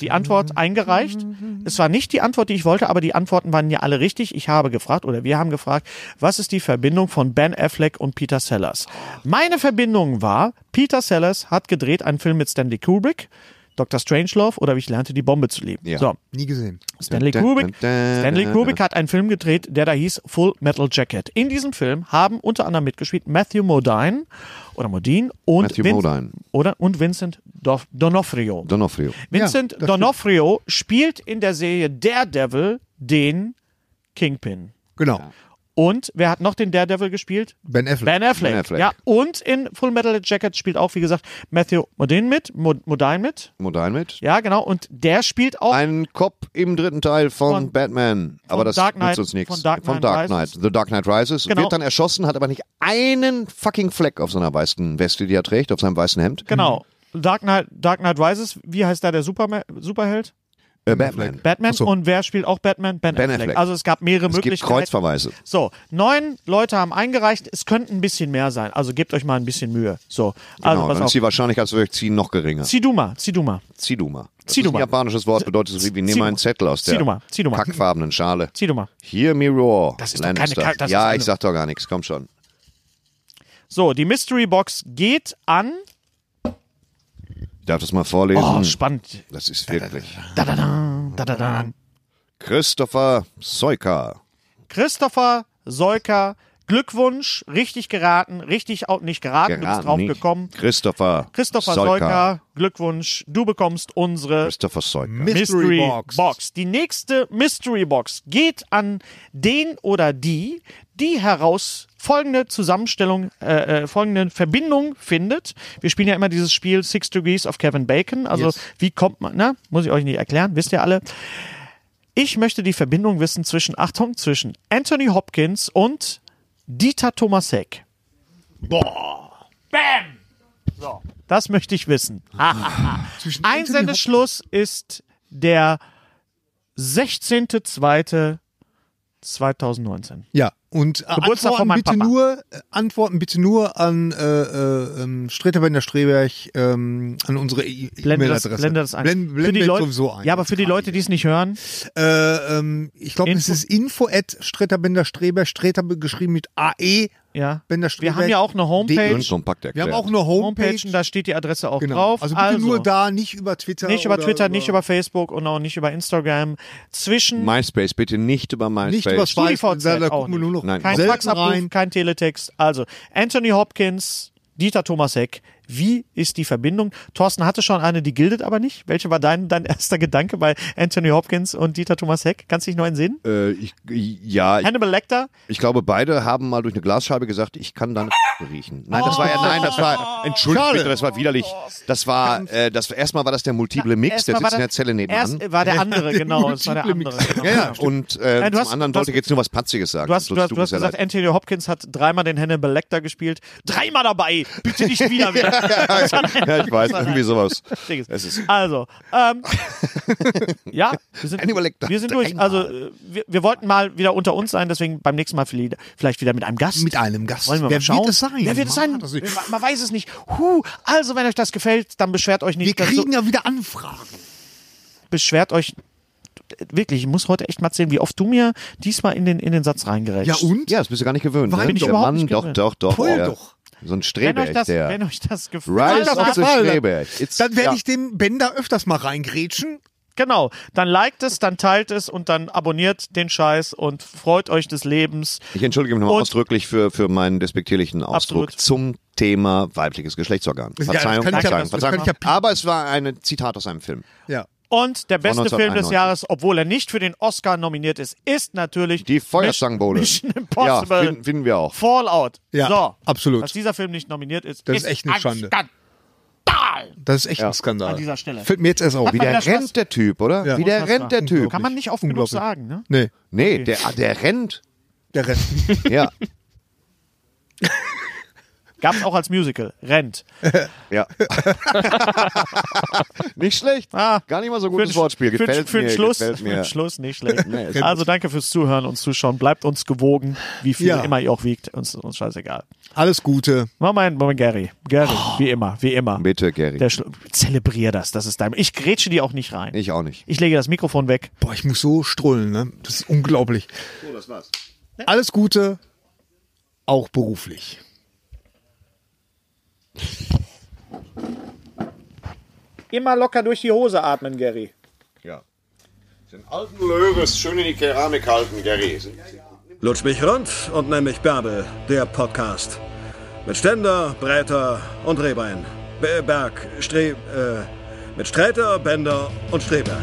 Speaker 3: die Antwort eingereicht. Es war nicht die Antwort, die ich wollte, aber die Antworten waren ja alle richtig. Ich habe gefragt oder wir haben gefragt, was ist die Verbindung von Ben Affleck und Peter Sellers? Meine Verbindung war, Peter Sellers hat gedreht einen Film mit Stanley Kubrick, Dr. Strangelove oder wie ich lernte, die Bombe zu lieben.
Speaker 6: Ja.
Speaker 3: So,
Speaker 1: Nie gesehen.
Speaker 3: Stanley
Speaker 6: Dun, dun,
Speaker 3: Kubrick.
Speaker 6: dun, dun,
Speaker 3: Stanley
Speaker 6: dun,
Speaker 3: Kubrick hat einen Film gedreht, der da hieß Full Metal Jacket. In diesem Film haben unter anderem mitgespielt Matthew Modine oder Modine und
Speaker 6: Matthew
Speaker 3: Vin-
Speaker 6: Modine.
Speaker 3: oder und Vincent Dof- D'Onofrio.
Speaker 6: Donofrio.
Speaker 3: Vincent
Speaker 1: Ja, das
Speaker 3: D'Onofrio spielt in der Serie Daredevil den Kingpin.
Speaker 1: Genau.
Speaker 3: Und wer hat noch den Daredevil gespielt?
Speaker 1: Ben Affleck.
Speaker 3: Ben Affleck.
Speaker 6: Ben Affleck.
Speaker 3: Ja, und in Full Metal Jacket spielt auch, wie gesagt, Matthew Modine mit, Mod- Modine mit.
Speaker 6: Modine mit.
Speaker 3: Ja, genau. Und der spielt auch
Speaker 6: Ein Cop im dritten Teil von,
Speaker 3: Von-
Speaker 6: Batman. aber das
Speaker 3: Dark Knight-
Speaker 6: nützt uns nichts.
Speaker 3: von Dark
Speaker 6: Von
Speaker 3: Knight
Speaker 6: Dark Knight.
Speaker 3: Rises.
Speaker 6: The Dark Knight Rises.
Speaker 3: Genau.
Speaker 6: Wird dann erschossen, hat aber nicht einen fucking Fleck auf seiner weißen Weste, die er trägt, auf seinem weißen Hemd.
Speaker 3: Genau.
Speaker 6: Mhm.
Speaker 3: Dark Knight, Dark Knight Rises, wie heißt da der Superma- Superheld?
Speaker 6: Äh, Batman.
Speaker 3: Batman.
Speaker 1: Ach so.
Speaker 3: Und wer spielt auch Batman? Ben,
Speaker 6: Ben
Speaker 3: Affleck.
Speaker 6: Affleck.
Speaker 3: Also es gab mehrere
Speaker 6: Es gibt
Speaker 3: Möglichkeiten.
Speaker 6: Kreuzverweise.
Speaker 3: so, neun Leute haben eingereicht. Es könnten ein bisschen mehr sein. Also gebt euch mal ein bisschen Mühe. So, also
Speaker 6: genau, dann ist
Speaker 3: pass auf.
Speaker 6: die Wahrscheinlichkeit, dass wir durchziehen, noch geringer.
Speaker 3: Ziduma, Ziduma,
Speaker 6: Ziduma. Das ist
Speaker 3: Ziduma.
Speaker 6: ein japanisches Wort, bedeutet so viel wie nimm
Speaker 3: Ziduma.
Speaker 6: einen Zettel aus der
Speaker 3: Ziduma, Ziduma.
Speaker 6: kackfarbenen Schale.
Speaker 3: Ziduma.
Speaker 6: Hear me roar.
Speaker 3: Das ist doch keine
Speaker 6: Lannister.
Speaker 3: Kack- das ist
Speaker 6: Ja,
Speaker 3: eine-
Speaker 6: ich sag doch gar nichts, komm schon.
Speaker 3: So, die Mystery Box geht an.
Speaker 6: Ich darf das mal vorlesen.
Speaker 3: Oh, spannend.
Speaker 6: das ist wirklich.
Speaker 3: Da, da, da, da, da, da.
Speaker 6: Christopher Soika.
Speaker 3: Christopher Seuker, Glückwunsch, richtig geraten, richtig auch nicht geraten, du bist drauf
Speaker 6: nicht.
Speaker 3: gekommen.
Speaker 6: Christopher.
Speaker 3: Christopher Seuker, Glückwunsch, du bekommst unsere
Speaker 6: Christopher Seuker.
Speaker 1: Mystery,
Speaker 3: Mystery Box.
Speaker 1: Box.
Speaker 3: Die nächste Mystery Box geht an den oder die, die heraus folgende Zusammenstellung, äh, äh, folgende Verbindung findet. Wir spielen ja immer dieses Spiel Six Degrees of Kevin Bacon. Also
Speaker 1: Yes.
Speaker 3: wie kommt man, ne? Muss ich euch nicht erklären, wisst ihr alle. Ich möchte die Verbindung wissen zwischen, Achtung, zwischen Anthony Hopkins und Dieter Thomasek. Boah. Bam! So, das möchte ich wissen.
Speaker 1: Zwischen Anthony
Speaker 3: Einsendeschluss ist der 16.02.2019. 2019.
Speaker 1: Ja, und äh,
Speaker 3: Geburtstag von
Speaker 1: antworten
Speaker 3: meinem
Speaker 1: bitte
Speaker 3: Papa.
Speaker 1: nur, äh, antworten bitte nur an äh, äh, ähm, Streterwender Streberg, ähm, an unsere E-
Speaker 3: Blende das,
Speaker 1: E-Mail-Adresse.
Speaker 3: blende das ein.
Speaker 1: Blend,
Speaker 3: für die
Speaker 1: blende
Speaker 3: Leute,
Speaker 1: sowieso ein.
Speaker 3: Ja, aber für die Leute, die es nicht hören,
Speaker 1: Äh, ähm, ich glaube, es
Speaker 3: Info-
Speaker 1: ist info at Streterbender Streberg, Streter geschrieben mit AE.
Speaker 3: ja.
Speaker 1: Bender
Speaker 3: Wir
Speaker 1: Streberg.
Speaker 3: haben ja auch eine Homepage.
Speaker 6: Schön kompakt
Speaker 1: Wir
Speaker 6: erklärt.
Speaker 1: haben auch eine Homepage.
Speaker 3: Homepage, und da steht die Adresse auch
Speaker 1: genau.
Speaker 3: drauf.
Speaker 1: Also bitte nur da, nicht über Twitter.
Speaker 3: Nicht über
Speaker 1: oder
Speaker 3: Twitter, nicht über Facebook und auch nicht über Instagram. Zwischen
Speaker 6: MySpace, bitte nicht über MySpace.
Speaker 1: Nicht über
Speaker 3: StudiVZ
Speaker 1: Schweiz, da, da
Speaker 3: auch
Speaker 1: gucken wir nur noch
Speaker 6: Nein.
Speaker 3: kein
Speaker 1: selten
Speaker 3: Faxabruf,
Speaker 1: rein.
Speaker 3: kein Teletext. Also Anthony Hopkins, Dieter Thomas Heck. Wie ist die Verbindung? Thorsten hatte schon eine, die gildet aber nicht. Welche war dein, dein erster Gedanke bei Anthony Hopkins und Dieter Thomas Heck? Kannst du dich noch entsinnen?
Speaker 6: Äh, ich, ja, ich,
Speaker 3: Hannibal Lecter?
Speaker 6: ich glaube, beide haben mal durch eine Glasscheibe gesagt, ich kann deine riechen. Nein, das war ja, nein, das
Speaker 3: Oh.
Speaker 6: war, entschuldigt bitte, das war widerlich. Das war, äh, das erstmal war das der multiple Mix, der
Speaker 3: Erstmal war
Speaker 6: sitzt in der
Speaker 3: das-
Speaker 6: Zelle nebenan.
Speaker 3: Erst war der andere, genau. Es war der andere. Genau.
Speaker 6: Ja, und äh,
Speaker 3: Nein, du
Speaker 6: zum
Speaker 3: hast-
Speaker 6: anderen
Speaker 3: du
Speaker 6: wollte ich
Speaker 3: hast-
Speaker 6: jetzt nur was Patziges sagen.
Speaker 3: Du hast,
Speaker 6: So
Speaker 3: du hast,
Speaker 6: tut
Speaker 3: du hast
Speaker 6: mir sehr
Speaker 3: gesagt,
Speaker 6: leid.
Speaker 3: Anthony Hopkins hat dreimal den Hannibal Lecter gespielt. Dreimal dabei! Bitte nicht wieder wieder.
Speaker 6: ja, ich weiß, irgendwie sowas.
Speaker 3: Dings.
Speaker 6: Es ist
Speaker 3: Also, ähm, ja, wir sind,
Speaker 6: Hannibal Lecter,
Speaker 3: wir sind durch.
Speaker 6: dreimal.
Speaker 3: Also, äh, wir, wir wollten mal wieder unter uns sein, deswegen beim nächsten Mal vielleicht vielleicht wieder mit einem Gast.
Speaker 1: Mit einem Gast.
Speaker 3: Wollen wir
Speaker 1: Wer
Speaker 3: mal schauen?
Speaker 1: wird es sein?
Speaker 3: Wer wird es sein?
Speaker 1: Ah, das ist-
Speaker 3: Man, man weiß es nicht. Huh, also, wenn euch das gefällt, dann beschwert euch nicht.
Speaker 1: Wir
Speaker 3: dass so-
Speaker 1: kriegen ja wieder Anfragen.
Speaker 3: beschwert euch. Wirklich, ich muss heute echt mal sehen, wie oft du mir diesmal in den, in den Satz reingerätst.
Speaker 1: Ja, und?
Speaker 6: Ja, das bist du gar nicht gewöhnt.
Speaker 1: Nein,
Speaker 6: ne?
Speaker 1: bin ich
Speaker 6: der
Speaker 3: überhaupt
Speaker 6: Mann,
Speaker 3: nicht
Speaker 6: doch,
Speaker 3: gewöhnt.
Speaker 6: doch, doch.
Speaker 1: Toll
Speaker 6: der-
Speaker 1: doch.
Speaker 6: So ein Streber
Speaker 3: wenn euch, das,
Speaker 6: ist der.
Speaker 3: wenn euch das gefällt.
Speaker 6: Rise
Speaker 3: dann-
Speaker 6: of the
Speaker 1: gefallen hat.
Speaker 6: Streber. It's-
Speaker 1: Dann werde
Speaker 6: ja.
Speaker 1: ich dem Bender öfters mal reingrätschen.
Speaker 3: Genau, dann liked es, dann teilt es und dann abonniert den Scheiß und freut euch des Lebens.
Speaker 6: Ich entschuldige mich nochmal
Speaker 3: Und-
Speaker 6: ausdrücklich für, für meinen despektierlichen
Speaker 3: Absolut.
Speaker 6: Ausdruck zum Thema weibliches Geschlechtsorgan.
Speaker 1: Ja, das
Speaker 6: Verzeihung,
Speaker 1: kann ich ja-
Speaker 6: Verzeihung,
Speaker 1: das kann
Speaker 6: Verzeihung.
Speaker 1: ich ja piepen.
Speaker 6: Aber es war ein Zitat aus einem Film.
Speaker 1: Ja.
Speaker 3: Und der beste Film des
Speaker 6: 1991.
Speaker 3: Jahres, obwohl er nicht für den Oscar nominiert ist, ist natürlich
Speaker 6: Die Feuerzangenbowle.
Speaker 3: Mission Impossible.
Speaker 6: Ja, finden, finden wir auch.
Speaker 3: Fallout.
Speaker 1: Ja,
Speaker 3: so,
Speaker 1: absolut.
Speaker 3: Dass dieser Film nicht nominiert ist,
Speaker 1: Das ist echt eine
Speaker 3: ein
Speaker 1: Schande.
Speaker 3: Skandal.
Speaker 1: Das ist echt ein Skandal.
Speaker 3: An dieser Stelle.
Speaker 1: Fällt mir jetzt erst auf.
Speaker 6: Wie der
Speaker 3: wieder Spaß.
Speaker 6: rennt, der Typ, oder?
Speaker 1: Ja.
Speaker 6: Wie der
Speaker 3: Unfassbar.
Speaker 6: rennt, der Typ.
Speaker 3: Kann man nicht oft genug
Speaker 1: Unglaublich.
Speaker 3: sagen, ne?
Speaker 1: Nee,
Speaker 6: Nee, der, ah, der rennt.
Speaker 1: der Rest.
Speaker 6: Ja,
Speaker 3: Gab's auch als Musical. Rent.
Speaker 6: ja. nicht schlecht.
Speaker 3: Ah,
Speaker 6: Gar nicht mal so
Speaker 3: Für
Speaker 6: gutes Wortspiel.
Speaker 3: für-
Speaker 6: Gefällt
Speaker 3: für
Speaker 6: mir.
Speaker 3: den Schluss,
Speaker 6: gefällt
Speaker 3: Für
Speaker 6: mir.
Speaker 3: den Schluss nicht schlecht.
Speaker 6: Nee, ist
Speaker 3: also danke fürs Zuhören und Zuschauen. Bleibt uns gewogen, wie viel
Speaker 1: Ja.
Speaker 3: immer ihr auch wiegt. Uns, uns scheißegal.
Speaker 1: Alles Gute.
Speaker 3: Moment, Moment, Gary. Gary, wie immer, wie immer.
Speaker 6: Oh. Bitte, Gary.
Speaker 3: Der Schlu- Zelebrier das, das ist dein. Ich grätsche dir auch nicht rein.
Speaker 6: Ich auch nicht.
Speaker 3: Ich lege das Mikrofon weg.
Speaker 1: Boah, ich muss so strullen, ne? Das ist unglaublich. So, das war's. Alles Gute, auch beruflich.
Speaker 3: Immer locker durch die Hose atmen, Gary.
Speaker 6: Ja. Den alten Löres schön in die Keramik halten, Gary.
Speaker 4: Lutsch mich rund und nenn mich Bärbel, der Podcast. Mit Ständer, Breiter und Rehbein. Be- Berg, Stre... Äh, mit Sträter, Bender und Streberg.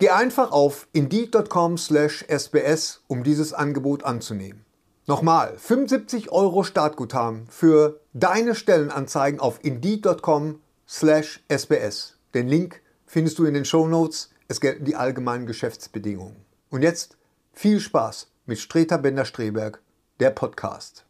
Speaker 9: Geh einfach auf indeed.com/sbs, um dieses Angebot anzunehmen. Nochmal, 75 Euro Startguthaben für deine Stellenanzeigen auf indeed.com/sbs. Den Link findest du in den Shownotes. Es gelten die allgemeinen Geschäftsbedingungen. Und jetzt viel Spaß mit Streter Bender-Streberg, der Podcast.